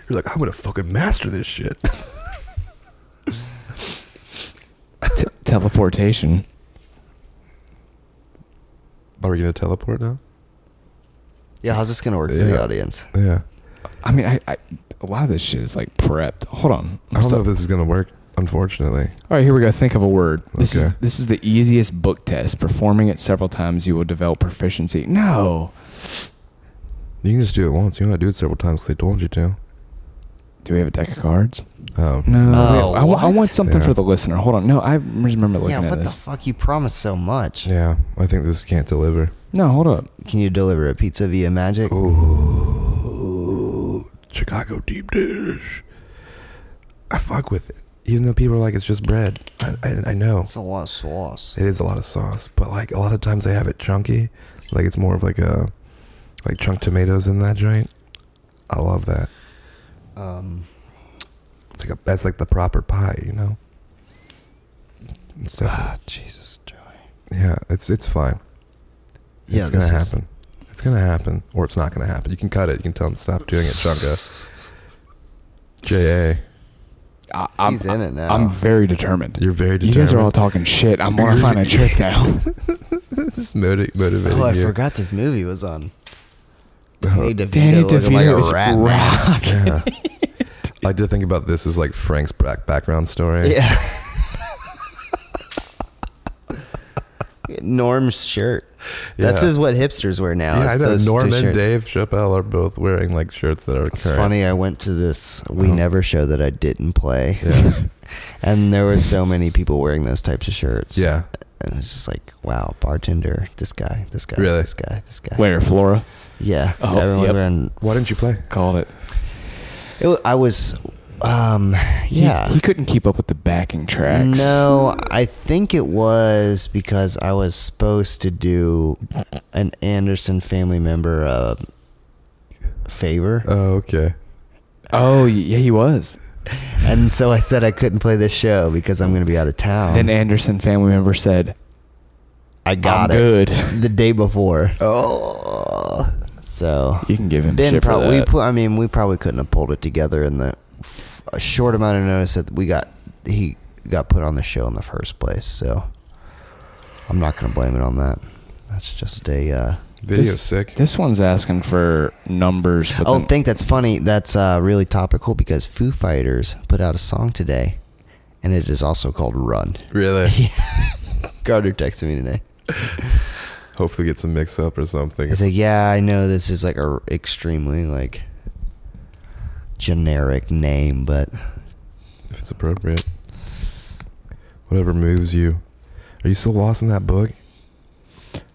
C: You're like, I'm going to fucking master this shit.
D: T- teleportation.
C: Are we going to teleport now?
B: Yeah, how's this gonna work for the
C: Yeah.
B: audience?
C: Yeah.
D: I mean, I, I a lot of this shit is like prepped. Hold on.
C: I don't know if this is going to work, unfortunately.
D: All right, here we go. Think of a word. This
C: Okay.
D: is this is the easiest book test. Performing it several times, you will develop proficiency. No,
C: You can just do it once. You don't have to do it several times because they told you to.
D: do we have a deck of cards?
C: Um,
D: No,
B: Oh,
D: I, wa- I want
B: what?
D: something
C: Yeah.
D: for the listener. Hold on. No, I remember looking
B: Yeah,
D: at
B: what the
D: this.
B: fuck? You promised so much.
C: Yeah, I think this can't deliver.
D: no, hold up.
B: Can you deliver a pizza via magic?
C: Ooh, Oh, Chicago deep dish. I fuck with it, even though people are like, it's just bread. I, I, I know
B: That's a lot of sauce.
C: it is a lot of sauce, but like a lot of times they have it chunky, like it's more of like a like chunk tomatoes in that joint. I love that.
B: Um,
C: It's like a, that's like the proper pie, you know. It's ah, Jesus, Joey. Yeah, it's it's fine.
B: yeah,
C: it's gonna
B: this is-
C: happen. It's gonna happen, or it's not gonna happen. You can cut it. You can tell them to stop doing it, Chunka. Ja,
D: I, I'm,
B: He's in it now.
D: I'm very determined.
C: you're very
D: You
C: determined.
D: guys are all talking shit. I'm gonna find a trick now.
C: this is moti- motivating
B: oh, I
C: you.
B: forgot this movie was on.
C: Uh,
B: Danny DeVito,
D: Danny
B: looking like
D: DeVito
B: a
D: is
B: rat. man.
D: rock.
C: yeah. I did think about this as like Frank's back background story.
B: Yeah. Norm's shirt. That's
C: Yeah.
B: just what hipsters wear now.
C: Yeah,
B: it's
C: I know.
B: those two
C: Norm and
B: shirts.
C: Dave Chappelle are both wearing like shirts that are
B: It's
C: current.
B: funny. I went to this We
C: Oh.
B: Never show that I didn't play,
C: Yeah.
B: and there were so many people wearing those types of shirts.
C: yeah.
B: and it's just like, wow, bartender, this guy, this guy,
C: Really?
B: this guy, this guy.
D: Where Flora
B: Yeah,
D: Oh,
B: everyone
D: yep.
B: wearing.
C: Why didn't you play?
D: called it.
B: It, wa- I was Um,
D: He-
B: yeah.
D: He, couldn't keep up with the backing tracks.
B: No, I think it was because I was supposed to do an Anderson family member a favor,
C: Oh, okay.
D: Oh, y- yeah, he was.
B: and so I said I couldn't play this show because I'm going to be out of town.
D: then Anderson family member said,
B: I got
D: I'm
B: it
D: good.
B: the day before,
C: Oh.
B: so
D: You can give him
B: Ben
D: shit for
B: probably.
D: that.
B: Put, I mean, we probably couldn't have pulled it together in the f- a short amount of notice that we got. He got put on the show in the first place, so I'm not going to blame it on that. That's just a. Uh,
C: Video
D: This-
C: sick.
D: This one's asking for numbers. But
B: oh,
D: then-
B: think that's funny. That's uh, really topical because Foo Fighters put out a song today, and it is also called "Run."
C: really?
B: Gardner texted me today.
C: Hopefully, get some mix up or something.
B: He's like, "Yeah, I know this is like a extremely like generic name, but
C: if it's appropriate. Whatever moves you. Are you still lost in that book?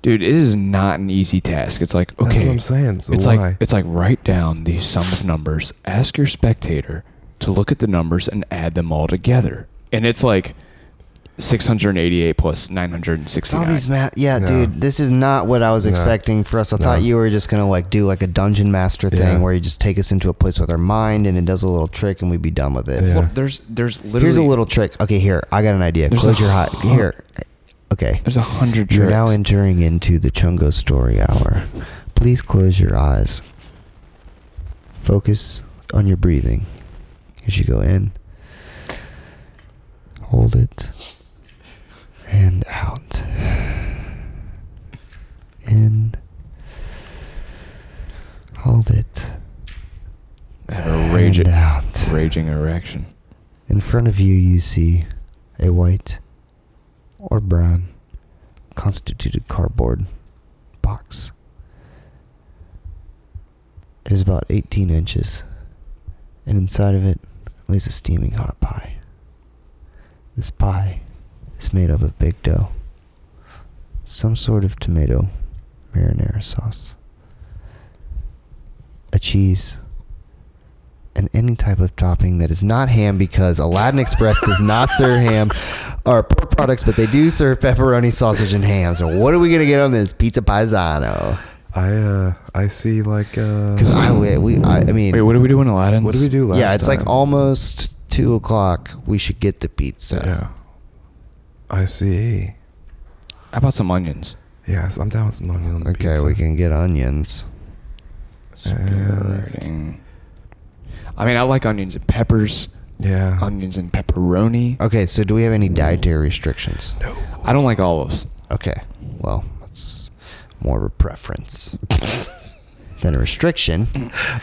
D: dude, it is not an easy task. It's like, okay,
C: That's what I'm saying. So
D: it's
C: why?
D: like it's like write down the sum of numbers. Ask your spectator to look at the numbers and add them all together. And it's like 688 plus
B: It's all these
D: 969.
B: math. Yeah,
C: No.
B: dude, this is not what I was
C: No.
B: expecting for us. I thought
C: No.
B: you were just gonna like do like a dungeon master thing
C: Yeah.
B: where you just take us into a place with our mind and it does a little trick and we'd be done with it.
C: Yeah.
D: Well, there's there's literally
B: Here's a little trick. Okay, here I got an idea.
D: There's
B: Close
D: a
B: your hot
D: hu-
B: here. Okay,
D: there's a hundred
B: you're
D: tricks.
B: now entering into the Chungo Story Hour. Please close your eyes. Focus on your breathing as you go in. Hold it and out. In. Hold it.
D: A rage-
B: and out.
D: raging erection.
B: In front of you, you see a white or brown constituted cardboard box. It is about 18 inches, and inside of it lays a steaming hot pie. This pie is made up of baked dough, some sort of tomato marinara sauce, a cheese, and any type of topping that is not ham because Aladdin Express does not serve ham or pork products, but they do serve pepperoni, sausage, and ham. So what are we gonna get on this pizza paisano?
C: I uh, I see like uh,
B: Because I we, we I, I mean
D: Wait, what do we do in Aladdin?
C: what did we do last?
B: yeah, it's like
C: time?
B: almost two o'clock. We should get the pizza.
C: Yeah. I see.
D: How about some onions?
C: Yes, I'm down with some onion on the
B: Okay,
C: pizza.
B: we can get onions.
C: And-
D: Raging. I mean, I like onions and peppers,
C: yeah.
D: onions and pepperoni.
B: Okay, so do we have any
C: Mm.
B: dietary restrictions?
C: No.
D: I don't like olives.
B: Okay, well that's more of a preference than a restriction.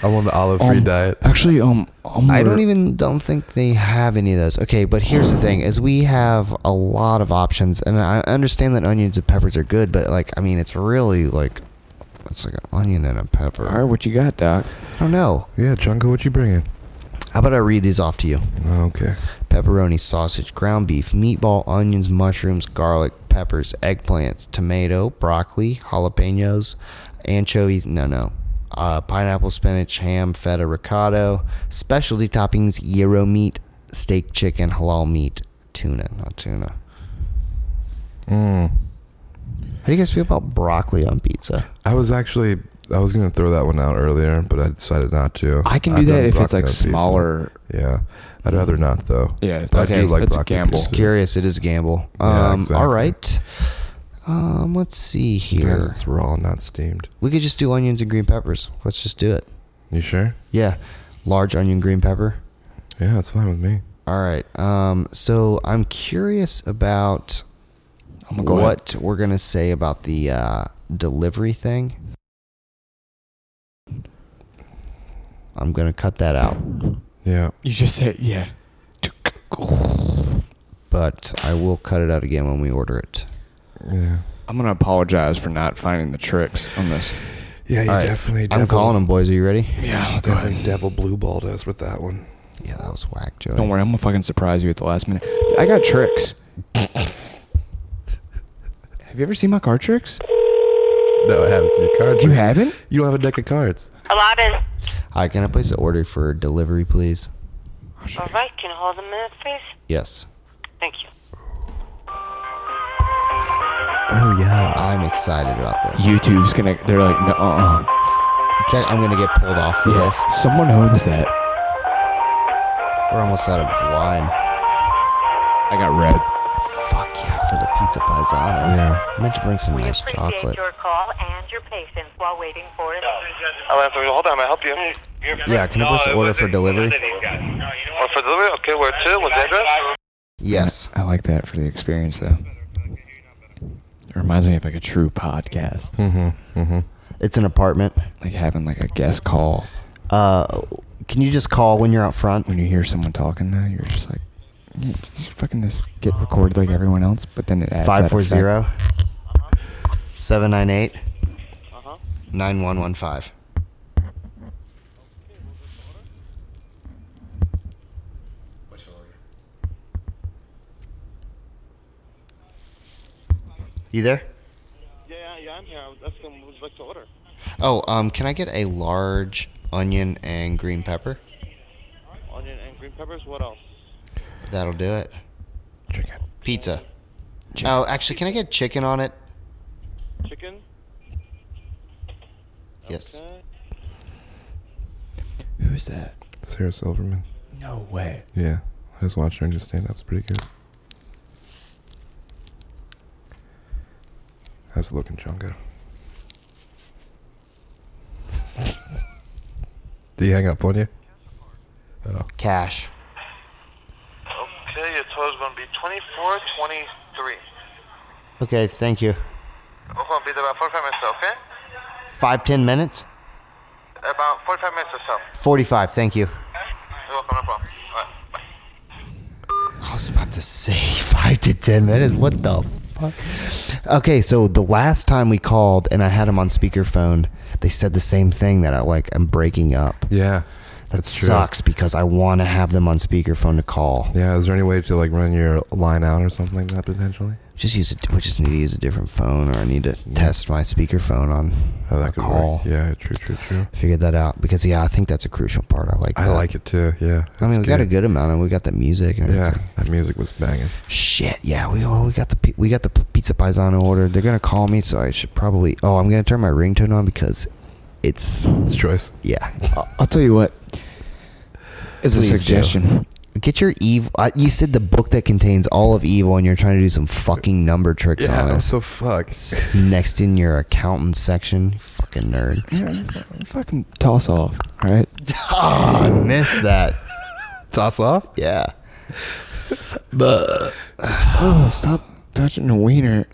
C: I'm on the olive free
D: Um,
C: diet.
D: Actually, um, um,
B: I don't even don't think they have any of those. Okay, but here's the thing: is we have a lot of options, and I understand that onions and peppers are good, but like, I mean, it's really like it's like an onion and a pepper.
D: All right, what you got, Doc?
B: I don't know.
C: Yeah, Junko, what you bringing?
B: How about I read these off to you?
C: Oh, okay.
B: pepperoni, sausage, ground beef, meatball, onions, mushrooms, garlic, peppers, eggplants, tomato, broccoli, jalapenos, anchovies. No, no. Uh, pineapple, spinach, ham, feta, ricotta. Specialty toppings: gyro meat, steak, chicken, halal meat, tuna. Not tuna.
C: Mm.
B: How do you guys feel about broccoli on pizza?
C: I was actually I was gonna throw that one out earlier, but I decided not to.
D: I can do
C: I've
D: that
C: done
D: if it's
C: broccoli
D: like
C: on pizza.
D: smaller.
C: Yeah, I'd rather not though.
D: Yeah,
C: But I
B: okay,
C: do like
D: that's a
C: broccoli
D: gamble.
C: pizza.
B: Curious. It is a gamble. Um,
C: Yeah, exactly.
B: All right. Um, let's see
C: Because
B: here.
C: it's raw, not steamed.
B: We could just do onions and green peppers. Let's just do it.
C: You sure?
B: Yeah, large onion green pepper.
C: Yeah, it's fine with me.
B: All right. Um, so I'm curious about
D: I'm gonna go ahead.
B: what we're gonna say about the uh, delivery thing. I'm gonna cut that out,
C: Yeah.
D: You just say yeah.
B: but I will cut it out again when we order it.
C: Yeah.
D: I'm gonna apologize for not finding the tricks on this.
C: Yeah, you
B: All right,
C: definitely.
B: I'm calling them, boys. Are you ready?
D: Yeah, Oh, go
C: Definitely
D: ahead.
C: devil blue balled us with that one.
B: Yeah, that was whack, Joey.
D: Don't worry, I'm gonna fucking surprise you at the last minute. I got tricks. Have you ever seen my card tricks?
C: No, I haven't seen your cards.
D: You haven't?
C: You don't have a deck of cards.
E: Aladdin.
B: All right, can I place an order for delivery, please?
D: I
E: All right, can you hold a minute, please?
B: Yes.
E: Thank you.
C: Oh yeah.
B: I'm excited about this.
D: YouTube's gonna. They're like, no, uh,
B: Jack, I'm going to get pulled off for
D: yes, someone owns that.
B: this. We're almost out of wine.
D: I got red.
B: Fuck yeah, for the pizza paisano.
C: Yeah.
B: I meant to bring some
E: We
B: nice
E: appreciate
B: chocolate.
E: your call and your patience while waiting for it.
F: I'll answer. Hold on, may I help you?
B: Yeah, can I place an order for delivery?
F: Or for delivery? Okay, where to? What's the address?
B: Yes.
D: I like that for the experience though. It reminds me of like a true podcast,
B: It's an apartment.
D: like having like a guest call.
B: Uh, can you just call when you're out front?
D: When you hear someone talking though, you're just like, "Mm, you should fucking this get recorded like everyone else, but then it adds that effect.
B: 540 798
E: Uh-huh.
B: 9115. You there?
F: Yeah, yeah, I'm here. I was asking what would you like to order.
B: Oh, um, can I get a large onion and green pepper?
F: Onion and green peppers. What else?
B: That'll do it.
C: Chicken.
B: Pizza. Oh, actually, can I get chicken on it?
F: Chicken.
B: Yes.
F: Okay.
D: Who's that?
C: Sarah Silverman.
D: No way.
C: Yeah. I just watched her and just stand up. It's pretty good. How's it looking, Chungo? Do you hang up on you? Oh.
B: Cash.
F: Okay, your total is going to be twenty-four, twenty-three.
B: Okay, thank you.
F: I'm going to be there about forty-five minutes, okay?
B: Five, ten minutes?
F: About forty-five minutes or so.
B: 45, thank you.
F: You're welcome. No problem. All right. Bye.
B: I was about to say five to ten minutes. What the fuck? Okay, so the last time we called and I had him on speakerphone, they said the same thing that I like. I'm breaking up.
C: Yeah.
B: That sucks because I want to have them on speakerphone to call.
C: Yeah, is there any way to like run your line out or something like that potentially?
B: Just use a, we just need to use a different phone, or I need to test my speakerphone on
C: Oh,
B: a
C: that could
B: call.
C: work. Yeah, true, true, true.
B: Figured that out because yeah, I think that's a crucial part. I like.
C: I
B: that.
C: like it too. Yeah,
B: I
C: it's
B: mean, we got a
C: good.
B: good amount, and we got the music. And
C: Yeah,
B: everything.
C: that music was banging.
B: Shit, yeah, we oh, we got the pi- we got the p- pizza paisano order. They're gonna call me, so I should probably. Oh, I'm gonna turn my ringtone on because it's
C: It's choice.
B: yeah.
D: I'll, I'll tell you what. It's a
B: Please do.
D: suggestion.
B: Get your evil. Uh, you said the book that contains all of evil, and you're trying to do some fucking number tricks
C: Yeah,
B: on
C: what
B: us.
C: the fuck?
B: It's next in your accountant section, you fucking nerd.
D: Fucking toss off, all right?
B: Oh, I missed that.
C: Toss off?
B: Yeah.
D: Oh, stop touching the wiener.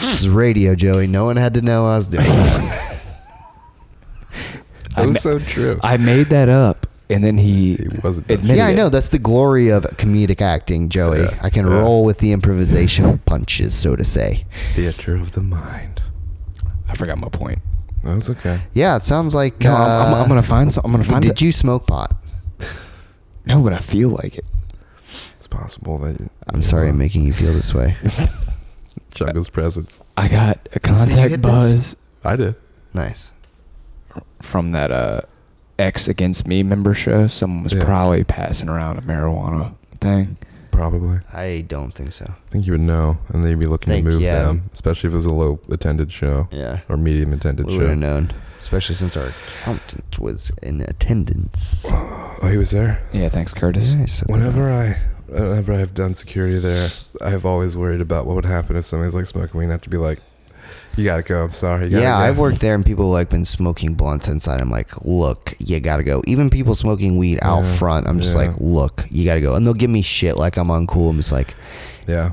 B: This is radio, Joey. No one had to know I was doing that.
C: That was so true.
D: I made that up, and then he,
C: He wasn't
D: admitted.
B: Yeah, I
D: it.
B: know. That's the glory of comedic acting, Joey.
C: Yeah,
B: I can
C: yeah.
B: roll with the improvisational punches, so to say.
C: Theater of the mind.
D: I forgot my point.
C: That was okay.
B: Yeah, it sounds like.
D: No, I'm,
B: uh,
D: I'm, I'm gonna find. Some, I'm gonna find.
B: Did you smoke pot?
D: No, but I feel like it.
C: It's possible that you,
B: I'm sorry, I'm making you feel this way.
C: Jungo's presence.
D: I got a contact
B: get this?
D: buzz
C: I did.
B: nice.
D: from that uh, X Against Me member show. Someone was
C: Yeah.
D: probably passing around a marijuana thing.
C: Probably.
B: I don't think so.
C: I think you would know, and they'd be looking
B: Think,
C: to move
B: yeah.
C: them, especially if it was a low attended show
B: Yeah,
C: or medium attended
B: we
C: show.
B: would have known, especially since our accountant was in attendance.
C: Oh, he was there.
D: Yeah, thanks, Curtis.
B: Yeah, so
C: Whenever I, whenever I've done security there, I've always worried about what would happen if somebody's like smoking weed. and I have to be like, "You gotta go. I'm sorry." You gotta
B: yeah,
C: go."
B: I've worked there and people like been smoking blunts inside. I'm like, look, you gotta go. Even people smoking weed out
C: Yeah,
B: front, I'm just
C: yeah.
B: like, look, you gotta go. And they'll give me shit like I'm uncool. I'm just like,
C: Yeah,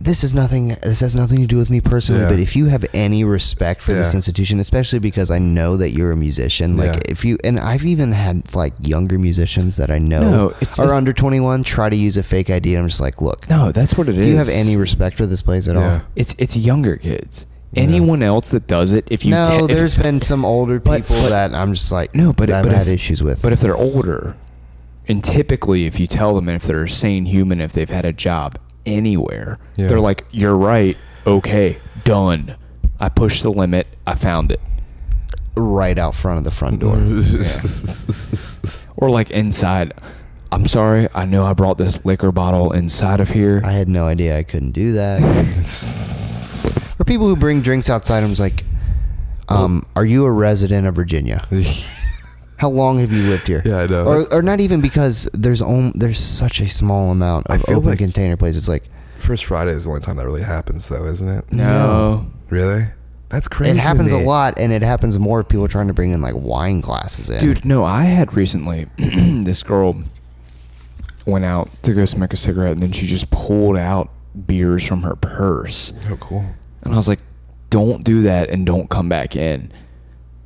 B: this is nothing. This has nothing to do with me personally.
C: Yeah.
B: But if you have any respect for this
C: Yeah.
B: institution, especially because I know that you're a musician, like
C: Yeah.
B: if you and I've even had like younger musicians that I know
D: No, it's-
B: are
D: it's-
B: under 21 try to use a fake ID. And I'm just like, look,
D: No, that's what it is.
B: do you have any respect for this place at
C: Yeah.
B: all?
D: It's it's younger kids. Anyone else that does it, if you
B: no,
D: te- if-
B: there's been some older people
D: But- but-
B: that I'm just like,
D: No, but-
B: that I've
D: but
B: had
D: if-
B: issues with.
D: But if they're older, and typically if you tell them if they're a sane human, if they've had a job anywhere,
C: Yeah.
D: they're like, "You're right. Okay, done. I pushed the limit. I found it."
B: right out front of the front door.
D: or like inside. I'm sorry, I know I brought this liquor bottle inside of here.
B: I had no idea I couldn't do that. or people who bring drinks outside. I was like, um, "Are you a resident of Virginia? How long have you lived here?"
C: Yeah, I know.
B: Or,
C: That's-
B: or not even because there's only there's such a small amount
C: I
B: of
C: feel
B: open
C: like-
B: container places. Like
C: First Friday is the only time that really happens, though, isn't it?
D: no.
C: Really? That's crazy.
B: it
C: to
B: happens a
C: me.
B: lot, and it happens more. if People are trying to bring in like wine glasses in.
D: Dude, no, I had recently this girl went out to go smoke a cigarette and then she just pulled out beers from her purse.
C: Oh, cool.
D: And I was like, don't do that and don't come back in.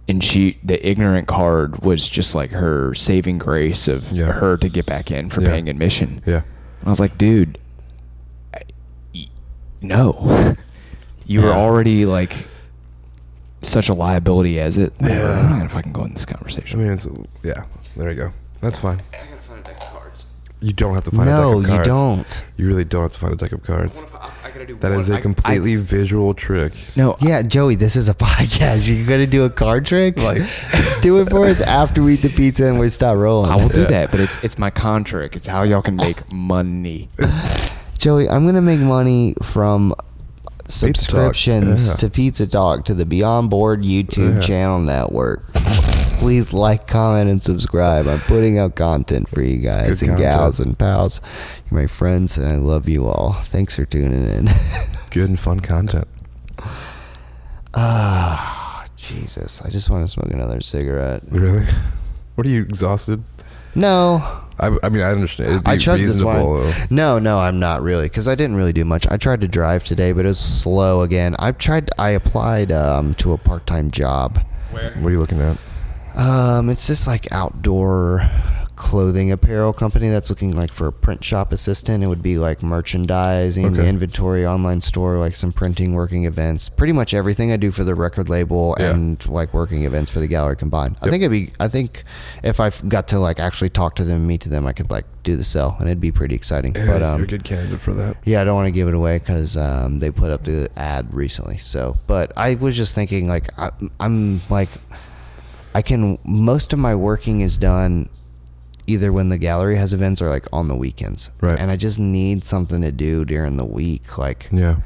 D: And she, the ignorant card was just like her saving grace of
C: Yeah.
D: her to get back in for
C: Yeah.
D: paying admission.
C: Yeah.
D: And I was like, dude, I- y- no. You were already like such a liability as it.
C: Yeah.
D: I'm not gonna fucking go in this
C: I
D: conversation.
C: mean, it's yeah. There you go. That's fine. You don't have to find a
B: no,
C: deck of
B: you
C: cards.
B: don't.
C: You really don't have to find a deck of cards. That is a completely visual trick.
D: no,
B: Yeah, Joey, this is a podcast. You're gonna do a card trick?
C: Like-
B: do it for us after we eat the pizza and we start rolling.
D: I will do that, but it's it's my contract. It's how y'all can make money.
B: Joey, I'm gonna make money from
C: Talk.
B: subscriptions
C: Yeah.
B: to Pizza Talk to the Beyond Board YouTube
C: Yeah.
B: channel network. Please like, comment, and subscribe. I'm putting out content for you guys
C: Good
B: and gals
C: content.
B: and pals. You're my friends, and I love you all. Thanks for tuning in.
C: Good and fun content. Ah.
B: Ah, Jesus, I just want to smoke another cigarette.
C: Really? What are you exhausted?
B: No,
C: I, I mean, I understand. It'd be
B: I chugged this
C: reasonable.
B: wine.
C: though.
B: No, no, I'm not really because I didn't really do much. I tried to drive today, but it was slow again. I tried. I applied um, to a part-time job.
C: What are you looking at?
B: Um, it's this like outdoor clothing apparel company that's looking like for a print shop assistant. It would be like merchandising,
C: Okay.
B: inventory, online store, like some printing, working events, pretty much everything I do for the record label
C: Yeah.
B: and like working events for the gallery combined. I
C: Yep.
B: think it'd be. I think if I got to like actually talk to them, meet to them, I could like do the sell, and it'd be pretty exciting.
C: Yeah,
B: but um,
C: you're a good candidate for that.
B: yeah, I don't want to give it away because um, they put up the ad recently. So, but I was just thinking, like, I, I'm like, I can. Most of my working is done either when the gallery has events or like on the weekends.
C: Right.
B: And I just need something to do during the week. Like,
C: Yeah.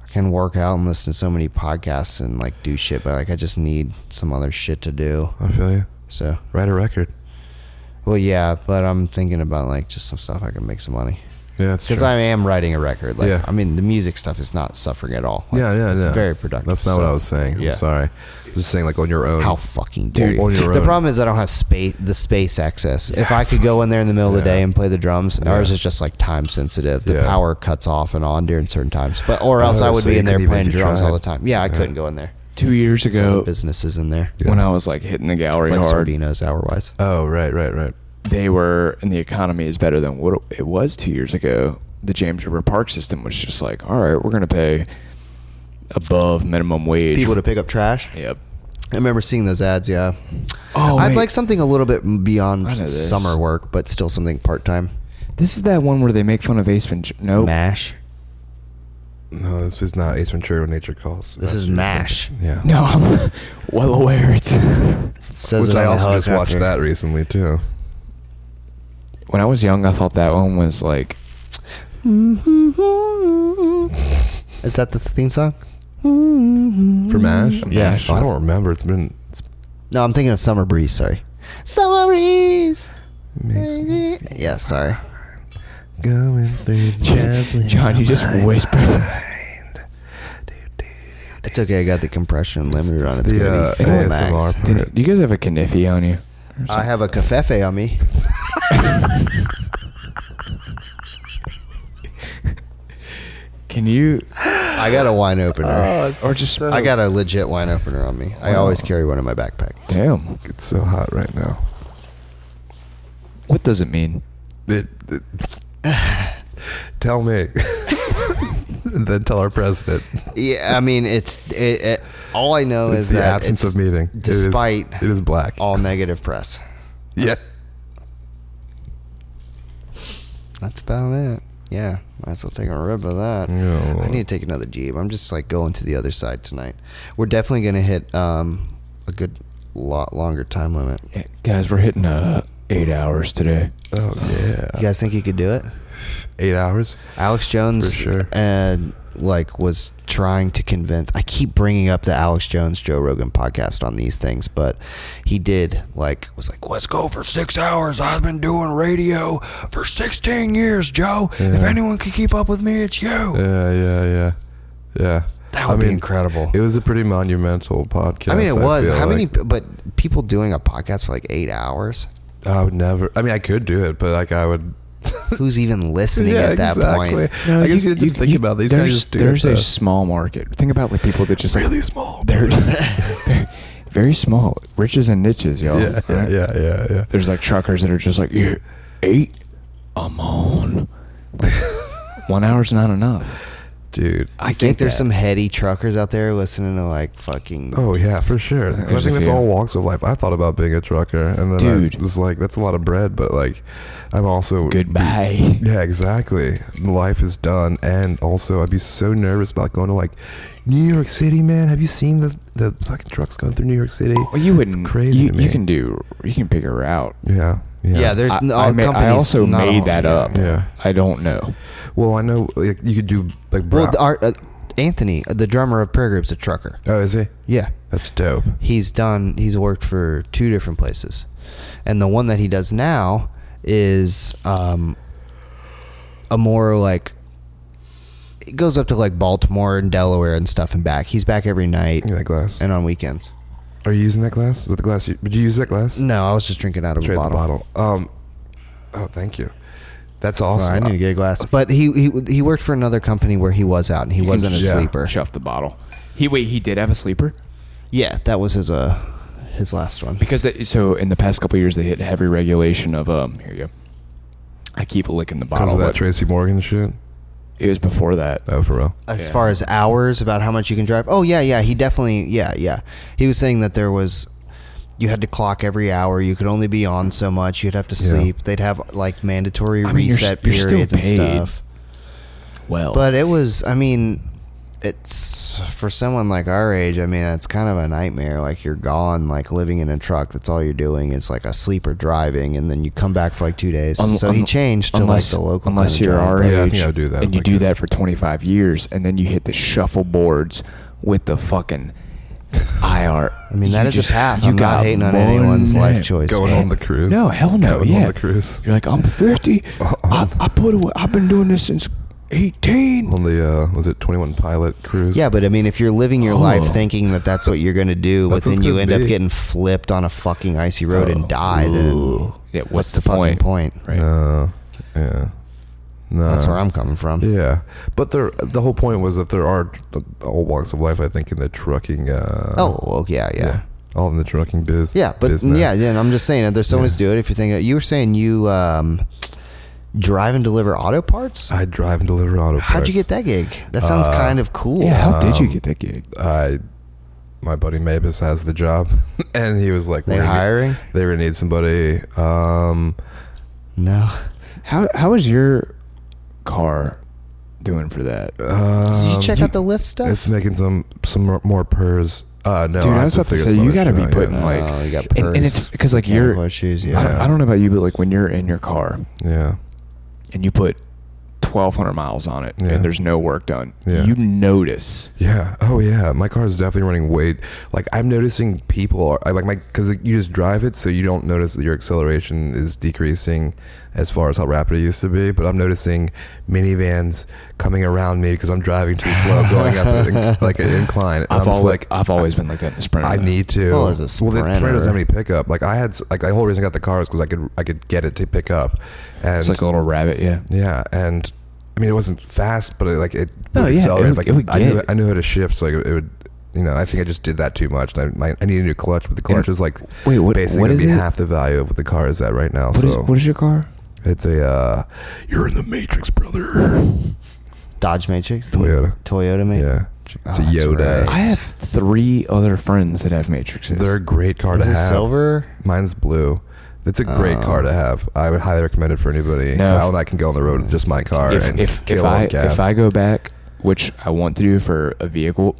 B: I can work out and listen to so many podcasts and like do shit, but like I just need some other shit to do.
C: I feel you.
B: So,
C: Write a record.
B: well, yeah, but I'm thinking about like just some stuff I can make some money.
C: Yeah, that's
B: because
C: true.
B: I am writing a record. Like,
C: Yeah.
B: I mean, the music stuff is not suffering at all. Like,
C: yeah, yeah,
B: it's
C: yeah.
B: very productive.
C: That's not what
B: so-
C: I was saying.
B: Yeah.
C: I'm sorry. I'm just saying, like, on your own.
B: How fucking dare
C: on
B: you?
C: your
B: The
C: own.
B: problem is I don't have space, the space access. if I could go in there in the middle of the
C: Yeah.
B: day and play the drums,
C: Yeah.
B: ours is just like time sensitive. The
C: Yeah.
B: power cuts off and on during certain times, but or else
C: Oh,
B: I would
C: so
B: be
C: you
B: in there
C: couldn't even
B: playing
C: if you
B: drums all
C: tried.
B: the time. Yeah, I
C: Yeah.
B: couldn't go in there.
D: Two years
B: There's other
D: ago,
B: businesses in there.
D: when I was like hitting the gallery
B: Like
D: hard,
B: Sordinos hour wise.
C: oh, right, right, right.
D: they were, and the economy is better than what it was two years ago. The James River Park system was just like, all right, we're gonna pay above minimum wage.
B: People to pick up trash.
D: yep.
B: I remember seeing those ads. Yeah.
D: Oh,
B: I'd
D: wait.
B: like something a little bit
D: I know
B: beyond
D: this.
B: summer work, but still something part time.
D: This is that one where they make fun of Ace Ventura. No,
B: Mash.
C: No, this is not Ace Ventura when nature calls.
B: This
C: That's
B: is
C: your-
B: Mash.
C: Yeah.
D: no, I'm well aware. It's
B: Says
C: Which
B: it
C: I
B: on the
C: also just watched
B: helicopter.
C: that recently, too.
D: when I was young, I thought that one was like
B: Is that the theme song?
C: For
B: Mm-hmm.
C: MASH?
D: Yeah.
C: Oh, I don't remember. It's been. It's
B: No, I'm thinking of Summer Breeze. Sorry, Summer Breeze.
C: makes me
B: Yeah, sorry.
C: going through jasmine.
D: John. You just whispered.
B: It's okay. I got the compression limiter on. It's
C: the,
B: gonna be
C: uh,
B: full
C: ASMR
B: max.
C: part.
D: Do you- do you guys have a kniffy on you?
B: I have a cafefe on me.
D: Can you?
B: I got a wine opener.
C: or just Oh, so,
B: I got a legit wine opener on me. I always carry one in my backpack.
D: Damn.
C: It's so hot right now.
D: What does it mean?
C: It, it- tell me. And then tell our president.
B: Yeah, I mean it's it, it, all I know
C: It's
B: is
C: the
B: that
C: absence
B: it's
C: of meeting. It is-
B: despite
C: it is, black.
B: all negative press.
C: yeah.
B: That's about it. Yeah, might as well take a rib of that.
C: Yeah, well.
B: I need to take another jeep. I'm just like going to the other side tonight. We're definitely gonna hit um, a good lot longer time limit.
D: Yeah, guys, we're hitting uh, eight hours today.
C: Oh yeah,
B: You guys think you could do it?
C: eight hours.
B: Alex Jones,
C: For sure.
B: and like was trying to convince. I keep bringing up the Alex Jones Joe Rogan podcast on these things, but he did like was like, let's go for six hours. I've been doing radio for sixteen years, Joe. If anyone can keep up with me, it's you.
C: Yeah, yeah, yeah, yeah.
B: That would be incredible.
C: It was a pretty monumental podcast.
B: I mean, it was
C: feel
B: how many?
C: like.
B: But people doing a podcast for like eight hours.
C: I would never. I mean, I could do it, but like I would.
B: Who's even listening at that point?
C: I guess you, didn't think about these.
D: There's,
C: guys just do
D: there's
C: it,
D: a
C: though.
D: small market. Think about like people that just like
C: really small.
D: they're very, very small, riches and niches, y'all.
C: yeah, yeah,
D: Alright?
C: yeah, yeah, yeah.
D: There's like truckers that are just like yeah, eight. I'm on. One hour's not enough.
C: Dude.
B: I
D: I
B: think
D: get
B: there's
D: that.
B: some heady truckers out there listening to like fucking
C: Oh yeah, for sure. 'Cause I
D: There's a
C: think that's
D: few.
C: all walks of life. I thought about being a trucker, and then
D: Dude.
C: I was like, "That's a lot of bread," but like, I'm also
D: goodbye.
C: Yeah, exactly. Life is done, and also I'd be so nervous about going to like New York City, man. Have you seen the the fucking trucks going through New York City?
D: Well, you wouldn't.
C: crazy
D: You,
C: to
D: you
C: me.
D: can do. You can figure her out.
C: Yeah, yeah,
B: yeah. There's
D: I,
B: no
D: I, ma- I
B: companies-
D: also
B: not
D: made
B: all-
D: that
B: yeah.
D: up.
C: Yeah.
D: I don't know.
C: Well, I know like, you could do like. Bra-
B: Well, the- our, uh, Anthony, the drummer of Prayer Group's a trucker.
C: oh, is he?
B: Yeah,
C: That's dope.
B: he's done. He's worked for two different places, and the one that he does now is um, a more like it goes up to like Baltimore and Delaware and stuff and back. He's back every night
C: Give me that glass.
B: and on weekends.
C: Are you using that glass? Is that the glass? You, would you use that glass?
B: No, I was just drinking out of
C: Straight
B: a
C: at the
B: bottle.
C: bottle. Um. Oh, thank you. That's
B: Well,
C: awesome.
B: I need to get a glass. But he, he he worked for another company where he was out and he wasn't a
C: just- yeah.
B: sleeper.
D: Shuff the bottle. He wait. He did have a sleeper
B: Yeah, that was his uh his last one.
D: because they, so in the past couple of years they hit heavy regulation of um. Here you go. I keep licking the
C: Because
D: bottle.
C: of that
D: but
C: Tracy Morgan shit.
D: It was before that.
C: Oh, for real.
B: As
D: Yeah.
B: far as hours about how much you can drive. Oh yeah, yeah, he definitely yeah, yeah. He was saying that there was you had to clock every hour. You could only be on so much. You'd have to
C: Yeah.
B: sleep. They'd have like mandatory
D: I mean, you're s-
B: reset
D: you're still
B: periods and
D: paid.
B: stuff.
D: Well,
B: But it was, I mean, it's for someone like our age. I mean, it's kind of a nightmare. Like you're gone, like living in a truck. That's all you're doing is like a sleeper driving, and then you come back for like two days.
D: Un-
B: so he
D: un-
B: changed to
D: unless,
B: like the local.
D: Unless
B: kind of
D: you're
B: job.
D: our
C: Yeah, I
D: age,
C: think I would do that
D: and you
C: like
D: do
C: that.
D: that for 25 years, and then you hit the shuffleboards with the fucking IR.
B: I mean, that
D: you
B: is a path.
D: You
B: I'm not
D: got
B: hating on
D: one
B: anyone's life
D: night.
B: choice.
C: Going
B: man.
C: on the cruise.
D: No, hell no.
C: Going
D: yeah.
C: on the cruise. Uh-uh.
D: You're like, I'm 50. I, I put away. I've been doing this since 18.
C: On the uh, was it Twenty One Pilot cruise?
B: Yeah, but I mean, if you're living your
D: Oh.
B: life thinking that that's what you're going to do, but
C: That's what's
B: then you
C: gonna
B: end up
C: be.
B: getting flipped on a fucking icy road and die, then
D: Oh. Yeah, what's,
B: what's the
D: point? Uh,
B: fucking point?
D: Right.
C: No. Yeah. No.
B: That's where I'm coming from.
C: Yeah, but there the whole point was that there are all walks of life. I think in the trucking. Uh,
B: Oh, well, yeah, yeah.
C: all in the trucking biz.
B: Yeah, but mm,
C: business.
B: yeah, yeah. and I'm just saying, if there's someone who's
C: Yeah.
B: do it, if you're thinking, you were saying you um, drive and deliver auto parts.
C: I Uh, drive and deliver auto.
B: How'd you get that gig? That sounds kind of cool.
D: yeah, how did you
C: Um,
D: get that gig?
C: I, my buddy Mabus has the job, and he was like,
B: They
C: "We're gonna-
B: hiring?
C: They were gonna need somebody." Um,
B: No,
D: How How is your car doing for that?
B: did you
C: um,
B: check out the lift stuff?
C: It's making some some more purrs. Uh, no,
D: Dude, I
C: have
D: was
C: to
D: about to
C: figure
D: say
C: some
D: you
C: other
D: got to
C: shit
D: be
C: out,
D: putting
C: yeah.
D: like,
B: Oh, you got
D: and, and
B: purrs,
D: it's because like
B: mechanical
D: you're,
B: issues,
D: I, don't,
C: yeah.
D: I don't know about you, but like when you're in your car
C: yeah.
D: and you put 1,200 miles on it
C: Yeah.
D: and there's no work done,
C: Yeah.
D: you notice.
C: Yeah. Oh, yeah. My car is definitely running weight. Like I'm noticing people are I, like my because you just drive it, so you don't notice that your acceleration is decreasing as far as how rapid it used to be. But I'm noticing minivans coming around me because I'm driving too slow, going up an- like an incline. And
D: I've
C: I'm just
D: always,
C: like,
D: I've always been like that in the Sprinter.
C: I
D: though.
C: need to.
B: Well, as a
C: well, the Sprinter doesn't
B: Sprinter.
C: have any pickup. Like I had, s- like the whole reason I got the car is because I could, I could get it to pick up. And
D: It's like a little rabbit, yeah.
C: yeah, and I mean it wasn't fast, but it, like it.
D: No,
C: would
D: yeah,
C: accelerate
D: it
C: if I
D: would- it would
C: I knew
D: get-
C: I knew how to shift, so like it, would. You know, I think I just did that too much. And I, my, I need a new clutch, but the clutch is like
D: wait, what-
C: Basically,
D: what
C: gonna
D: is
C: be
D: it?
C: half the value of what the car is at right now.
D: What is,
C: so
D: what is your car?
C: it's a. Uh, You're in the Matrix, brother.
B: Dodge Matrix,
C: Toyota.
B: Toyota Matrix.
C: Yeah, it's a
B: Oh, that's
C: Yoda.
B: right.
D: I have three other friends that have matrices.
C: They're a great car
B: Is
C: to
B: it
C: have.
B: silver?
C: Mine's blue. It's a great car to have. I would highly recommend it for anybody.
D: Oh. No,
C: Kyle
D: if-
C: and I can go on the road with just my car
D: if,
C: and
D: if,
C: kill
D: if,
C: on
D: I,
C: gas.
D: if I go back, which I want to do for a vehicle,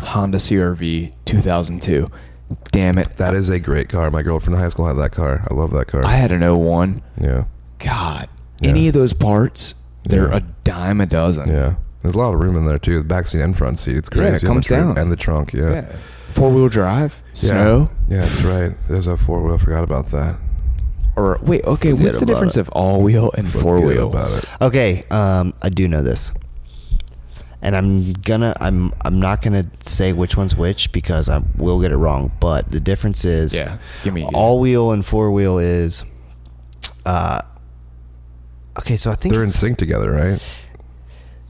D: Honda CRV 2002 Damn it.
C: That is a great car. My girlfriend in high school had that car. I love that car.
D: I had an 01.
C: yeah.
D: God.
C: Yeah.
D: Any of those parts, they're
C: Yeah.
D: a dime a dozen.
C: Yeah. There's a lot of room in there too. The back seat and front seat. It's
D: Yeah, it
C: crazy. how
D: comes
C: much room-
D: down.
C: And the trunk. Yeah. Yeah.
D: Four wheel drive, snow.
C: Yeah, that's right. There's a four wheel. I forgot about that.
D: Or wait, okay, what's the
B: about
D: difference
B: it.
D: of all wheel and four
C: Forget
D: wheel?
C: About it.
B: Okay, um, I do know this, and I'm gonna I'm I'm not gonna say which one's which because I will get it wrong. But the difference is,
D: Yeah, give me-
B: all wheel and four wheel is, uh, okay. So I think
C: They're in
B: it's-
C: sync together, right?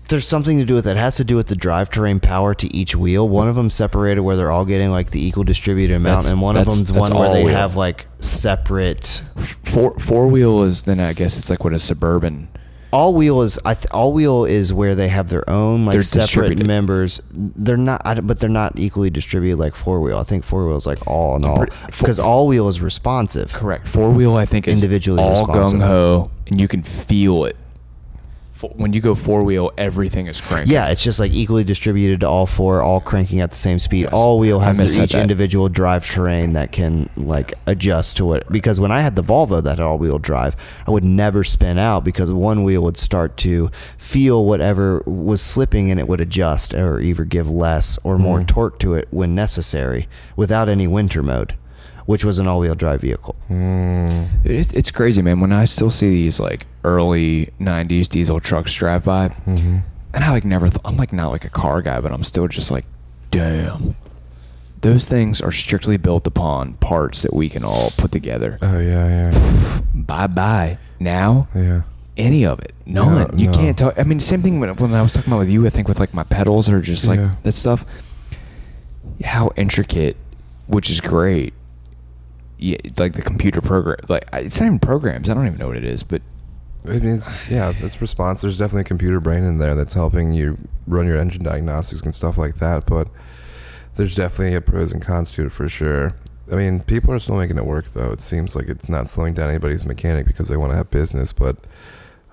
B: there's something to do with that. It has to do with the drivetrain power to each wheel. One of them separated where they're all getting like the equal distributed amount,
D: That's-
B: and one of
D: that's-
B: them's
D: that's
B: one where
D: all
B: they
D: wheel.
B: have like separate.
D: Four four wheel is then I guess it's like what a suburban.
B: All wheel is I th- all wheel is where they have their own like
D: They're
B: separate
D: distributed.
B: members. They're not, I, don't- but they're not equally distributed like four wheel. I think four wheel is like all in all
D: pretty- fo-
B: because all wheel is responsive.
D: Correct. Four wheel I think is
B: Individually
D: all
B: responsible.
D: gung ho and you can feel it. Fo- When you go four wheel, everything is cranking.
B: Yeah, it's just like equally distributed to all four, all cranking at the same speed.
D: Yes.
B: All wheel
D: I
B: has
D: missaid
B: their each
D: that.
B: individual drive terrain that can like adjust to it. Because when I had the Volvo that had all wheel drive, I would never spin out because one wheel would start to feel whatever was slipping and it would adjust or either give less or more
D: Mm.
B: torque to it when necessary without any winter mode, which was an all wheel drive vehicle.
D: Mm.
C: Mm-hmm.
D: It, it's crazy, man. When I still see these like early '90s diesel trucks drive by,
C: Mm-hmm.
D: and I like never, th- I'm like not like a car guy, but I'm still just like, damn, those things are strictly built upon parts that we can all put together.
C: Oh yeah, yeah,
D: bye bye. Now,
C: yeah.
D: any of it, none. you
C: no.
D: can't talk. I mean, same thing when, when I was talking about with you. I think with like my pedals are just like
C: Yeah.
D: that stuff. How intricate, which is great. Yeah, like the computer program. Like I- it's not even programs. I don't even know what it is, but
C: It means yeah. It's response. There's definitely a computer brain in there that's helping you run your engine diagnostics and stuff like that. But there's definitely a pros and cons to it for sure. I mean, people are still making it work though. It seems like it's not slowing down anybody's mechanic because they want to have business. But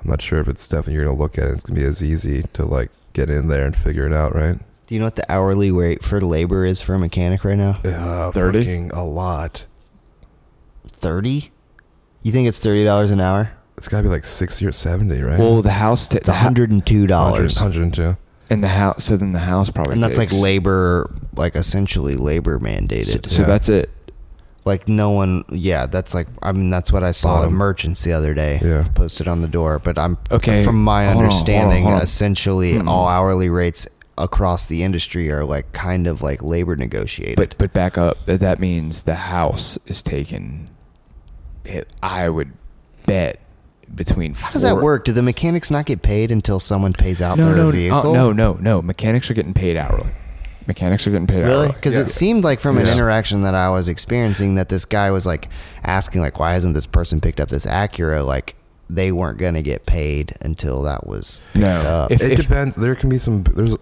C: I'm not sure if it's stuff you're gonna look at. It's gonna be as easy to like get in there and figure it out, right?
B: Do you know what the hourly rate for labor is for a mechanic right now?
C: Uh,
D: 30?
C: fucking a lot.
B: 30? You think it's $30 an hour?
C: It's gotta be like sixty or seventy, right?
D: well, the house t-
B: It's
D: the hou-
B: $102.
C: hundred and two.
D: and the house. So then the house probably
B: and that's like
D: takes-
B: labor like essentially labor
D: So,
B: mandated
D: so
C: Yeah.
D: that's it.
B: like no one yeah that's like i mean that's what i saw
C: Bottom.
B: at merchants the other day
C: Yeah.
B: posted on the door but i'm
D: Okay,
B: from my
D: hold on, hold on,
B: understanding
D: hold on. Hmm.
B: essentially all hourly rates across the industry are like kind of like labor negotiated
D: But but back up. That- That means the house is taken. It, I would bet between
B: how does that work do the mechanics not get paid until someone pays out their
D: no,
B: vehicle
D: Oh, no, no, no. Mechanics are getting paid hourly. Mechanics are getting paid
B: Really?
D: hourly.
B: Because
C: Yeah.
B: it seemed like from an
C: Yeah.
B: interaction that I was experiencing that this guy was like asking like why hasn't this person picked up this Acura like they weren't gonna get paid until that was picked
D: No.
B: up.
D: If-
C: It depends. There can be some. There's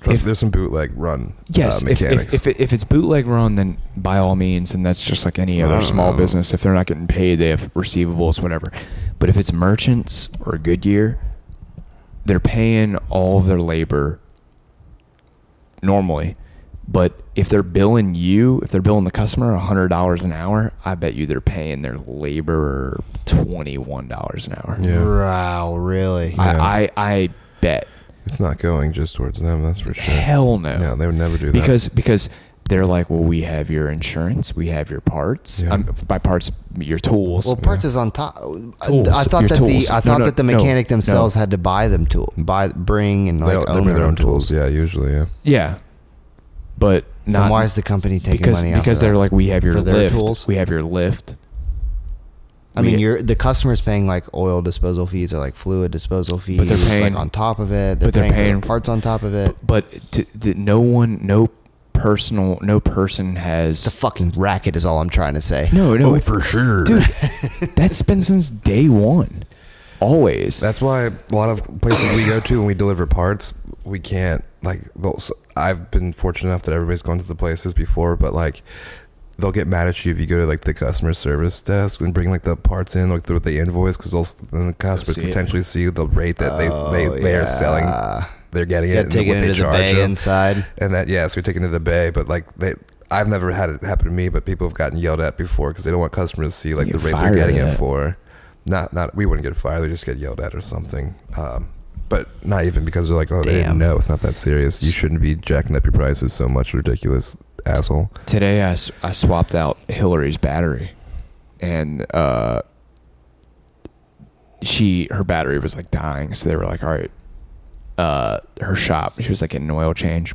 C: trust,
D: If-
C: there's some bootleg run.
D: Yes,
C: uh,
D: if,
C: mechanics.
D: if, if, it- if it's bootleg run, then by all means, and that's just like any
C: I
D: other
C: don't
D: small
C: know.
D: business. If they're not getting paid, they have receivables, whatever. But if it's merchants or Goodyear, they're paying all of their labor normally. But if they're billing you, if they're billing the customer hundred dollars an hour, I bet you they're paying their laborer twenty one dollars an hour.
C: yeah,
B: Wow, really?
C: Yeah.
D: I, I I bet
C: it's not going just towards them. That's for sure.
D: hell no.
C: No, they would never do that.
D: because because they're like, well, we have your insurance, we have your parts.
C: Yeah.
D: Um, by parts, your tools.
B: well, parts is on top. I-
D: Tools,
B: I thought
D: your
B: that
D: tools.
B: the I
D: No,
B: thought
D: no,
B: that the
D: no,
B: mechanic
D: no.
B: themselves had to buy them to buy buy—bring and
C: they,
B: like
C: don't- they
B: own
C: bring
B: their own tools.
C: Yeah, usually. Yeah.
D: yeah, but
B: Then
D: not
B: why is the company taking
D: because
B: money out
D: because
B: of
D: they're
B: that?
D: like, we have your
B: For their
D: lift,
B: tools?
D: we have your lift.
B: I mean,
D: we-
B: you're the customers paying like oil disposal fees or like fluid disposal fees,
D: they're paying-
B: like on top of it. They're
D: but they're
B: paying, for their
D: paying-
B: parts on top of it.
D: But to, the, no one, no personal, no person
B: The
D: has.
B: fucking racket is all I'm trying to say.
D: no, no, if-
C: sure.
D: dude. that's been since day one, always.
C: That's why a lot of places we go to when we deliver parts, we can't like. Those, I've been fortunate enough that everybody's gone to the places before, but like. They'll get mad at you if you go to like the customer service desk and bring like the parts in, like the, with the invoice, because they'll s- then the customers
D: see it.
C: potentially see the rate that they they, they are selling, they're getting
B: You
C: it,
B: Oh, gotta take
C: and what
B: it
C: they
B: into the
C: charge
B: bay
C: them.
B: inside.
C: and that yes, we take it into the bay, but like they I've never had it happen to me, but people have gotten yelled at before because they don't want customers to see like
D: You
C: the
D: get
C: rate they're
D: fired
C: getting
D: over
C: it
D: that.
C: for. Not not we wouldn't get fired; they just get yelled at or something. Um, but not even because they're like, oh, they
B: Damn.
C: didn't know it's not that serious. You shouldn't be jacking up your prices so much, ridiculous asshole.
D: Today I, s- I swapped out Hillary's battery, and uh, she her battery was like dying, so they were like, "All right, uh, her shop." She was like getting an oil change.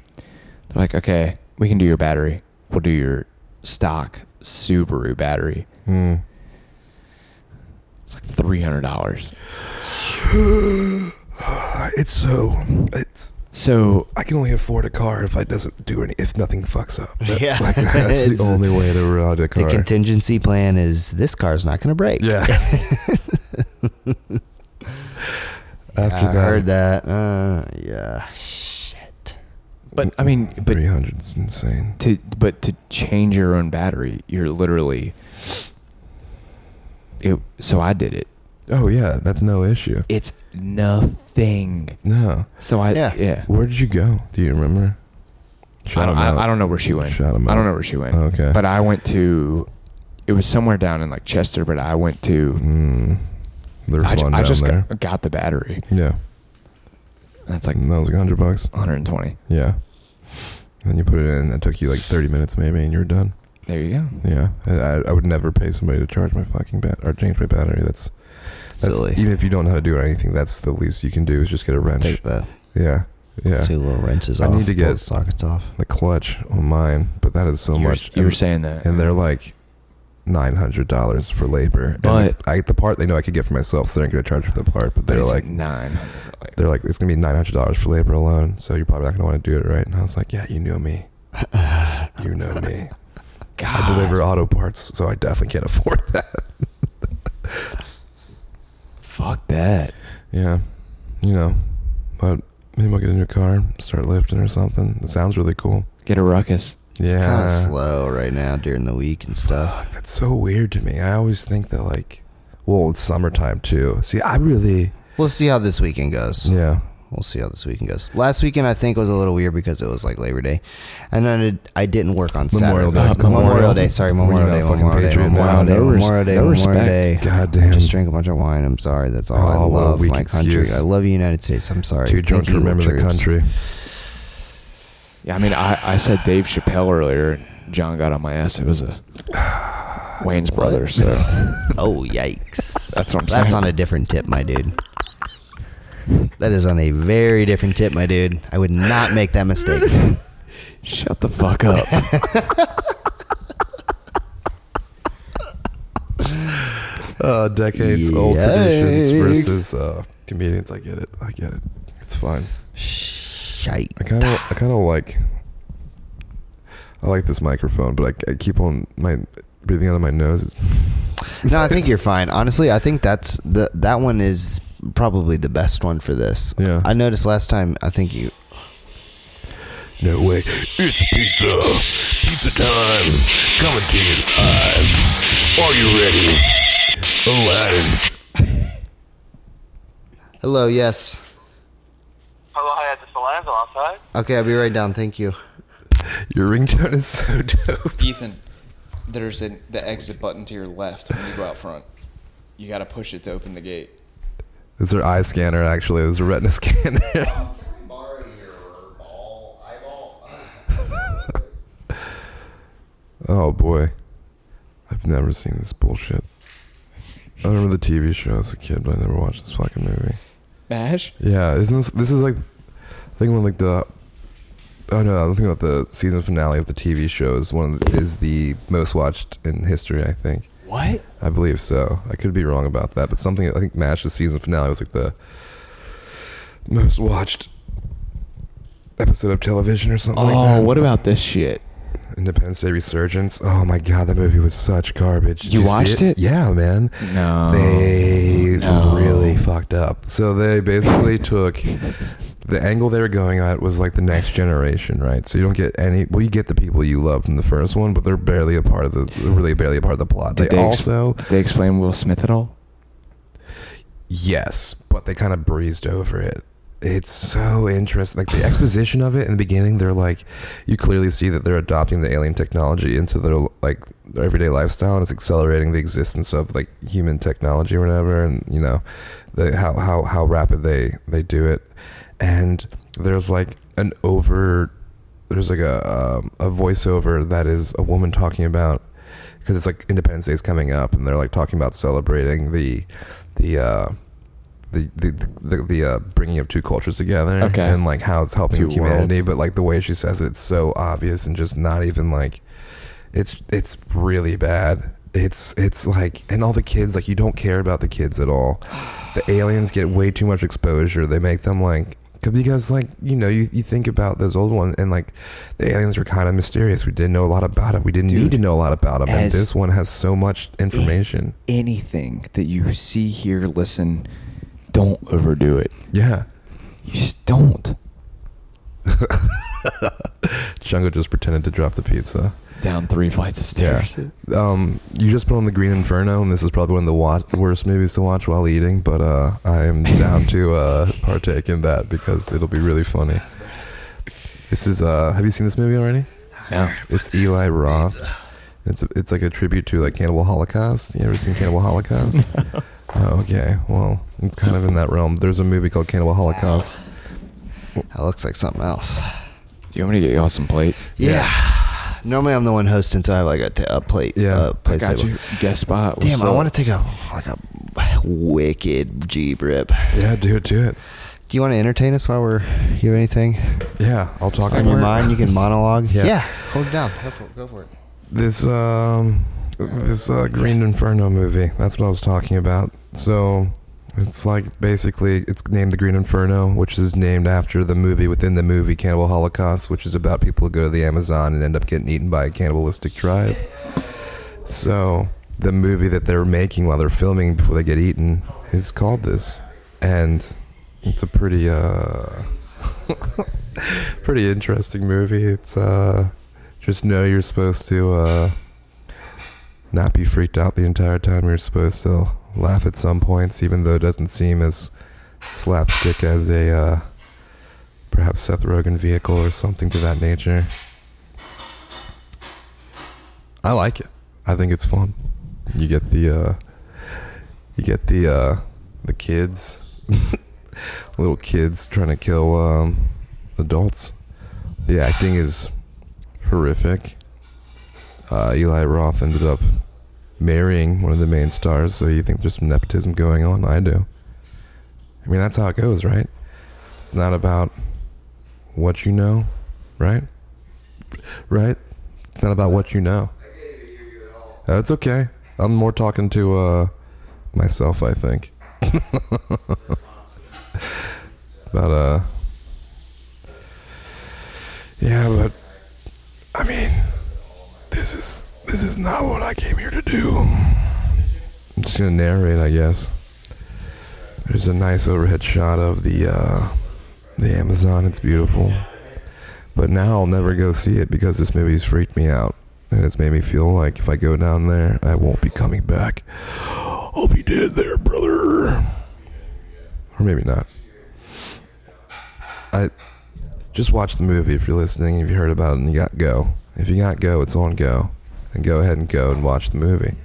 D: They're like, "Okay, we can do your battery. We'll do your stock Subaru battery.
C: Mm.
D: It's like three hundred dollars."
C: Uh, It's so it's.
D: So
C: I can only afford a car if I doesn't do any if nothing fucks up. That's
B: Yeah.
C: like, that's
B: It's-
C: the only way to ride a
B: The
C: car.
B: contingency plan is this car's not going to break.
C: yeah. After
B: I
C: that,
B: heard that. Uh, yeah. Shit.
D: But I mean, but
C: 300 is insane.
D: to but to change your own battery, you're literally. It, so I did it.
C: Oh yeah, that's no issue.
D: It's nothing.
C: No.
D: So I
B: Yeah.
D: yeah.
C: Where did you go? Do you remember?
D: I
C: Shout
D: don't,
C: 'em out.
D: I, I don't know where she went.
C: Shout 'em
D: I
C: out.
D: don't
C: Oh,
D: know where she went.
C: Okay.
D: But I went to. It was somewhere down in like Chester, but I went to.
C: Mm, they're
D: I, ju-
C: fun
D: I
C: down
D: just
C: there.
D: got, got the battery.
C: yeah.
D: That's like
C: And that was like hundred bucks.
D: 120.
C: Yeah. And then you put it in. That took you like thirty minutes maybe, and you're done.
D: There you go.
C: Yeah. I, I- I would never pay somebody to charge my fucking bat or change my battery. That's that's
B: Silly.
C: even if you don't know how to do anything, that's the least you can do is just get a wrench.
B: Take the
C: yeah. Yeah.
B: two little wrenches
C: I
B: off.
C: need to
B: pull the
C: get-
B: sockets off.
C: The clutch on mine, but that is so
D: you, were,
C: much.
D: you were
C: And-
D: saying that.
C: and they're like nine hundred dollars for labor. And, like, I the part they know I could get for myself, so they're not gonna charge for the part. But
D: But
C: they're
D: it's
C: like,
D: nine.
C: they're like, it's gonna be nine hundred dollars for labor alone. So you're probably not gonna want to do it, right? And I was like, yeah, you know me, you know me.
D: God.
C: I deliver auto parts, so I definitely can't afford that.
D: Fuck that.
C: Yeah, you know, but maybe I'll get a new car, start lifting or something. It sounds really cool.
D: Get a ruckus.
B: It's kind of
C: Yeah,
B: slow right now during the week and stuff.
C: Fuck, that's so weird to me. I always think that like, well, it's summertime too. See, I really,
B: We'll see how this weekend goes.
C: yeah.
B: We'll see how this weekend goes. Last weekend I think was a little weird because it was like Labor Day, and then it, I didn't work on
C: Memorial
B: Saturday.
C: Day.
B: Memorial,
C: Memorial.
B: Day. Sorry,
C: Well, you're
B: Memorial
C: not
B: Day.
C: a fucking
B: Memorial Day.
C: patriot,
B: Memorial
C: man.
B: Day.
D: No res-
B: Memorial Day.
D: no
B: Memorial
D: respect.
B: Day. I
C: Goddamn.
B: just drank a bunch of wine. I'm sorry. That's all I
C: Oh, what a
B: love
C: weak
B: my country.
C: excuse.
B: I love the United States. I'm sorry.
C: Too drunk
B: Thank
C: to
B: you,
C: remember the
B: troops.
C: country.
D: Yeah, I mean, I, I said Dave Chappelle earlier. John got on my ass. It was a Wayne's brother. So
B: Oh yikes!
D: That's what I'm
B: That's
D: saying.
B: on a different tip, my dude. That is on a very different tip, my dude. I would not make that mistake.
D: shut the fuck up.
C: Uh, decades old
B: Yikes.
C: traditions versus uh, comedians. I get it. I get it. It's fine.
B: Shite.
C: I kind of I kind of like I like this microphone, but I, I keep on my breathing out of my nose. It's,
B: No, I think you're fine. Honestly, I think that's the that one is probably the best one for this.
C: Yeah.
B: I noticed last time. I think you.
C: no way. It's pizza. Pizza time. Coming to you live. Are you ready? Aladdin's.
B: Hello. Yes.
F: Hello, hi, this is Alonzo outside.
B: Okay, I'll be right down. Thank you.
C: Your ringtone is so dope.
D: Ethan, there's an, the exit button to your left when you go out front. You got to push it to open the gate.
C: It's her eye scanner. Actually, it's a retina scanner. Oh boy. I've never seen this bullshit. I remember the TV show as a kid, but I never watched this fucking movie.
D: Mash?
C: Yeah, isn't this this is like I think one of like the Oh no, I'm thinking about the season finale of the TV show is one of the, is the most watched in history, I think.
D: What?
C: I believe so. I could be wrong about that, but something I think Mash's season finale was like the most watched episode of television or something like that.
D: Oh, what about this shit?
C: Independence Day Resurgence. Oh my god, that movie was such garbage. Did
D: You
C: see
D: watched it?
C: Yeah, man.
D: No.
C: They
D: No.
C: really fucked up. So they basically took the angle they were going at was like the next generation, right? So you don't get any. Well, you get the people you love from the first one, but they're barely a part of the. They're really barely a part of the plot. They,
D: Did they ex-
C: also
D: Did they explain Will Smith at all?
C: yes, but they kind of breezed over it. it's so interesting. Like the exposition of it in the beginning, they're like, you clearly see that they're adopting the alien technology into their like their everyday lifestyle, and it's accelerating the existence of like human technology or whatever. And you know, the, how how how rapid they they do it, and there's like an over, there's like a um, a voiceover that is a woman talking about because it's like Independence Day is coming up, and they're like talking about celebrating the the. uh the the the, the uh, bringing of two cultures together
D: Okay.
C: and like how it's helping
D: Two
C: humanity
D: worlds.
C: but like the way she says it's so obvious and just not even like it's it's really bad it's it's like and all the kids like you don't care about the kids at all the aliens get way too much exposure they make them like 'cause- because like you know you, you think about those old ones and like the aliens were kind of mysterious we didn't know a lot about it we didn't need to know a lot about them and
D: as-
C: Oh, this one has so much information
D: Anything that you see, hear, listen, don't overdo it.
C: yeah
D: You just don't.
C: Django just pretended to drop the pizza.
D: Down three flights of stairs.
C: Um, you just put on the Green Inferno, and this is probably one of the wa- worst movies to watch while eating. But uh, I am down to uh, partake in that because it'll be really funny. This is. Uh, have you seen this movie already?
D: No.
C: It's Eli Roth. It's it's like a tribute to like Cannibal Holocaust. You ever seen Cannibal Holocaust? Oh, okay. Well, it's kind of in that realm. There's a movie called Cannibal Holocaust.
B: That looks like something else.
D: You want me to get y'all some plates?
B: Yeah. Normally I'm the one hosting, so I have like a, t- a plate.
C: Yeah.
B: uh, plate
D: Got
B: table.
D: you. Guest spot. What's
B: Damn, I
D: up?
B: want to take a like a wicked Jeep rip. Do
C: Yeah, do it, do it.
B: you want to entertain us while we're? You have anything
C: Yeah, I'll talk
B: on
C: about
B: your mind? You can monologue.
C: Yeah.
B: hold it down. Go for, go for it.
C: this um this uh, Green Inferno movie. That's what I was talking about. So it's like basically it's named the Green Inferno, which is named after the movie within the movie Cannibal Holocaust, which is about people who go to the Amazon and end up getting eaten by a cannibalistic tribe. So the movie that they're making while they're filming before they get eaten is called this, and it's a pretty uh pretty interesting movie. It's uh just know you're supposed to uh, not be freaked out the entire time. You're supposed to laugh at some points, even though it doesn't seem as slapstick as a uh, perhaps Seth Rogen vehicle or something to that nature. I like it. I think it's fun. You get the uh, you get the uh, the kids, little kids trying to kill um, adults. The acting is horrific. Uh, Eli Roth ended up marrying one of the main stars, so you think there's some nepotism going on? I do. I mean, that's how it goes, right? It's not about what you know, right? Right? It's not about what you know. That's okay. I'm more talking to uh, myself, I think. but uh, yeah, but I mean, this is this is not what I came here to do. I'm just gonna narrate, I guess. There's a nice overhead shot of the uh, the Amazon. It's beautiful, but now I'll never go see it because this movie's freaked me out, and it's made me feel like if I go down there, I won't be coming back. I'll be dead there, brother, or maybe not. I just watch the movie if you're listening. If you heard about it and you got Go, if you got Go, it's on Go, and go ahead and go and watch the movie.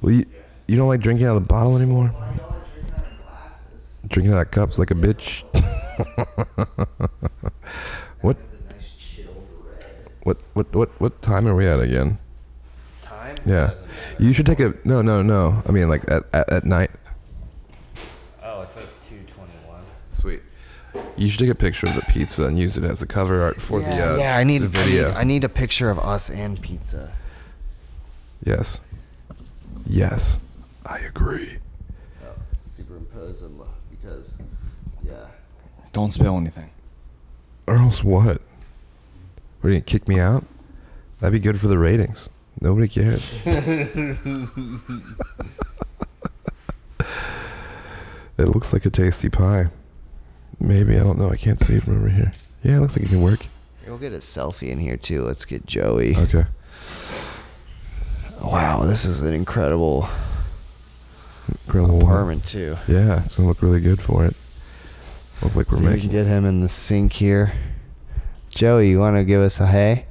C: Well, you, you don't like drinking out of the bottle anymore. Drinking out of cups like a bitch. what? What? What? What? What time are we at again? Time. Yeah, you should take a no, no, no. I mean, like at at, at night.
G: Oh, it's like 221.
C: Sweet. You should take a picture of the pizza and use it as the cover art for the uh,
B: yeah, I need
C: the video.
B: I need a picture of us and pizza.
C: yes, yes, I agree.
B: Superimpose them uh, because yeah.
D: Don't spill anything.
C: Or else what? What are you gonna kick me out? That'd be good for the ratings. Nobody cares. it looks like a tasty pie. Maybe I don't know. I can't see it from over here. Yeah, it looks like it can work.
B: We'll get a selfie in here too. Let's get Joey.
C: Okay.
B: Wow, this is an incredible
C: Grill will work.
B: apartment too.
C: Yeah, it's gonna look really good for it. Look like
B: See
C: we're
B: if we can
C: making.
B: get him in the sink here. Joey, you want to give us a hey?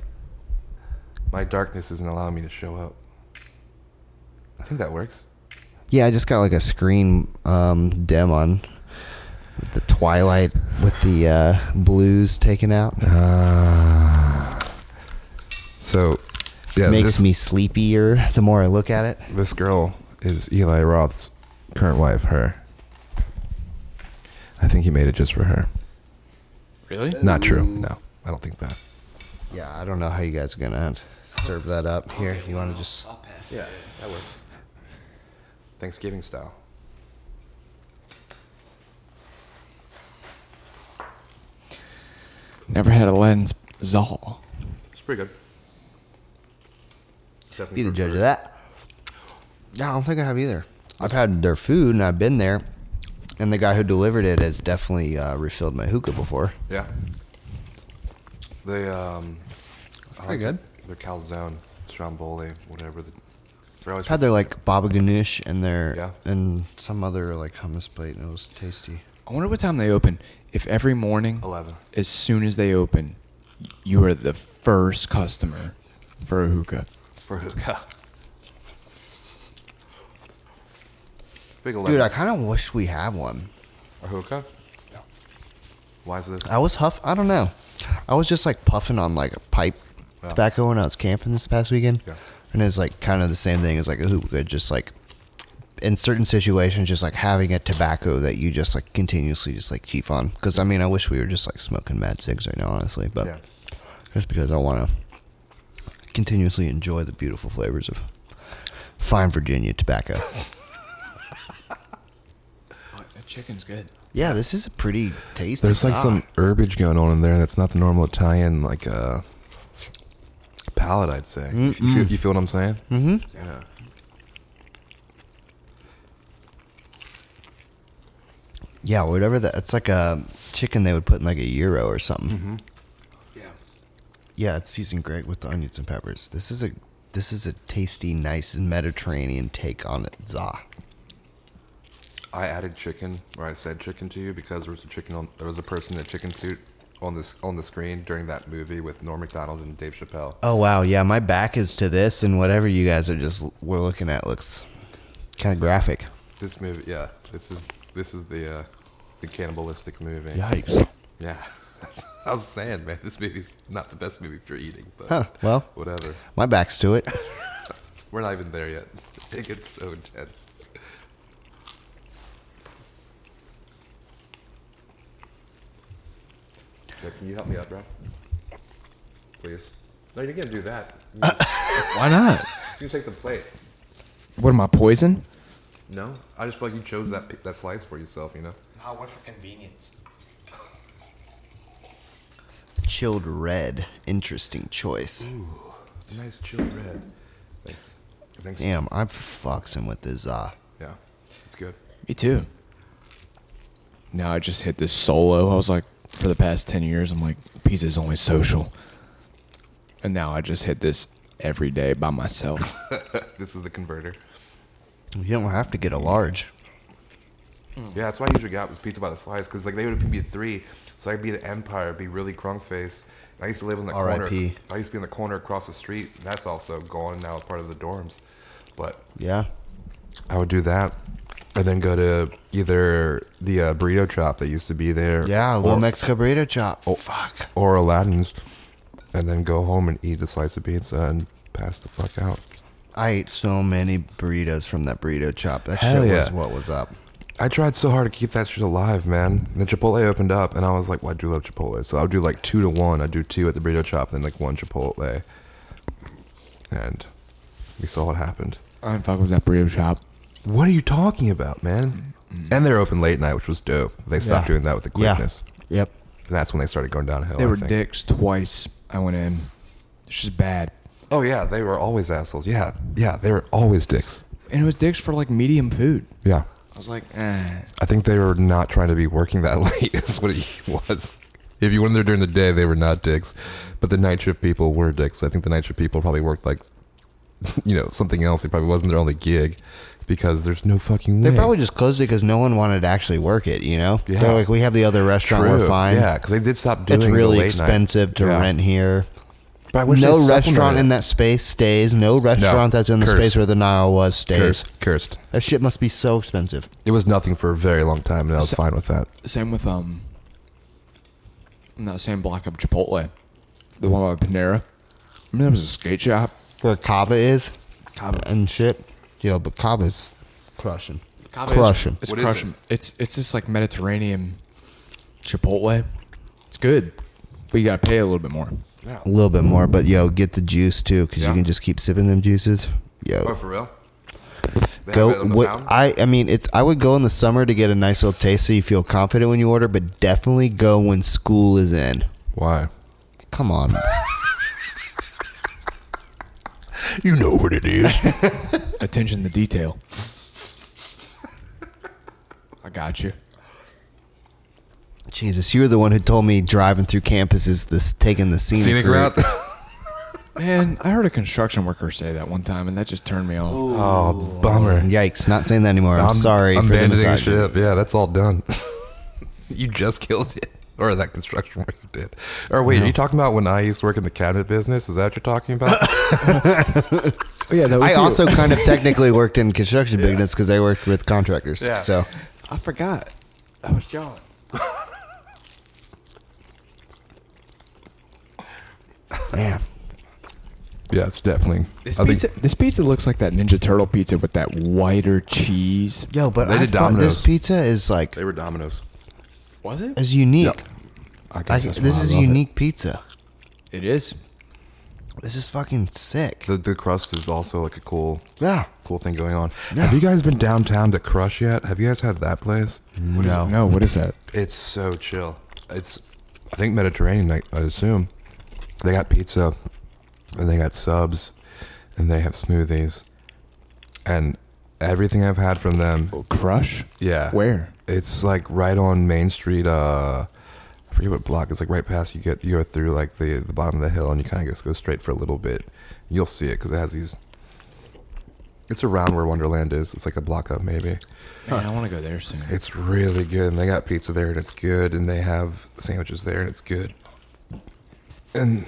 C: My darkness isn't allowing me to show up. I think that works.
B: Yeah, I just got like a screen um, dem on with the twilight with the uh, blues taken out.
C: Ah. so, yeah,
B: Makes
C: this,
B: me sleepier the more I look at it.
C: This girl is Eli Roth's current wife. Her. I think he made it just for her.
D: Really?
C: Not true. No, I don't think that.
B: Yeah, I don't know how you guys are gonna serve that up here. You want to just?
C: Yeah, that works. Thanksgiving style.
D: Never had a lens Zal.
C: It's pretty good. Definitely
B: Be the judge of that. Yeah, I don't think I have either. I've had their food and I've been there, and the guy who delivered it has definitely uh, refilled my hookah before.
C: Yeah. They um. I
B: Pretty
C: like
B: good.
C: Their calzone, stromboli, whatever. The, they're always
B: I've had their like baba ganoush and their
C: Yeah.
B: and some other like hummus plate, and it was tasty.
D: I wonder what time they open. If every morning,
C: eleven.
D: as soon as they open, you are the first customer for a hookah.
C: for hookah. Big
B: Dude, I
C: eleven.
B: kind of wish we had one.
C: a hookah. Why is this?
B: I was huff. I don't know. I was just like puffing on like a pipe
C: Yeah.
B: tobacco when I was camping this past weekend,
C: Yeah.
B: and it's like kind of the same thing as like a hookah, just like in certain situations, just like having a tobacco that you just like continuously just like keep on. Because I mean, I wish we were just like smoking mad cigs right now, honestly, but
C: Yeah.
B: just because I want to continuously enjoy the beautiful flavors of fine Virginia tobacco.
D: That chicken's good.
B: yeah, this is a pretty tasty.
C: There's like some
B: stock.
C: herbage going on in there that's not the normal Italian like uh, palate, I'd say. You feel, you feel what I'm saying? Mm-hmm. Yeah.
B: yeah, whatever that. It's like a chicken they would put in like a gyro or something.
D: Yeah.
B: Yeah, it's seasoned great with the onions and peppers. This is a this is a tasty, nice Mediterranean take on it. Za.
C: I added chicken, or I said chicken to you because there was a chicken on. There was a person in a chicken suit on this on the screen during that movie with Norm Macdonald and Dave Chappelle.
B: Oh wow, yeah, my back is to this, and whatever you guys are just we're looking at looks kind of graphic.
C: This movie, yeah, this is this is the uh, the cannibalistic movie.
B: Yikes.
C: Yeah. I was saying, man, this movie's not the best movie for eating, but
B: Huh, well.
C: whatever.
B: My back's to it.
C: We're not even there yet. It gets so intense. Yeah, can you help me up, bro? Please. No, you're gonna do that. You
D: Why not?
C: you take the plate.
D: What am I poison?
C: No, I just feel like you chose that pi- that slice for yourself. You know.
D: No, what for convenience?
B: Chilled red, interesting choice.
C: Nice chilled red. Thanks. Thanks.
B: Damn, I'm foxing with the za.
C: Yeah, it's good.
D: Me too. No, I just hit this solo. I was like, for the past 10 years, I'm like, pizza's only social. And now I just hit this every day by myself.
C: This is the converter.
B: You don't have to get a large.
C: Yeah, that's why I usually got was pizza by the slice because like they would be three, so I'd be the Empire, be really crunk face. And I used to live in the corner.
B: R.I.P..
C: I used to be in the corner across the street. That's also gone now, part of the dorms. But
B: Yeah.
C: I would do that, and then go to either the uh, burrito chop that used to be there.
B: Yeah, a little
C: or,
B: Mexico burrito chop. Oh fuck.
C: or Aladdin's, and then go home and eat a slice of pizza and pass the fuck out.
B: I ate so many burritos from that burrito chop. That
C: Hell
B: shit was
C: yeah.
B: what was up.
C: I tried so hard to keep that shit alive, man. The Chipotle opened up, and I was like, "Well, I do love Chipotle." So I would do like two to one. I'd do two at the burrito shop, then like one Chipotle, and we saw what happened.
D: I didn't fuck with that burrito shop.
C: What are you talking about, man? And they're open late night, which was dope. They stopped
B: Yeah.
C: doing that with the quickness,
B: Yeah. Yep.
C: and that's when they started going downhill.
D: They
C: Oh, I
D: were
C: think.
D: dicks twice. I went in. It's just bad.
C: Oh yeah, they were always assholes. Yeah, yeah, they were always dicks.
D: And it was dicks for like medium food.
C: Yeah,
D: I was like, eh.
C: I think they were not trying to be working that late. Is what it was. If you went in there during the day, they were not dicks, but the night shift people were dicks. I think the night shift people probably worked like you know something else. It probably wasn't their only gig because there's no fucking way.
B: They probably just closed it because no one wanted to actually work it. You know,
C: Yeah.
B: they're like, we have the other restaurant, we're
C: True.
B: fine.
C: Yeah, because they did stop doing.
B: it's
C: the
B: really
C: late night.
B: expensive to
C: Yeah.
B: rent here.
C: But I wish they
B: No
C: supplemented
B: restaurant
C: it.
B: in that space stays. No restaurant that's in the
C: Cursed.
B: space where the Nile was stays.
C: cursed. Cursed.
B: That shit must be so expensive.
C: It was nothing for a very long time, and I was fine with that.
D: Same with um, in that same block of Chipotle, the one by Panera. I mean, there was a skate shop.
B: Where Kava is
D: Kava.
B: and shit. Yo, but Kava's crushing.
D: Kava is-
B: crushing.
D: It's
C: What is
D: crushing.
C: it?
D: It's it's just like Mediterranean Chipotle. It's good, but you gotta pay a little bit more.
B: a little bit more, but yo, get the juice too because
C: Yeah.
B: you can just keep sipping them juices. Yo,
C: Oh, for real?
B: go. What, I I mean, it's I would go in the summer to get a nice little taste so you feel confident when you order, but definitely go when school is in.
C: Why?
B: Come on,
C: You know what it is.
D: Attention to detail. I got you.
B: Jesus, you were the one who told me driving through campus is this taking the scenic,
C: Scenic route.
D: Man, I heard a construction worker say that one time, and that just turned me off.
C: oh, bummer.
B: Yikes! Not saying that anymore. I'm, sorry.
C: I'm
B: for the
C: abandoning
B: misogyny.
C: ship. Yeah, that's all done. you just killed it, or that construction worker did. Or wait, are you talking about when I used to work in the cabinet business? Is that what you're talking about?
D: yeah, that
B: I also kind of technically worked in construction business because I worked with contractors.
C: Yeah.
B: So
D: I forgot. That was John.
C: yeah, it's definitely.
D: This
C: I think-
D: pizza, this pizza looks like that Ninja Turtle pizza with that whiter cheese.
B: yo, but
C: They
B: I
C: did
B: thought
C: Domino's.
B: this pizza is like
C: they were Domino's.
D: Was it?
B: is unique.
D: I
B: I,
D: guess that's
B: this
D: why I
B: is
D: love it.
B: unique pizza.
D: It is.
B: This is fucking sick.
C: The the crust is also like a cool
B: yeah.
C: cool thing going on.
B: Yeah.
C: Have you guys been downtown to Crush yet? Have you guys had that place?
B: No.
D: No, what is that?
C: It's so chill. It's, I think Mediterranean. I, I assume they got pizza, and they got subs, and they have smoothies, and everything I've had from them.
D: Crush?
C: Yeah,
D: Where?
C: It's like right on Main Street. Uh, I forget what block. It's like right past. You get you go through like the the bottom of the hill, and you kind of just go straight for a little bit. You'll see it because it has these. It's around where Wonderland is. It's like a block up, maybe.
D: Man, I want to go there soon.
C: It's really good, and they got pizza there, and it's good, and they have sandwiches there, and it's good. And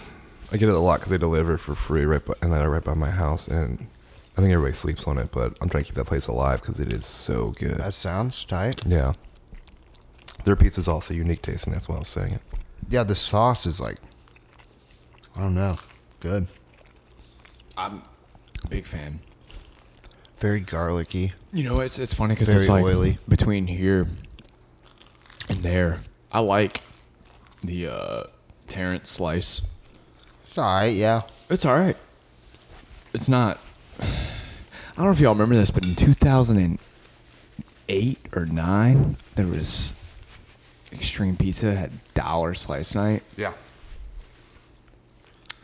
C: I get it a lot because they deliver for free right, by, and then right by my house, and I think everybody sleeps on it, but I'm trying to keep that place alive because it is so good.
B: That sounds tight.
C: yeah, their pizza's also unique tasting. That's why I was saying it.
B: Yeah, the sauce is like, I don't know, good.
D: I'm a big fan.
B: Very garlicky.
D: You know, it's it's funny because
B: Very
D: it's like
B: oily.
D: between here and there. I like the uh Terrence slice.
B: It's all right, yeah.
D: It's all right. It's not. I don't know if y'all remember this, but in 2008 or nine, there was Extreme Pizza had dollar slice night,
C: Yeah,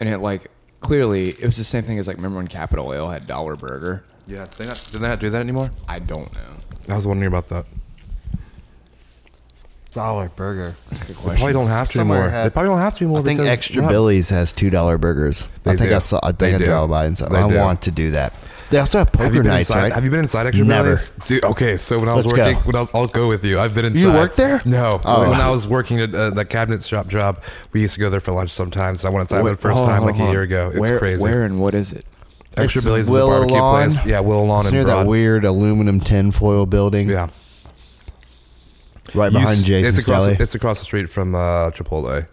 D: and it like clearly it was the same thing as like remember when Capital Oil had dollar burger.
C: yeah. Did they not, did they not do that anymore?
D: I don't know.
C: I was wondering about that.
B: Dollar burger.
D: That's a good
C: They probably
D: question.
C: don't have to
B: Somewhere
C: anymore.
B: had-
C: They probably don't have to anymore.
B: I think
C: because
B: Extra
C: we're not-
B: Billy's has two dollar burgers. I
C: They
B: think
C: do.
B: I saw. I
C: They
B: think I
C: do.
B: drove by and saw.
C: They
B: I
C: do.
B: want to do that. They also have poker
C: Have you been
B: nights,
C: inside?
B: right?
C: Have you been inside Extra
B: Never.
C: Billy's? Dude, okay, so when I was
B: Let's
C: working,
B: go.
C: when I was, I'll go with you. I've been inside.
B: worked there?
C: No,
B: Oh.
C: when I was working at uh, the cabinet shop job, we used to go there for lunch sometimes. And I went inside for the first
D: Hold on,
C: time
D: hold
C: like
D: on, hold
C: a
D: on.
C: year ago. It's
D: where,
C: crazy.
D: Where and what is it?
C: Extra
B: It's
C: Billy's
B: Willow
C: is a barbecue
B: Lawn.
C: place. Yeah, Willow Lawn
B: It's
C: and
B: near that
C: Broad.
B: weird aluminum tinfoil building.
C: Yeah,
B: right
C: You
B: behind
C: s-
B: Jason's
C: It's across.
B: Deli.
C: It's across the street from uh, Chipotle.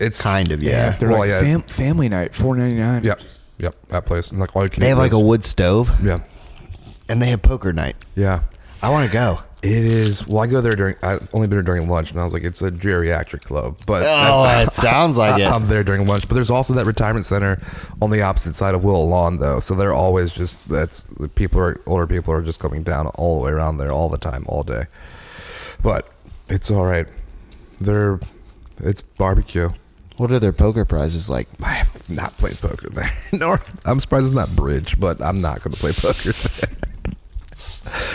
C: It's
B: Kind of, yeah.
D: They're
C: Well,
D: like
C: yeah.
D: fam- family night, four ninety nine.
C: Yep, yep. That place and like all you can.
B: They
C: eat
B: have like a
C: plates.
B: wood stove,
C: Yeah,
B: and they have poker night.
C: yeah.
B: I want to go.
C: It is. Well, I go there during. I've only been there during lunch, and I was like, it's a geriatric club, but
B: Oh, it sounds like
C: I, am
B: it.
C: there during lunch. But there's also that retirement center on the opposite side of Willow Lawn, though. So they're always just that's the people are older people are just coming down all the way around there all the time, all day. But it's all right. They're it's barbecue.
B: What are their poker prizes like?
C: I have not played poker there. Nor I'm surprised it's not bridge, but I'm not going to play poker there.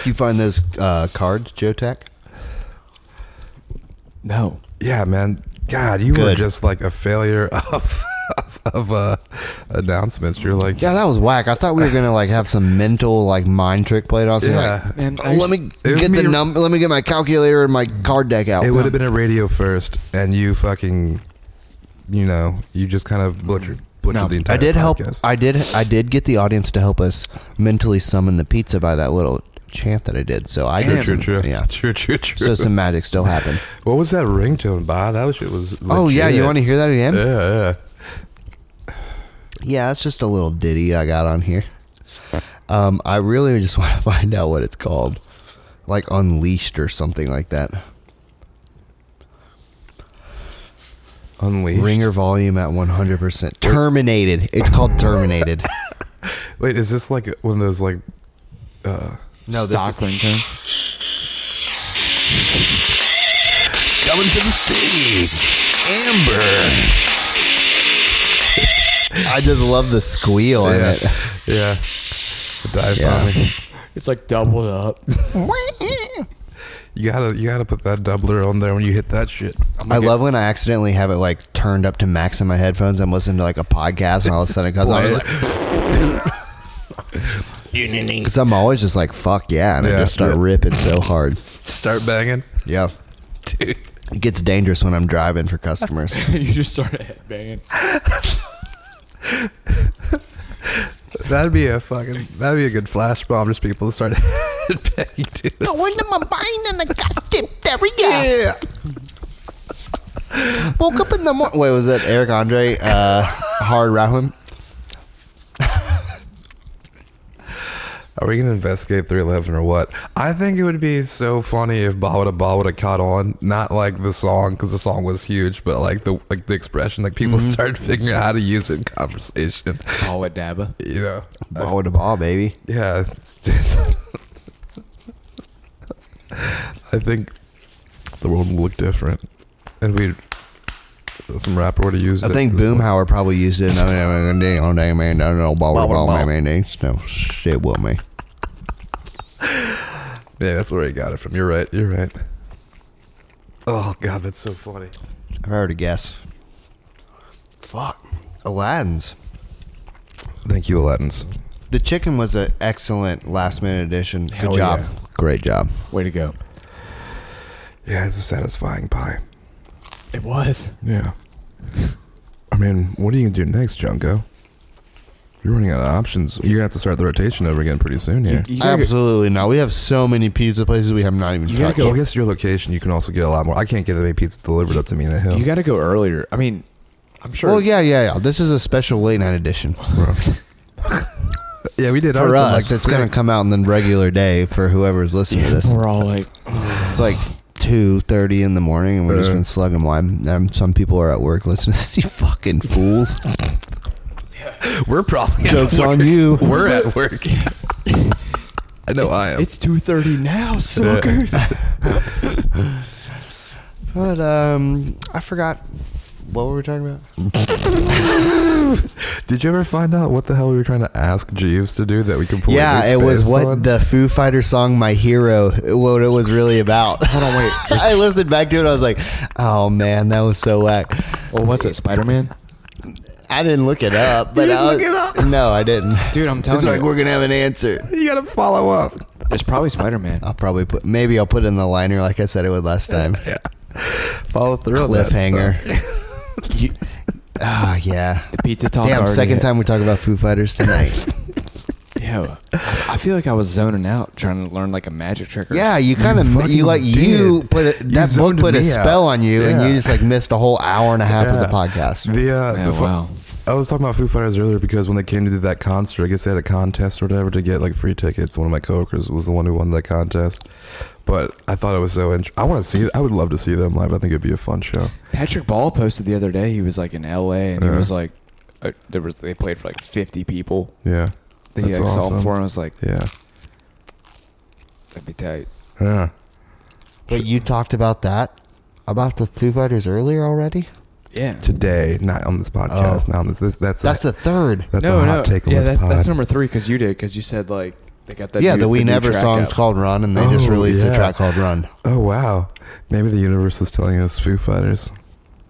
B: You find those uh, cards, Joe Tech?
D: No.
C: Yeah, man. God, you were
B: Good.
C: just like a failure of, of, of uh, announcements. You're like,
B: Yeah, that was whack. I thought we were gonna like have some mental like mind trick played on. us.
C: Yeah.
B: Like,
D: Man,
B: oh,
D: I
B: let me
C: it was
B: get the
C: me-
B: number. Let me get my calculator and my card deck out.
C: It would have been a radio first, and you fucking, you know, you just kind of butchered butchered
D: No,
C: the entire.
B: I did help.
C: podcast.
B: I did. I did get the audience to help us mentally summon the pizza by that little chant that I did. So I
C: True,
B: did.
C: true,
B: some-
C: true.
B: Yeah.
C: true, true, true.
B: So some magic still happened.
C: what was that ringtone, Bob? That was shit was.
B: Oh yeah, you
C: legit.
B: want to hear that again?
C: Yeah, yeah.
B: Yeah, it's just a little ditty I got on here. Um, I really just want to find out what it's called, like Unleashed or something like that.
C: Unleashed.
B: Ringer volume at one hundred percent. Terminated. It's called Terminated.
C: Wait, is this like one of those like? Uh,
B: no, this is
D: ringtone.
C: Coming to the stage, Amber.
B: I just love the squeal in
C: Yeah,
B: it.
C: yeah. The dive
B: Yeah.
C: bombing.
D: It's like doubled up.
C: You gotta, you gotta put that doubler on there when you hit that shit.
B: I love when I accidentally have it like turned up to max in my headphones. I'm listening to like a podcast, and all of a sudden it comes on. I was like- Because I'm always just like, "Fuck yeah!" and
C: Yeah.
B: I just start
C: Yeah.
B: ripping so hard.
C: Start banging,
B: Yeah,
C: dude.
B: it gets dangerous when I'm driving for customers.
D: you just started headbanging.
C: That'd be a fucking. That'd be a good flash bomb. Just people start banging. Dude.
H: Go into my mind and I got dipped. There we go. Yeah.
B: Woke up in the morning. Wait, was that Eric Andre? Uh, hard Rahim?
C: Are we gonna investigate 311 or what? I think it would be so funny if Bawada Ba would have caught on. Not like the song because the song was huge, but like the like the expression, like
B: Mm-hmm.
C: people started figuring out how to use it in conversation.
D: Call it Dabba.
C: You know?
B: Ball with the ball, baby.
C: Yeah. It's just I think the world would look different, and we some rapper would have used
B: I
C: it.
B: think Boomhauer probably used it. No, no, no, no, no, no, man, no, no, ball with the ball, man, man, man, no, shit with me.
C: Yeah, that's where he got it from. You're right. You're right. Oh god, that's so funny.
B: I've heard a guess. Fuck, Aladdin's.
C: Thank you, Aladdin's.
B: The chicken was an excellent last minute addition. Good
D: Hell
B: job,
D: yeah.
B: great job.
D: Way to go.
C: Yeah, it's a satisfying pie.
D: It was.
C: Yeah. I mean, what are you gonna do next, Junko? You're running out of options. You're gonna have to start the rotation over again pretty soon here.
D: You gotta, go-
B: Absolutely not. We have so many pizza places we have not even
D: You gotta
B: touched.
C: Well, I guess your location, you can also get a lot more. I can't get any pizza delivered up to me in the hill.
D: you gotta go earlier. I mean, I'm sure.
B: Well, yeah, yeah, yeah. This is a special late night edition.
C: yeah, we did
B: for
C: ours at,
B: us,
C: like,
B: it's going to
C: six.
B: come out in the regular day for whoever's listening to this.
D: We're all like,
B: It's like two thirty in the morning, and we've just
C: Uh.
B: been slugging wine. Um, some people are at work listening. to You fucking fools!
C: We're probably
B: Jokes on you.
C: We're at work. I know I am.
D: it's 2.30 now, suckers.
B: But um, I forgot what were we talking about.
C: Did you ever find out what the hell we were trying to ask Jeeves to do that we completely?
B: yeah, it was
C: spaced
B: what
C: on?
B: the Foo Fighter song "My Hero" what it was really about. Hold on, wait. I listened back to it. I was like, oh man, that was so whack.
D: what was it, Spider Man?
B: I didn't look it up, but I was, no, I didn't.
D: Dude, I'm
B: It's
D: telling
B: like
D: you,
B: we're gonna have an answer.
C: You gotta follow up.
D: it's probably Spider Man.
B: I'll probably put maybe I'll put it in the liner like I said it would last time.
C: Yeah, follow through. on that
B: Cliffhanger.
C: stuff.
B: Ah, yeah.
D: Pizza talk.
B: Damn,
D: already
B: second
D: hit.
B: time we talk about Foo Fighters tonight.
D: Yeah, I feel like I was zoning out trying to learn like a magic trick. Or
B: yeah,
D: s-
B: you kind of
C: fucking
B: you like you
C: did.
B: put it,
C: You
B: that book
C: zoned
B: put a
C: me
B: spell
C: out.
B: on you, and you
C: Yeah.
B: just like missed a whole hour and a half of the
C: Yeah.
B: podcast.
C: The, uh,
D: Man,
C: the fu-
D: wow.
C: I was talking about Foo Fighters earlier because when they came to do that concert, I guess they had a contest or whatever to get like free tickets. One of my coworkers was the one who won that contest. But I thought it was so interesting. I want to see. I would love to see them live. I think it'd be a fun show.
D: Patrick Ball posted the other day. He was like in L.A. and he
C: Yeah.
D: was like, uh, there was they played for like 50 people.
C: Yeah,
D: Then he
C: That's
D: like, saw him
C: awesome.
D: for and was like,
C: yeah,
D: that'd be tight.
C: yeah.
B: But you talked about that about the Foo Fighters earlier already.
D: Yeah.
C: Today, not on this podcast.
B: Oh.
C: Not on this. this that's
B: That's
C: a,
B: the third.
C: that's a hot take on
D: yeah,
C: this
D: that's,
C: pod.
D: that's number three because you did because you said like they got that.
B: yeah,
D: new,
B: the We
D: new
B: Never
D: track
B: song's
D: out.
B: called Run, and they just
C: Oh,
B: released a
C: yeah.
B: track called Run.
C: Oh wow! Maybe the universe is telling us Foo Fighters.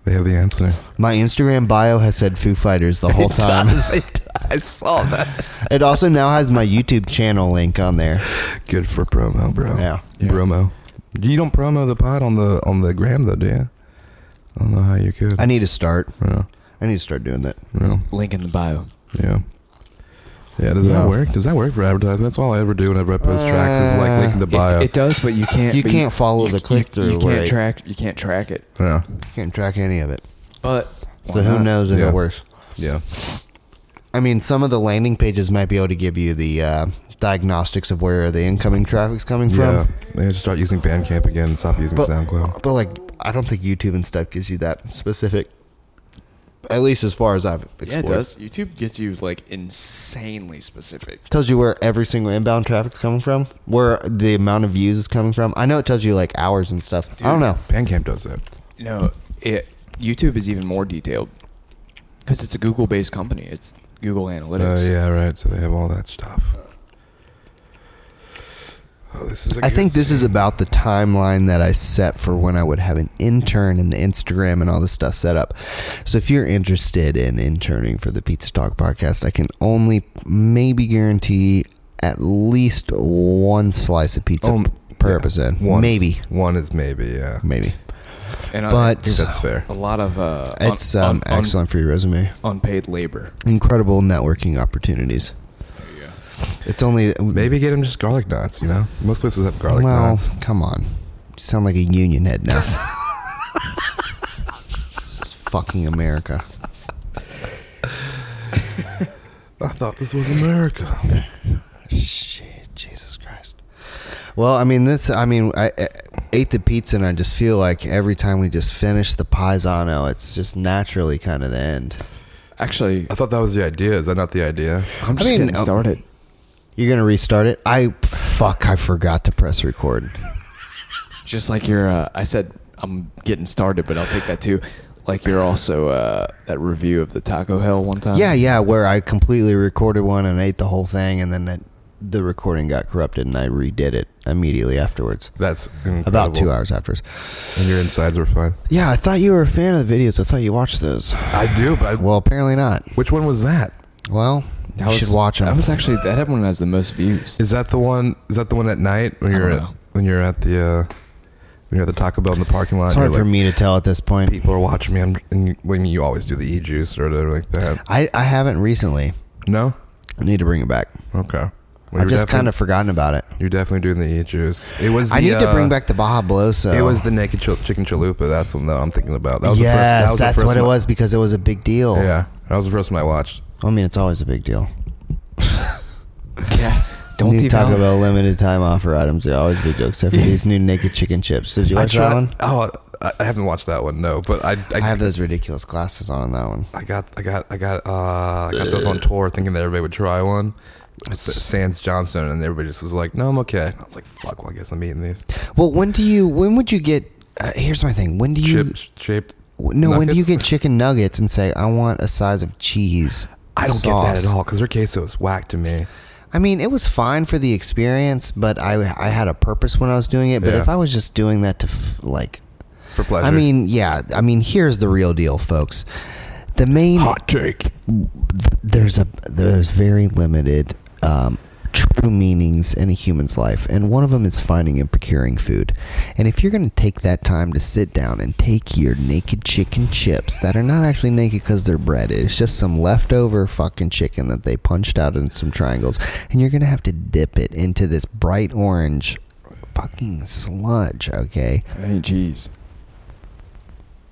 C: They have the answer.
B: My Instagram bio has said Foo Fighters the whole time.
C: I saw that.
B: It also now has my YouTube channel link on there.
C: Good for promo, bro.
B: Yeah.
D: Yeah.
C: Promo. You don't promo the pod on the on the gram though, do you? I don't know how you could.
B: I need to start.
C: yeah.
B: I need to start doing that.
C: Yeah.
D: Link in the bio.
C: Yeah. Yeah, does
B: Yeah.
C: that work? Does that work for advertising? That's all I ever do whenever I post tracks is
B: Uh,
C: like link in the bio.
D: It, it does, but you can't.
B: You
D: but
B: can't follow the click-through,
D: You, can't
B: right?
D: track. You can't track it.
C: yeah.
B: Can't track any of it.
D: But
B: So who knows if
C: Yeah.
B: it works?
C: Yeah.
B: I mean, some of the landing pages might be able to give you the uh, diagnostics of where the incoming traffic's coming
C: Yeah.
B: from.
C: They just start using Bandcamp again and stop using
B: But,
C: SoundCloud.
B: but like, I don't think YouTube and stuff gives you that specific. At least as far as I've explored.
D: Yeah, it does. YouTube gets you like insanely specific.
B: tells you where every single inbound traffic's coming from, where the amount of views is coming from. I know it tells you like hours and stuff. I don't know.
C: Bandcamp does that.
D: No, it YouTube is even more detailed because it's a Google-based company. It's Google
C: Oh
D: Analytics.
C: yeah, right. So they have all that stuff. Oh, this is. I
B: I think this is about the timeline that I set for when I would have an intern and the Instagram and all this stuff set up. So if you're interested in interning for the Pizza Talk podcast, I can only maybe guarantee at least one slice of pizza
C: Um,
B: per
C: yeah,
B: episode.
C: One is-
B: Maybe.
C: one is maybe. Yeah,
B: Maybe.
D: And I-
B: But-
C: I think that's fair.
D: a lot of uh, un-
B: It's um,
D: un- un-
B: excellent for your resume.
D: unpaid labor.
B: Incredible networking opportunities. It's only
C: Maybe get him just garlic knots. You know, most places have garlic
B: well,
C: knots.
B: come on. You sound like a union head now. this is fucking America.
C: I thought this was America.
B: Shit, Jesus Christ. Well, I mean, this, I mean, I, I ate the pizza and I just feel like every time we just finish the Paisano, it's just naturally kind of the end.
D: Actually,
C: I thought that was the idea. Is that not the idea?
D: I'm uh, just
B: mean,
D: getting
B: um,
D: started.
B: You're going to restart it? I, fuck, I forgot to press record.
D: Just like your, uh, I said I'm getting started, but I'll take that too. Like you're also uh, that review of the Taco Hell one time.
B: Yeah, yeah, where I completely recorded one and ate the whole thing and then it, the recording got corrupted and I redid it immediately afterwards.
C: That's incredible.
B: About two hours afterwards.
C: And your insides were fine.
B: Yeah, I thought you were a fan of the videos. I thought you watched those.
C: I do, but I,
B: Well, apparently not.
C: which one was that?
B: Well, you should watch them.
D: I was actually that one has the most views.
C: Is that the one? Is that the one at night when
D: I
C: you're
D: don't
C: at,
D: know.
C: when you're at the uh, when you're at the Taco Bell in the parking lot?
B: it's
C: and
B: hard
C: you're
B: for
C: like,
B: me to tell at this point.
C: People are watching me. I'm, and you, when you always do the e juice or whatever like that.
B: I, I haven't recently.
C: No.
B: I need to bring it back.
C: Okay. Well,
B: I've just kind of forgotten about it.
C: You're definitely doing the e juice. It was. The,
B: I need to
C: uh,
B: bring back the um, Baja Bloso.
C: It was the naked chil- chicken chalupa. That's one that I'm thinking about. That was
B: yes,
C: the first. That was the
B: that's
C: first
B: what it
C: one-
B: was because it was a big deal.
C: Yeah, that was the first one I watched.
B: I mean, it's always a big deal.
D: Yeah. Don't
B: new
D: even
B: Taco Bell limited time offer items. They're always a big deal, except for these new naked chicken chips. Did you watch
C: I
B: that
C: tried-
B: one?
C: Oh, I, I haven't watched that one. No, but I. I,
B: I have those ridiculous glasses on that one.
C: I got. I got. I got. Uh, I got those on tour, thinking that everybody would try one. It's Sans Johnstone, and everybody just was like, "No, I'm okay." I was like, "Fuck, well, I guess I'm eating these
B: Well, when do you? When would you get? Uh, here's my thing. When do you?
C: chips shaped."
B: w- No, when do you
C: nuggets.
B: get chicken nuggets and say I want a size of cheese?
C: I don't get that
B: sauce?"
C: at all because their queso is whack to me.
B: I mean, it was fine for the experience, but I I had a purpose when I was doing it. But
C: Yeah.
B: if I was just doing that to f- like,
C: For pleasure.
B: I mean, yeah, I mean, here's the real deal, folks. The main
C: hot take.
B: there's a there's very limited um, true meanings in a human's life, and one of them is finding and procuring food. And if you're going to take that time to sit down and take your naked chicken chips that are not actually naked because they're breaded, it's just some leftover fucking chicken that they punched out in some triangles, and you're going to have to dip it into this bright orange fucking sludge, okay?
D: Hey, jeez.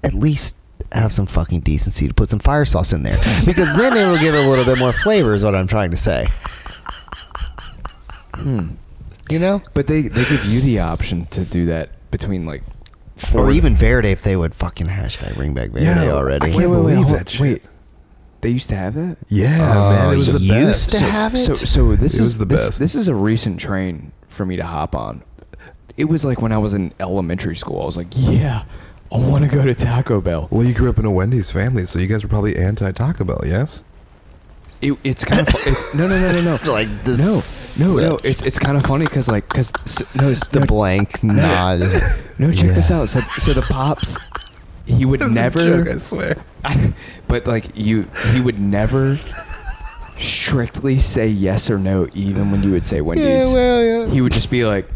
B: at least have some fucking decency to put some fire sauce in there because then it'll give it a little bit more flavor is what i'm trying to say Hmm. you know
D: But they they give you the option to do that between like four
B: or even verde if they would fucking hashtag bring back verde
C: Yeah,
B: already
C: I can't believe
D: hold-
C: that shit. Oh,
D: Wait, they used to have that.
C: Yeah, man, it was the
B: you
C: best.
B: used to have it
D: So so this
C: It
D: is
C: was the
D: this,
C: best.
D: This is a recent train for me to hop on. It was like when I was in elementary school. I was like, yeah, I want to go to Taco Bell.
C: Well, you grew up in a Wendy's family, so you guys were probably anti Taco Bell, yes?
D: It, it's kind of fu- it's, no no no no no
B: like this
D: no no no. It's it's kind of funny because like because no s-
B: the
D: no,
B: blank nod
D: No, check this
B: Yeah.
D: out. So, so the pops, he would
C: That was a
D: never.
C: joke, I swear.
D: but like you, he would never strictly say yes or no, even when you would say Wendy's.
B: well, yeah.
D: He would just be like,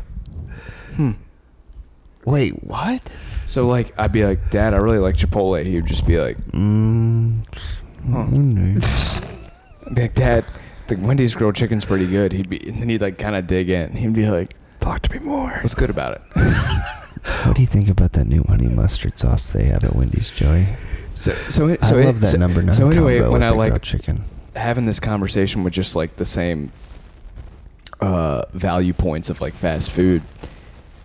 B: Wait, what?
D: so like I'd be like, Dad, I really like Chipotle. He would just be like, Hmm.
B: Hmm.
D: I'd be like, Dad, the Wendy's grilled chicken's pretty good. He'd be, and then he'd like kind of dig in. He'd be like,
C: Talk to me more.
D: What's good about it?
B: What do you think about that new honey mustard sauce they have at Wendy's, Joey?
D: So, so,
B: I
D: so
B: love that
D: so-
B: number nine
D: So anyway,
B: combo
D: when
B: with
D: I
B: the
D: like
B: grilled chicken.
D: having this conversation with just like the same uh, value points of like fast food,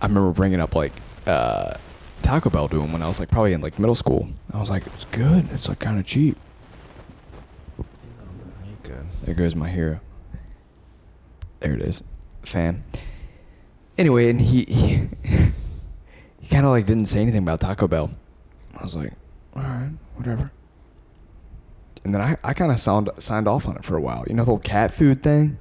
D: I remember bringing up like uh, Taco Bell to him when I was like probably in like middle school. I was like, it's good. It's like kind of cheap.
B: Good.
D: There goes my hero. There it is, fam. Anyway, and he he, he kind of like didn't say anything about Taco Bell. I was like, all right, whatever. And then I, I kind of sound signed off on it for a while. You know the whole cat food thing.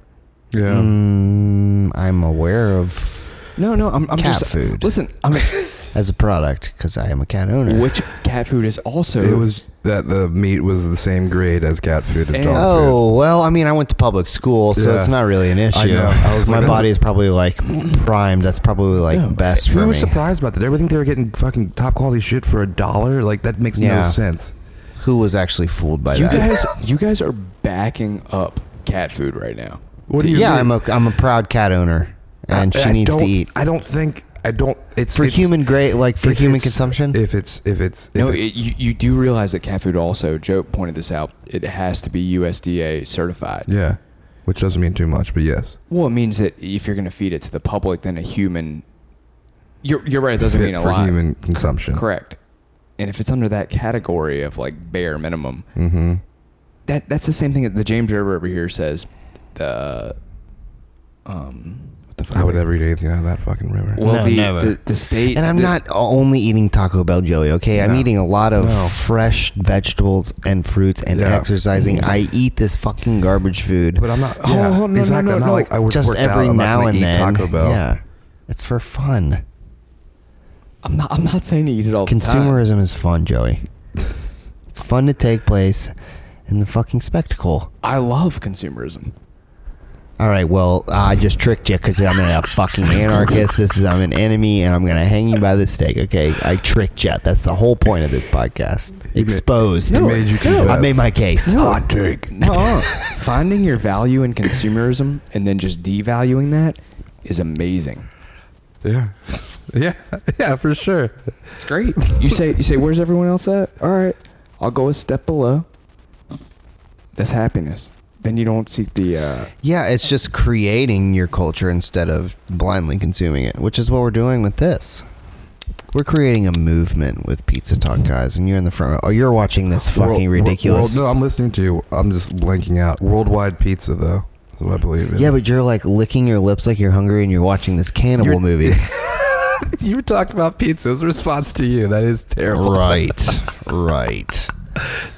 C: Yeah.
B: Mm, I'm aware of
D: No, no, I'm, I'm
B: Cat
D: just
B: food.
D: Listen, I mean,
B: as a product because I am a cat owner.
D: which cat food is also
C: It was that the meat was the same grade as cat food and
D: And-
C: dog food.
B: Oh well, I mean, I went to public school, so
C: Yeah.
B: it's not really an issue.
C: I know. I was
B: My
C: like, that's
B: body
C: a-
B: is probably like primed. That's probably like
D: No.
B: best
C: Who
B: for me.
C: was surprised about that? Everything they were getting fucking top quality shit for a dollar. Like that makes no
B: Yeah.
C: sense.
B: Who was actually fooled by
D: you
B: that?
D: guys. You guys are backing up cat food right now.
C: What do you?
B: yeah, I'm
C: mean?
B: a I'm a proud cat owner, and
C: I-
B: she
C: I
B: needs to
C: don't-
B: eat
C: I don't think. I don't. It's
B: for
C: it's-
B: human great like for
C: if
B: human
C: it's-
B: consumption.
C: If it's if it's if
D: No,
C: it's,
D: it, you, you do realize that cat food also. Joe pointed this out. It has to be USDA certified.
C: yeah, which doesn't mean too much, but yes,
D: Well, it means that if you're going to feed it to the public, then a human. You're you're right. It doesn't
C: fit
D: mean a
C: for
D: lot.
C: human consumption.
D: Correct. And if it's under that category of like bare minimum,
C: Mm-hmm.
D: that that's the same thing that the James River over here says. The um, what the fuck?
C: I would never eat anything out of that fucking river.
D: Well,
B: No,
D: the,
B: never.
D: the the state
B: and I'm
D: the-
B: not only eating Taco Bell, Joey. Okay, I'm
C: No.
B: eating a lot of
C: No.
B: fresh vegetables and fruits and
C: Yeah.
B: exercising. I eat this fucking garbage food.
C: but I'm not.
D: Oh,
C: yeah,
D: no, no,
C: exactly.
D: no,
C: I'm not
D: no.
C: like I would
B: just
C: work out.
B: every
C: I'm not
B: now
C: gonna
B: and
C: eat
B: then.
C: Taco Bell.
B: Yeah, it's for fun.
D: I'm not. I'm not saying to eat it all. The time.
B: Consumerism is fun, Joey. It's fun to take place in the fucking spectacle.
D: I love consumerism.
B: All right, well, I just tricked you because I'm a fucking anarchist. This is I'm an enemy, and I'm gonna hang you by the stake. Okay, I tricked you. That's the whole point of this podcast. Exposed.
C: He made you confess.
B: I made my case.
C: hot take.
D: No, finding your value in consumerism and then just devaluing that is amazing.
C: Yeah, yeah, yeah, for sure.
D: It's great. You say you say where's everyone else at? All right, I'll go a step below. That's happiness. Then you don't seek the. Uh,
B: Yeah, it's just creating your culture instead of blindly consuming it, which is what we're doing with this. We're creating a movement with Pizza Talk guys, and you're in the front row. Oh, you're watching this fucking
C: World-
B: ridiculous.
C: world- no, I'm listening to you. I'm just blanking out. Worldwide pizza, though, is what I believe. In.
B: yeah, but you're like licking your lips like you're hungry, and you're watching this cannibal
C: You're-
B: movie.
C: you were talking about pizza's response to you. That is terrible.
B: right, right.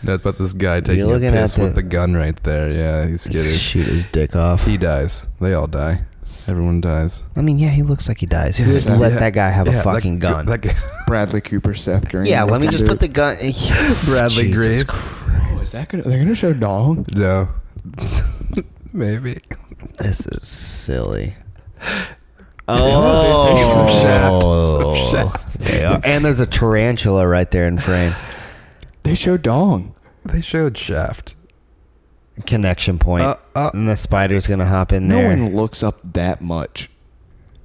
C: That's about this guy taking a
B: looking at
C: piss with
B: the-
C: the gun right there. Yeah, he's kidding.
B: Shoot his dick off.
C: He dies. They all die. Everyone dies.
B: I mean, yeah, he looks like he dies. Who would let
C: Yeah,
B: that guy have
C: yeah,
B: a fucking
C: that,
B: gun?
C: That guy,
D: Bradley Cooper, Seth Green.
B: yeah, let me just put the gun.
C: Bradley
B: Jesus
C: Grave.
D: Oh, is that gonna? They're gonna show dog.
C: no. Maybe.
B: This is silly.
C: Oh.
B: Oh, They are. and there's a tarantula right there in frame.
D: They show dong.
C: They showed Shaft.
B: Connection point.
C: Uh, uh,
B: and the spider's gonna hop in
D: No
B: there.
D: one looks up that much.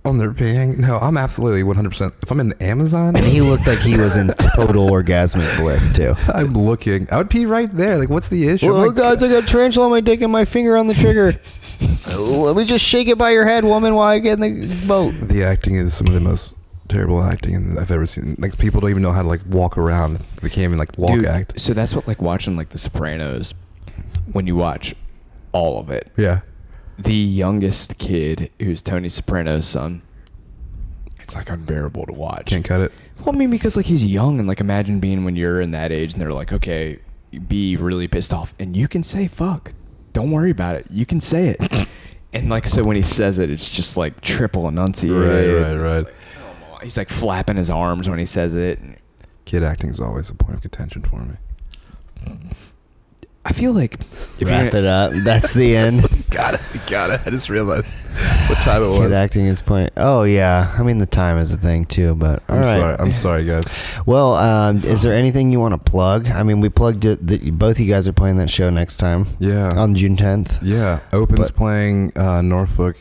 C: on their paying. No, I'm absolutely 100%. If I'm in the Amazon,
B: and he looked like he was in total orgasmic bliss too.
C: I'm looking. I would pee right there. Like, what's the issue?
B: Well,
C: I'm like,
B: guys, I got a tarantula on my dick and my finger on the trigger. Let me just shake it by your head, woman, while I get in the boat.
C: the acting is some of the most terrible acting I've ever seen. Like, people don't even know how to, like, walk around. They can't even, like, walk
D: Dude,
C: act.
D: so that's what like watching like The Sopranos. When you watch all of it,
C: Yeah.
D: the youngest kid who's Tony Soprano's son. It's like unbearable to watch.
C: Can't cut it.
D: Well, I mean, because like he's young, and like imagine being when you're in that age, and they're like, okay, be really pissed off, and you can say fuck. Don't worry about it. You can say it. and like so, when he says it, it's just like triple enunciated.
C: Right, right, right.
D: He's like flapping his arms when he says it. and-
C: Kid acting is always a point of contention for me.
D: I feel like if you're
B: Wrap
D: gonna-
B: it up. That's the end.
C: Got it. Got it. I just realized what time it
B: Kid
C: was.
B: acting is playing. Oh yeah, I mean the time is a thing too. But all
C: I'm
B: right.
C: sorry. I'm sorry, guys.
B: Well, um, is there anything you want to plug? I mean, we plugged it. That both you guys are playing that show next time.
C: Yeah.
B: On June tenth.
C: Yeah, Open's
B: But-
C: playing uh, Norfolk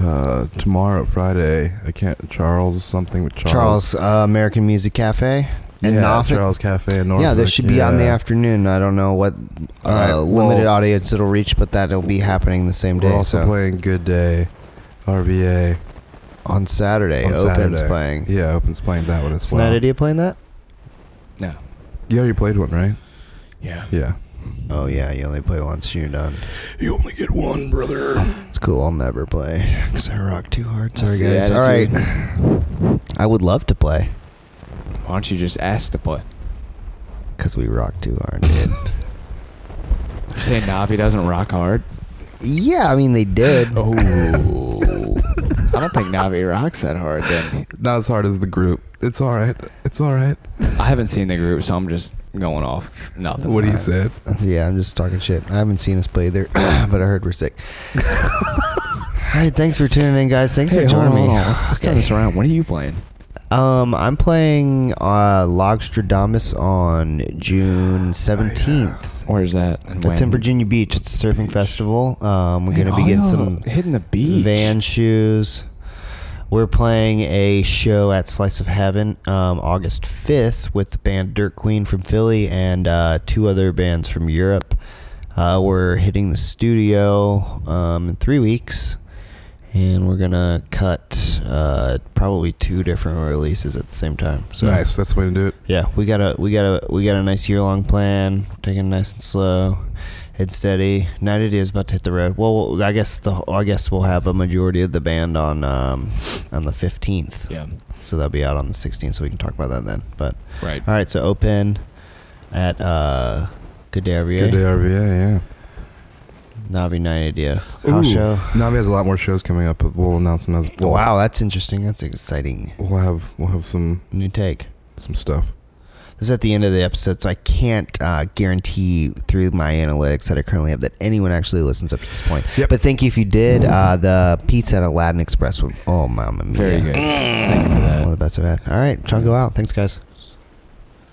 C: uh, tomorrow, Friday. I can't. Charles something with Charles.
B: Charles uh, American Music Cafe and
C: yeah,
B: Norfolk.
C: Charles Cafe in Norfolk.
B: yeah, this should be on the
C: yeah.
B: afternoon. I don't know what uh,
C: All right,
B: limited
C: well-
B: audience it'll reach, but that'll be happening the same day.
C: We're also
B: so
C: playing Good Day, RVA.
B: on Saturday,
C: on
B: Open's
C: Saturday.
B: playing.
C: Yeah, Open's playing that one as
B: Isn't
C: well.
B: that idiot playing that?
D: no,
C: You already played one, right?
D: yeah,
C: Yeah.
B: Oh yeah, you only play once. You're done.
C: You only get one, brother.
B: It's cool. I'll never play because I rock too hard. Sorry guys.
D: That's the
B: All right.
D: attitude.
B: I would love to play
D: Why don't you just ask the play?
B: because we rock too hard, dude.
D: You say Navi doesn't rock hard.
B: yeah, I mean they did.
D: Oh, I don't think Navi rocks that hard. Then
C: Not as hard as the group. It's all right. It's all right.
D: I haven't seen the group, so I'm just going off nothing.
C: What do you
D: All
C: said?
D: right.
B: Yeah, I'm just talking shit. I haven't seen us play either, but I heard we're sick. All right, thanks for tuning in, guys. Thanks for
D: Hey, hold on,
B: joining
D: hold
B: me.
D: on. Let's, let's turn this around. What are you playing?
B: Um, I'm playing uh, Logstradamus on June 17th.
D: Where's that? and
B: It's in
D: when?
B: Virginia Beach. It's a surfing festival. Um, we're
D: Man,
B: going to be
D: all
B: getting
D: y'all
B: some
D: hitting the beach.
B: van shoes. We're playing a show at Slice of Heaven um, August 5th with the band Dirt Queen from Philly and uh, two other bands from Europe. Uh, we're hitting the studio um, in three weeks, and we're going to cut uh, probably two different releases at the same time. So
C: Nice. That's the way to do it.
B: yeah, we got a we got a we got a nice year long plan. Taking it nice and slow, head steady. Night Idea is about to hit the road. Well, I guess the I guess we'll have a majority of the band on um on the fifteenth.
D: Yeah.
B: So they'll be out on the sixteenth, so we can talk about that then. But
D: Right.
B: all right, so open at uh Good Day RVA.
C: Good Day RVA.
B: Navi Night Idea
C: Yeah.
B: house
C: Ooh,
B: show.
C: Navi has a lot more shows coming up, but we'll announce them as well.
B: Wow, that's interesting. That's exciting.
C: We'll have we'll have some
B: New take.
C: some stuff.
B: This is at the end of the episode, so I can't uh, guarantee through my analytics that I currently have that anyone actually listens up to this point.
C: Yep.
B: But thank you if you did. Uh, the pizza at Aladdin Express was oh, mama mia.
D: Very good. Thank you for
B: One
D: that.
B: of the best I've had. All right, Chungo out. Thanks, guys.